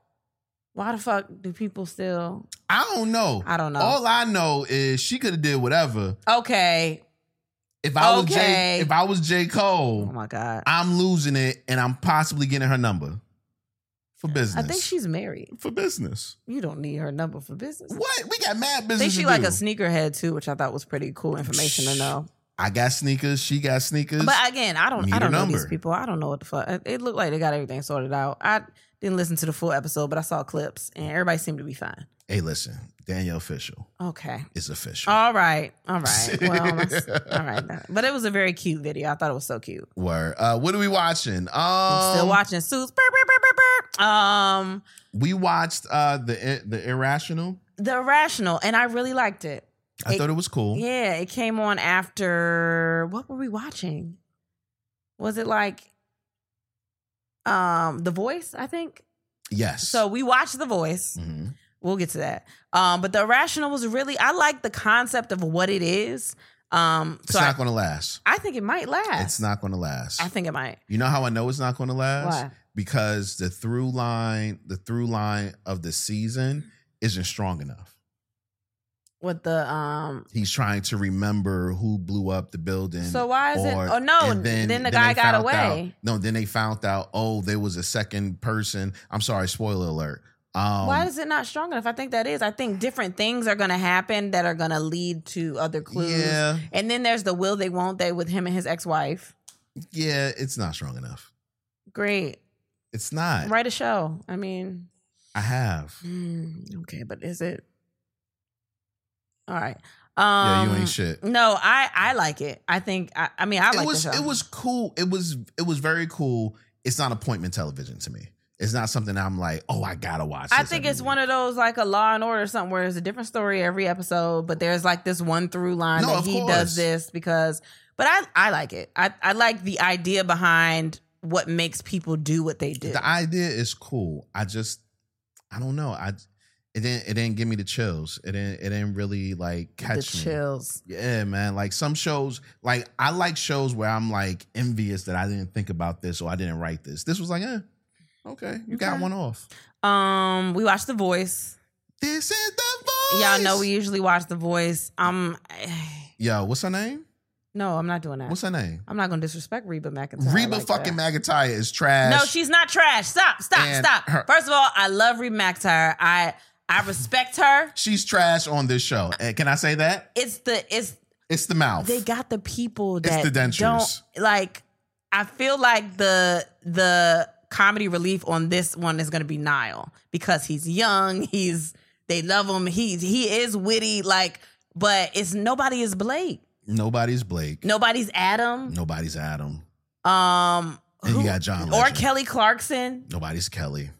why the fuck do people still I don't know. I don't know. All I know is she could have did whatever. Okay. If I was J, Okay. if I was J Oh Cole, my God. I'm losing it, and I'm possibly getting her number for I business. think she's married. for business. You don't need her number for business. What we got mad I business. think she to like do. a sneakerhead too, which I thought was pretty cool information to know. I got sneakers. She got sneakers. But again, I don't Need I her don't know number. these people. I don't know what the fuck. Uh, It- It looked like they got everything sorted out. I didn't listen to the full episode, but I saw clips and everybody seemed to be fine. hey, listen, Danielle Official Okay. is official. All right. All right. Well, that's- all right. But it was a very cute video. I thought it was so cute. Word. Uh, what are we watching? Um, I'm still watching Suits. Burr, burr, burr, burr, burr. Um, We watched uh, the the irrational. The Irrational, and I really liked it. I It- thought it was cool. Yeah, it came on after what were we watching? Was it like um The Voice, I think? Yes. So we watched The Voice. Mhm. We'll get to that. Um, but The Irrational was really I like the concept of what it is. Um it's so not I, going to last. I think it might last. It's not going to last. I think it might. You know how I know it's not going to last? Why? Because the through line, the through line of the season isn't strong enough. With the um He's trying to remember who blew up the building. So why is it- or- oh, no, and then the they guy got found away. out- no, then they found out. Oh, there was a second person. I'm sorry. Spoiler alert. Um, Why is it not strong enough? I think that is. I think different things are going to happen that are going to lead to other clues. Yeah, And then there's the will they won't they with him and his ex-wife. yeah. It's not strong enough. Great. It's not. Write a show. I mean, I have. mm, okay, but is it All right. Um yeah, you ain't shit. No, I I like it. I think I, I mean, I like it was the show. it was cool. It was it was very cool. It's not appointment television to me. It's not something I'm like, oh, I gotta watch. I this think every it's week. one of those like a Law and Order or something where it's a different story every episode, but there's like this one through line No, that of he course. does this because. But I I like it. I I like the idea behind what makes people do what they do. The idea is cool. I just, I don't know. I it didn't it didn't give me the chills. It didn't it didn't really like catch the me. chills. Yeah, man. Like some shows, like I like shows where I'm like envious that I didn't think about this or I didn't write this. This was like, eh, okay, you got Okay. one off. Um, we watched The Voice. This is the voice. Y'all know we usually watch The Voice. Um, Yo, what's her name? no, I'm not doing that. What's her name? I'm not gonna disrespect Reba McIntyre. Reba like fucking that. McIntyre is trash. No, she's not trash. Stop, stop, And stop. her- First of all, I love Reba McIntyre. I I respect her. she's trash on this show. And can I say that? It's the it's It's the mouth. they got the people It's that the dentures. don't like. I feel like the the comedy relief on this one is going to be Niall because he's young. He's they love him. He's he is witty. Like, but it's nobody is Blake. Nobody's Blake. Nobody's Adam. Nobody's Adam. Um, And you got John or Legend. Kelly Clarkson. Nobody's Kelly.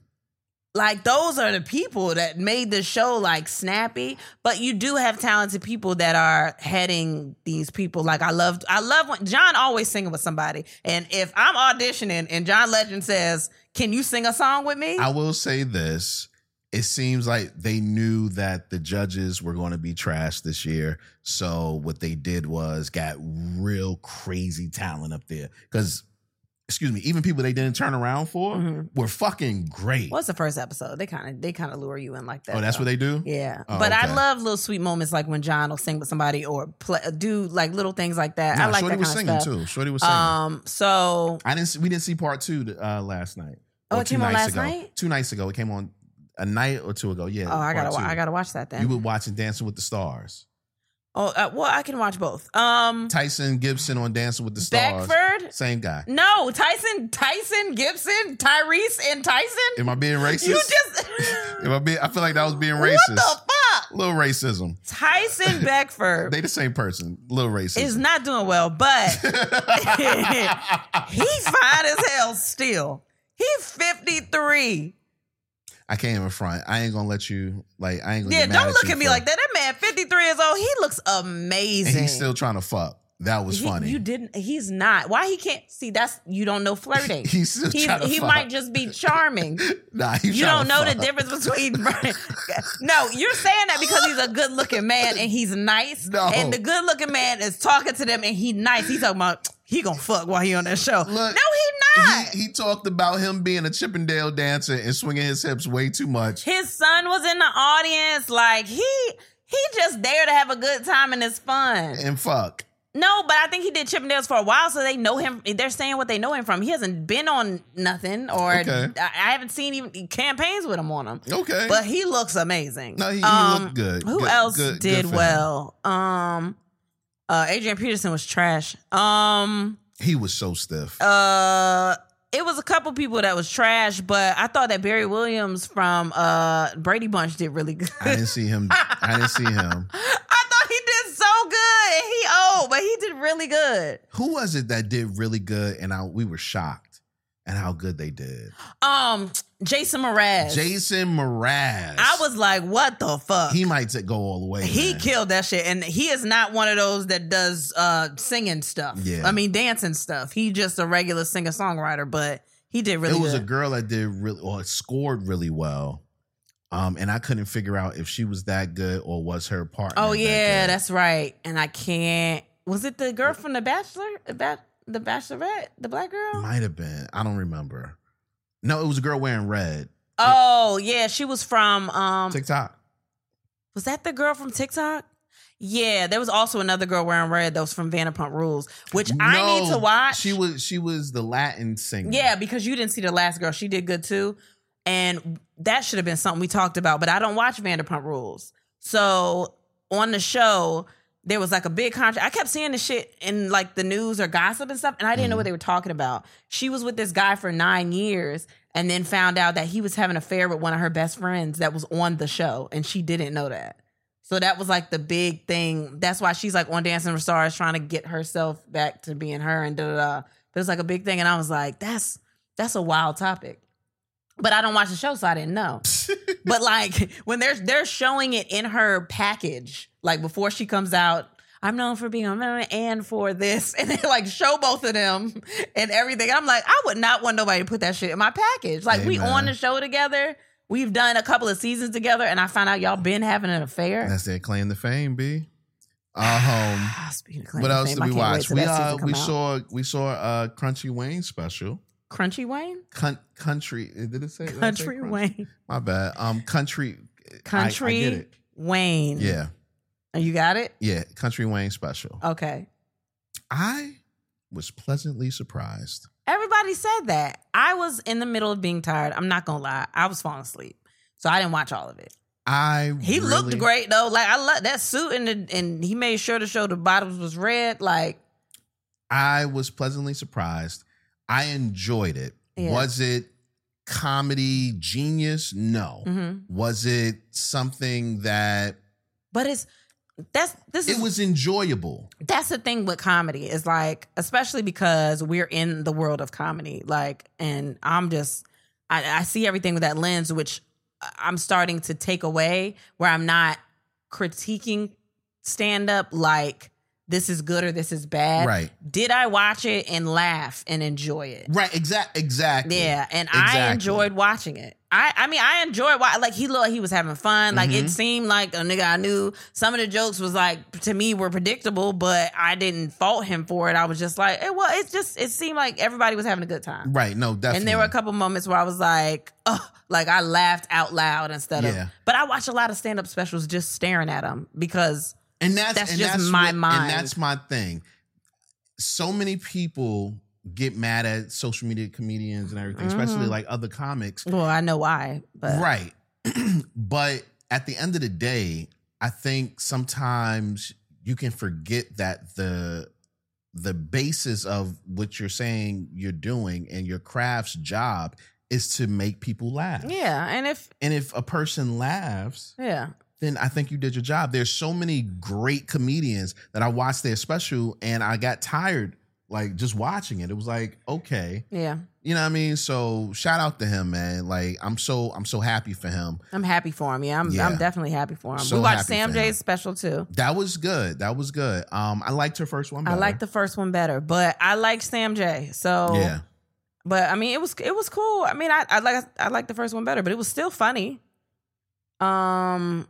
Like those are the people that made the show like snappy, but you do have talented people that are heading these people. Like I love, I love when John always singing with somebody, and if I'm auditioning and John Legend says, "Can you sing a song with me?" I will say this. It seems like they knew that the judges were going to be trash this year. So what they did was got real crazy talent up there. Because, excuse me, even people they didn't turn around for Mhm. were fucking great. What's the first episode? They kind of they kind of lure you in like that. oh, that's though. what they do? Yeah, Oh, but I okay. love little sweet moments like when John will sing with somebody or play, do like little things like that. Nah, I like Shorty that was kind singing of stuff. too. Shorty was singing. Um, so I didn't. See, we didn't see part two uh, last night. Oh, Or it two came on nights last ago. night? Two nights ago. It came on a night or two ago. Yeah. oh, I part gotta wa- two. I gotta watch that then. You were watching Dancing with the Stars. oh, uh, well, I can watch both. Um, Tyson Gibson on Dancing with the Stars. Beckford. Same guy. No, Tyson, Tyson Gibson, Tyrese, and Tyson. Am I being racist? You just Am I being? I feel like that was being what racist. the fuck? Little racism. Tyson Beckford They the same person. Little racism. is not doing well, but he fine as hell still. He fifty three. I can't even front. I ain't gonna let you. Like I ain't gonna. Yeah, get mad don't look you at me for- like that. That man, 53 years old, he looks And amazing. he's still trying to fuck. That was He- funny. You didn't. He's not. Why he can't see? That's you don't know flirting. He's still he, trying to he fuck. might just be charming. Nah, he's You trying to don't know the fuck. difference between. no, you're saying that because he's a good looking man and he's nice. No. And the good looking man is talking to them and he nice. He's talking about he gonna fuck while he on that show. Look, no, he not. He, he talked about him being a Chippendale dancer and swinging his hips way too much. his son was in the audience. Like he he just there to have a good time and it's fun. And fuck. No, but I think he did Chippendales for a while, so they know him. They're saying what they know him from. He hasn't been on nothing, or Okay. I, I haven't seen even campaigns with him on him. Okay. But he looks amazing. Um, No, he- he looked good. Who Good- else good- good did for him. well? Um, uh, Adrian Peterson was trash. Um, he was so stiff. uh, it was a couple people that was trash, but I thought that Barry Williams from uh Brady Bunch did really good. I didn't see him. I didn't see him. I thought he did so good. He old, but he did really good. Who was it that did really good? And I, we were shocked at how good they did. Um, Jason Mraz. Jason Mraz. I was like, what the fuck? He He, might t- go all the way. man. killed that shit, and he is not one of those that does uh singing stuff. Yeah. I mean dancing stuff. He just a regular singer songwriter, but he did really it was good. a girl that did really or scored really well. Um, and I couldn't figure out if she was that good or was her partner. oh that yeah, good. that's right. And I can't. Was it the girl from The Bachelor? About the Bachelorette, the black girl. Might have been. I don't remember. No, it was a girl wearing red. oh yeah, she was from. Um, TikTok. was that the girl from TikTok? Yeah, there was also another girl wearing red that was from Vanderpump Rules, which I need No, to watch. She was she was the Latin singer. Yeah, because you didn't see the last girl. She did good too. And that should have been something we talked about, but I don't watch Vanderpump Rules. So on the show, there was like a big contract. I kept seeing this shit in like the news or gossip and stuff, and I didn't know what they were talking about. She was with this guy for nine years and then found out that he was having an affair with one of her best friends that was on the show, and she didn't know that. So that was like the big thing. That's why she's like on Dancing with Stars trying to get herself back to being her and da da da. But it's like a big thing. And I was like, that's that's a wild topic. But I don't watch the show, so I didn't know. but like when they're they're showing it in her package, like before she comes out, I'm known for being a man and for this. And they like show both of them and everything. I'm like, I would not want nobody to put that shit in my package. Like we Amen. on the show together. We've done a couple of seasons together, and I found out y'all been having an affair. That's their claim to fame, B. Um Ah, speaking of claim what to else fame, did I we can't wait watch? till We that uh season we come out. saw we saw uh Crunchy Wayne special. Crunchy Wayne, Cunt, country eh, did it say did I say Country crunch? Wayne, My bad. Um country I- Country I, get it. Wayne. Oh, Yeah. you got it. Yeah, Country Wayne special. Okay, I was pleasantly surprised. everybody said that. I was in the middle of being tired. I'm not gonna lie, I was falling asleep, so I didn't watch all of it. I He really- looked great though. Like I love that suit, and the, and he made sure to show the bottoms was red. Like I was pleasantly surprised. I enjoyed it. Yeah. Was it comedy genius? No. mhm. Was it something that but it's that's this is it was enjoyable? that's the thing with comedy is like especially because we're in the world of comedy like and i'm just I, I see everything with that lens, which I- I'm starting to take away, where I'm not critiquing stand up like this is good or this is bad. Right. Did I watch it and laugh and enjoy it? Right. Exact. Exactly. Yeah, and I Exactly. enjoyed watching it. I, I mean, I enjoyed why like he looked he was having fun. Like Mm-hmm. it seemed like a nigga I knew. Some of the jokes was like to me were predictable, but I didn't fault him for it. I was just like, it well, it's just it seemed like everybody was having a good time. Right. No. Definitely. And there were a couple moments where I was like, oh, like I laughed out loud instead Yeah. of. But I watch a lot of stand up specials just staring at them because and that's, That's and just that's my what- mind. And that's my thing. So many people get mad at social media comedians and everything, especially Mm-hmm. like other comics. well, I know why, but Right. but at the end of the day, I think sometimes you can forget that the the basis of what you're saying you're doing and your craft's job is to make people laugh. yeah, and if And if a person laughs, yeah, then I think you did your job. There's so many great comedians that I watched their special and I got tired like just watching it. It was like, okay. yeah, You know what I mean? So shout out to him, man. Like I'm so I'm so happy for him. I'm happy for him. Yeah, I'm Yeah. I'm definitely happy for him. So we watched happy Sam for him. J's special too. That was good. That was good. Um, I liked her first one. I Better. like the first one better, but I like Sam J. So, yeah. but I mean, it was it was cool. I mean, I, I like I like the first one better, but it was still funny. Um,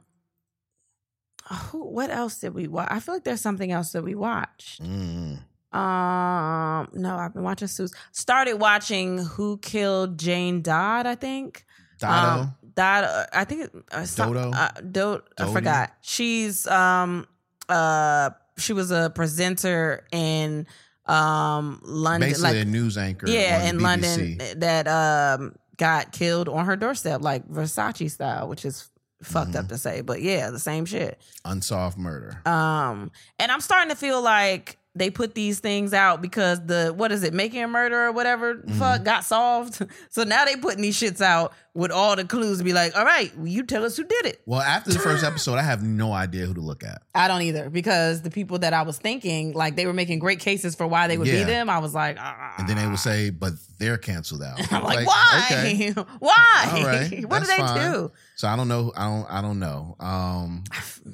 who? What else did we watch? I feel like there's something else that we watched. Mm. Um, no, I've been watching Suits. Started watching Who Killed Jane Dodd. I think. Dotto. Um, Dodo. I think it- uh, some- Dodo? Uh, Do- I Dodie? forgot. She's um uh she was a presenter in um London. basically a news anchor. yeah, on in BBC. London that um got killed on her doorstep, like Versace style, which is fucked Mm-hmm. up to say, but yeah, the same shit. Unsolved murder. Um, and I'm starting to feel like they put these things out because the what is it, making a murder or whatever Mm-hmm. fuck got solved. So now they putting these shits out with all the clues to be like, all right, well, you tell us who did it. well, after the first episode, I have no idea who to look at. I don't either because the people that I was thinking like they were making great cases for why they would be Yeah. them. I was like, ah. And then they would say, "But they're canceled out." I'm like, why? why? All right, what that's do they fine. do? So I don't know. I don't. I don't know. Um, I think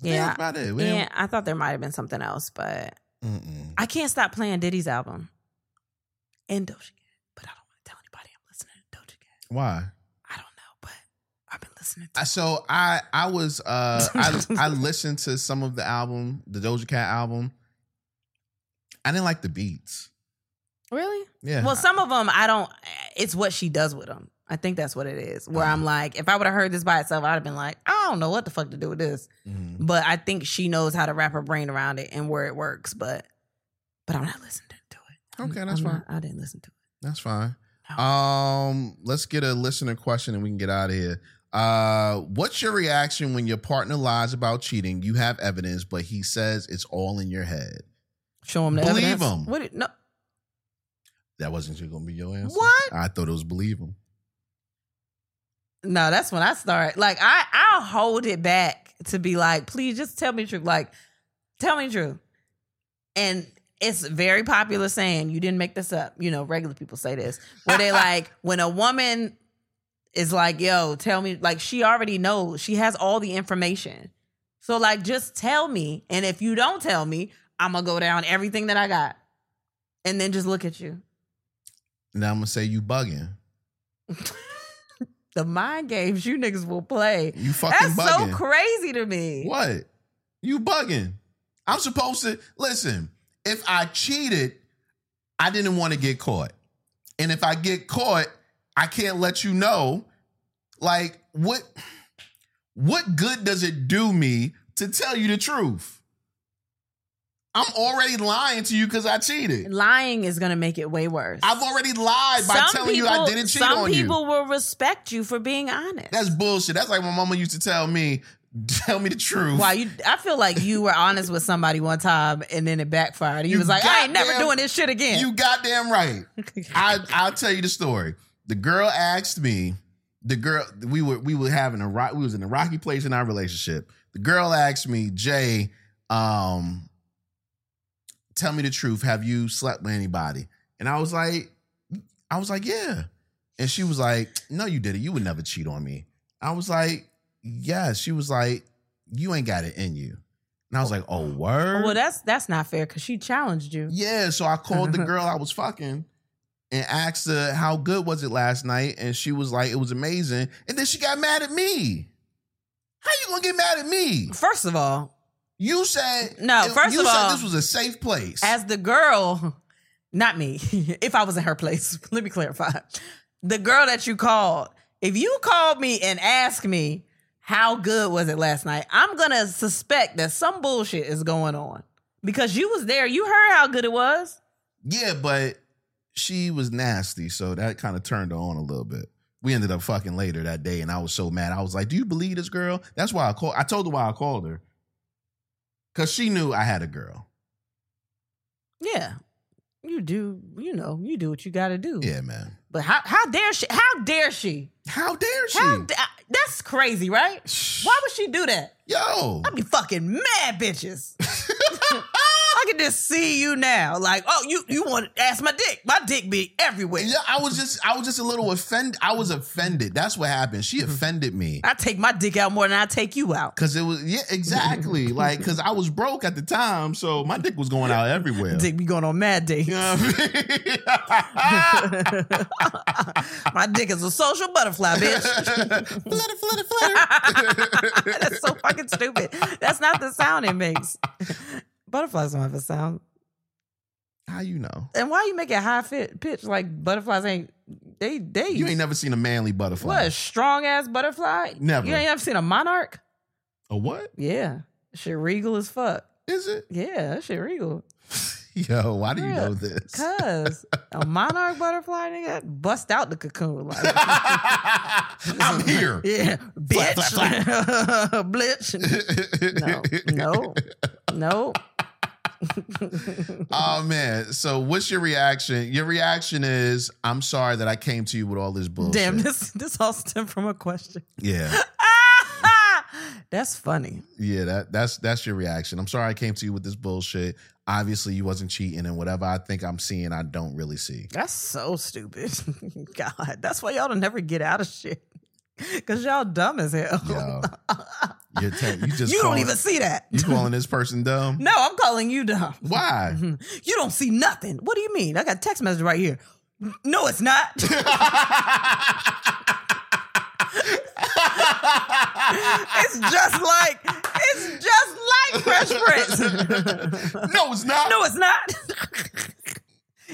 that's Yeah, about it. We yeah. I thought there might have been something else, but didn't- mm-mm. I can't stop playing Diddy's album and Doja Cat, but I don't want to tell anybody I'm listening to Doja Cat. Why? I don't know, but I've been listening to. I- So I I was uh I I listened to some of the album, the Doja Cat album. I didn't like the beats. Really? Yeah. Well, some of them I don't. It's what she does with them. I think that's what it is. Where I'm like, if I would have heard this by itself, I'd have been like, I don't know what the fuck to do with this. Mhm. But I think she knows how to wrap her brain around it and where it works. But, but I'm not listening to it. I'm- Okay, that's I'm fine. not- I didn't listen to it. That's fine. No. Um, let's get a listener question and we can get out of here. Uh, what's your reaction when your partner lies about cheating? You have evidence, but he says it's all in your head. Show him the Believe evidence. 'em. What? it- No. That wasn't going to be your answer. What? I thought it was believe him. No, that's when I start. Like I, I'll hold it back to be like, please just tell me the truth. Like, tell me the truth. And it's very popular saying, you didn't make this up. You know, regular people say this. Where they like, when a woman is like, yo, tell me, like she already knows. She has all the information. So like just tell me. And if you don't tell me, I'm gonna go down everything that I got. And then just look at you. Now I'm gonna say you bugging. The mind games you niggas will play. You fucking That's bugging. so crazy to me. What? You bugging. I'm supposed to listen. If I cheated, I didn't want to get caught. And if I get caught, I can't let you know. Like what what good does it do me to tell you the truth? I'm already lying to you cuz I cheated. Lying is gonna make it way worse. I've already lied by telling you I didn't cheat some on you. people will respect you for being honest. That's bullshit. That's like my mama used to tell me, tell me the truth. why you I feel like you were honest with somebody one time and then it backfired. He You was like, I ain't never goddamn- doing this shit again. You goddamn right. I I'll tell you the story. The girl asked me. The girl we were we were having a rock. We was in a rocky place in our relationship. The girl asked me, Jay, um, tell me the truth. Have you slept with anybody? And I was like, I was like, yeah. And she was like, No, you didn't. You would never cheat on me. I was like, Yeah. She was like, You ain't got it in you. And I was like, Oh, word. Well, that's that's not fair because she challenged you. yeah. So I called the girl I was fucking and asked her, How good was it last night? And she was like, It was amazing. And then she got mad at me. How you gonna get mad at me? First of all, You said No, you first said of all- this was a safe place. as the girl, not me, if I was in her place, let me clarify. The girl that you called, if you called me and asked me how good was it last night, I'm gonna suspect that some bullshit is going on. Because you was there, you heard how good it was. Yeah, but she was nasty, so that kind of turned her on a little bit. We ended up fucking later that day, and I was so mad. I was like, "Do you believe this girl?" That's why I called. I told her why I called her, cause she knew I had a girl. Yeah. You do, you know, you do what you gotta do. Yeah, man. But how how dare she? How dare she? How dare she? How da- that's crazy, right? Why would she do that? Yo, I'd be fucking mad, bitches. I can just see you now, like, oh, you you want to ask my dick? My dick be everywhere. yeah, I was just, I was just a little offended. I was offended. That's what happened. Mm-hmm. She offended me. I take my dick out more than I take you out. Cause it was yeah exactly like cause I was broke at the time so my dick was going out everywhere. Dick be going on mad days. You know what I mean? My dick is a social butterfly, bitch. flutter, flutter, flutter. That's so fucking stupid. That's not the sound it makes. Butterflies don't have a sound. How you know? And why you make it high fit pitch? Like butterflies ain't they they You ain't never seen a manly butterfly. What a strong ass butterfly? Never. You ain't ever seen a monarch? A what Yeah. Shit regal as fuck. is it? Yeah, that shit regal. Yo, why do you Yeah. know this? Cause a monarch butterfly nigga bust out the cocoon like I'm here. yeah, bitch, flap, blitch. No, no, no. Oh man. So what's your reaction? Your reaction is I'm sorry that I came to you with all this bullshit. Damn, this this all stemmed from a question. Yeah. That's funny. Yeah, that that's that's your reaction. I'm sorry I came to you with this bullshit. Obviously you wasn't cheating and whatever I think I'm seeing I don't really see. That's so stupid. God, that's why y'all don't never get out of shit. Cause y'all dumb as hell. Yo. You're te- you just you don't calling- even see that. you calling this person dumb? No, I'm calling you dumb. Why? You don't see nothing. What do you mean? I got a text message right here. No, it's not. it's just like it's just like Fresh Prince. no, it's not. no, it's not.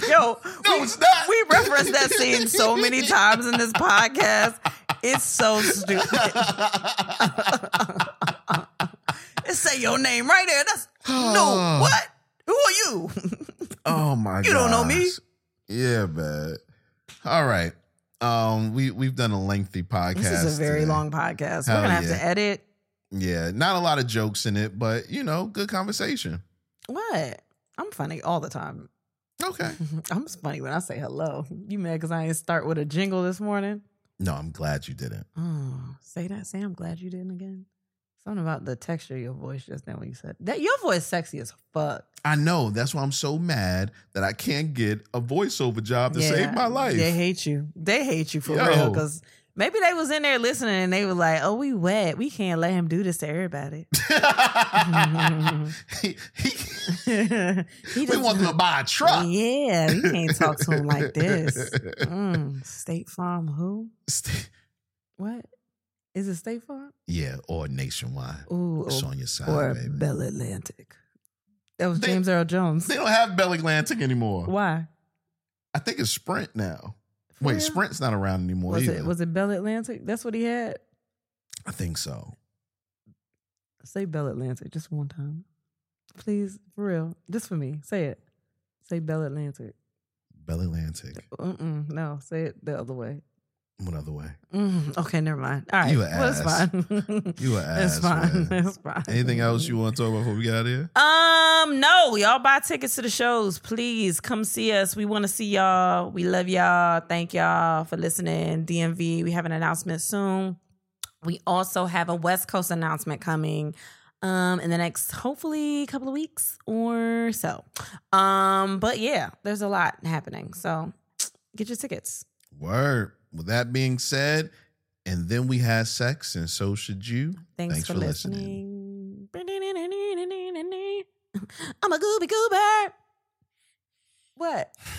Yo, No, we, it's not. we reference that scene so many times in this podcast. It's so stupid. it say your name right there. That's no what? Who are you? Oh my god. You don't know me. Yeah, but all right. Um we we've done a lengthy podcast. This is a very today. long podcast. Hell We're gonna have yeah. to edit. Yeah, not a lot of jokes in it, but you know, good conversation. What? I'm funny all the time. Okay. I'm just funny when I say hello. You mad because I ain't start with a jingle this morning? No, I'm glad you didn't. Oh, say that. Say I'm glad you didn't again. Something about the texture of your voice just now when you said that. Your voice sexy as fuck. I know. That's why I'm so mad that I can't get a voiceover job to save my life. They hate you. They hate you for Yo. real. Because maybe they was in there listening and they were like, "Oh, we wet. We can't let him do this to everybody. He- he- he we doesn't- want them to buy a truck. Yeah, you can't talk to him like this. Mm, State Farm, who? What is it? State Farm? Yeah, or nationwide. Ooh, It's or, on your side, or baby. Bell Atlantic. That was They- James Earl Jones. They don't have Bell Atlantic anymore. Why? I think it's Sprint now. For Wait, real? Sprint's not around anymore Was either. it was it Bell Atlantic? That's what he had. I think so. Say Bell Atlantic just one time, please, for real, just for me. Say it. Say Bell Atlantic. Bell Atlantic. Mm-mm, no, say it the other way. One other way. Mm, okay, never mind. All right, You a well, it's ass. fine. You an it's ass. fine. man. It's fine. Anything else you want to talk about before we get out of here? Um, no, y'all buy tickets to the shows. Please come see us. We want to see y'all. We love y'all. Thank y'all for listening. DMV, we have an announcement soon. We also have a West Coast announcement coming um in the next hopefully couple of weeks or so. Um, but yeah, there's a lot happening. So get your tickets. Word. With that being said, and then we had sex, and so should you. Thanks, for, listening. I'm a gooby goober. What?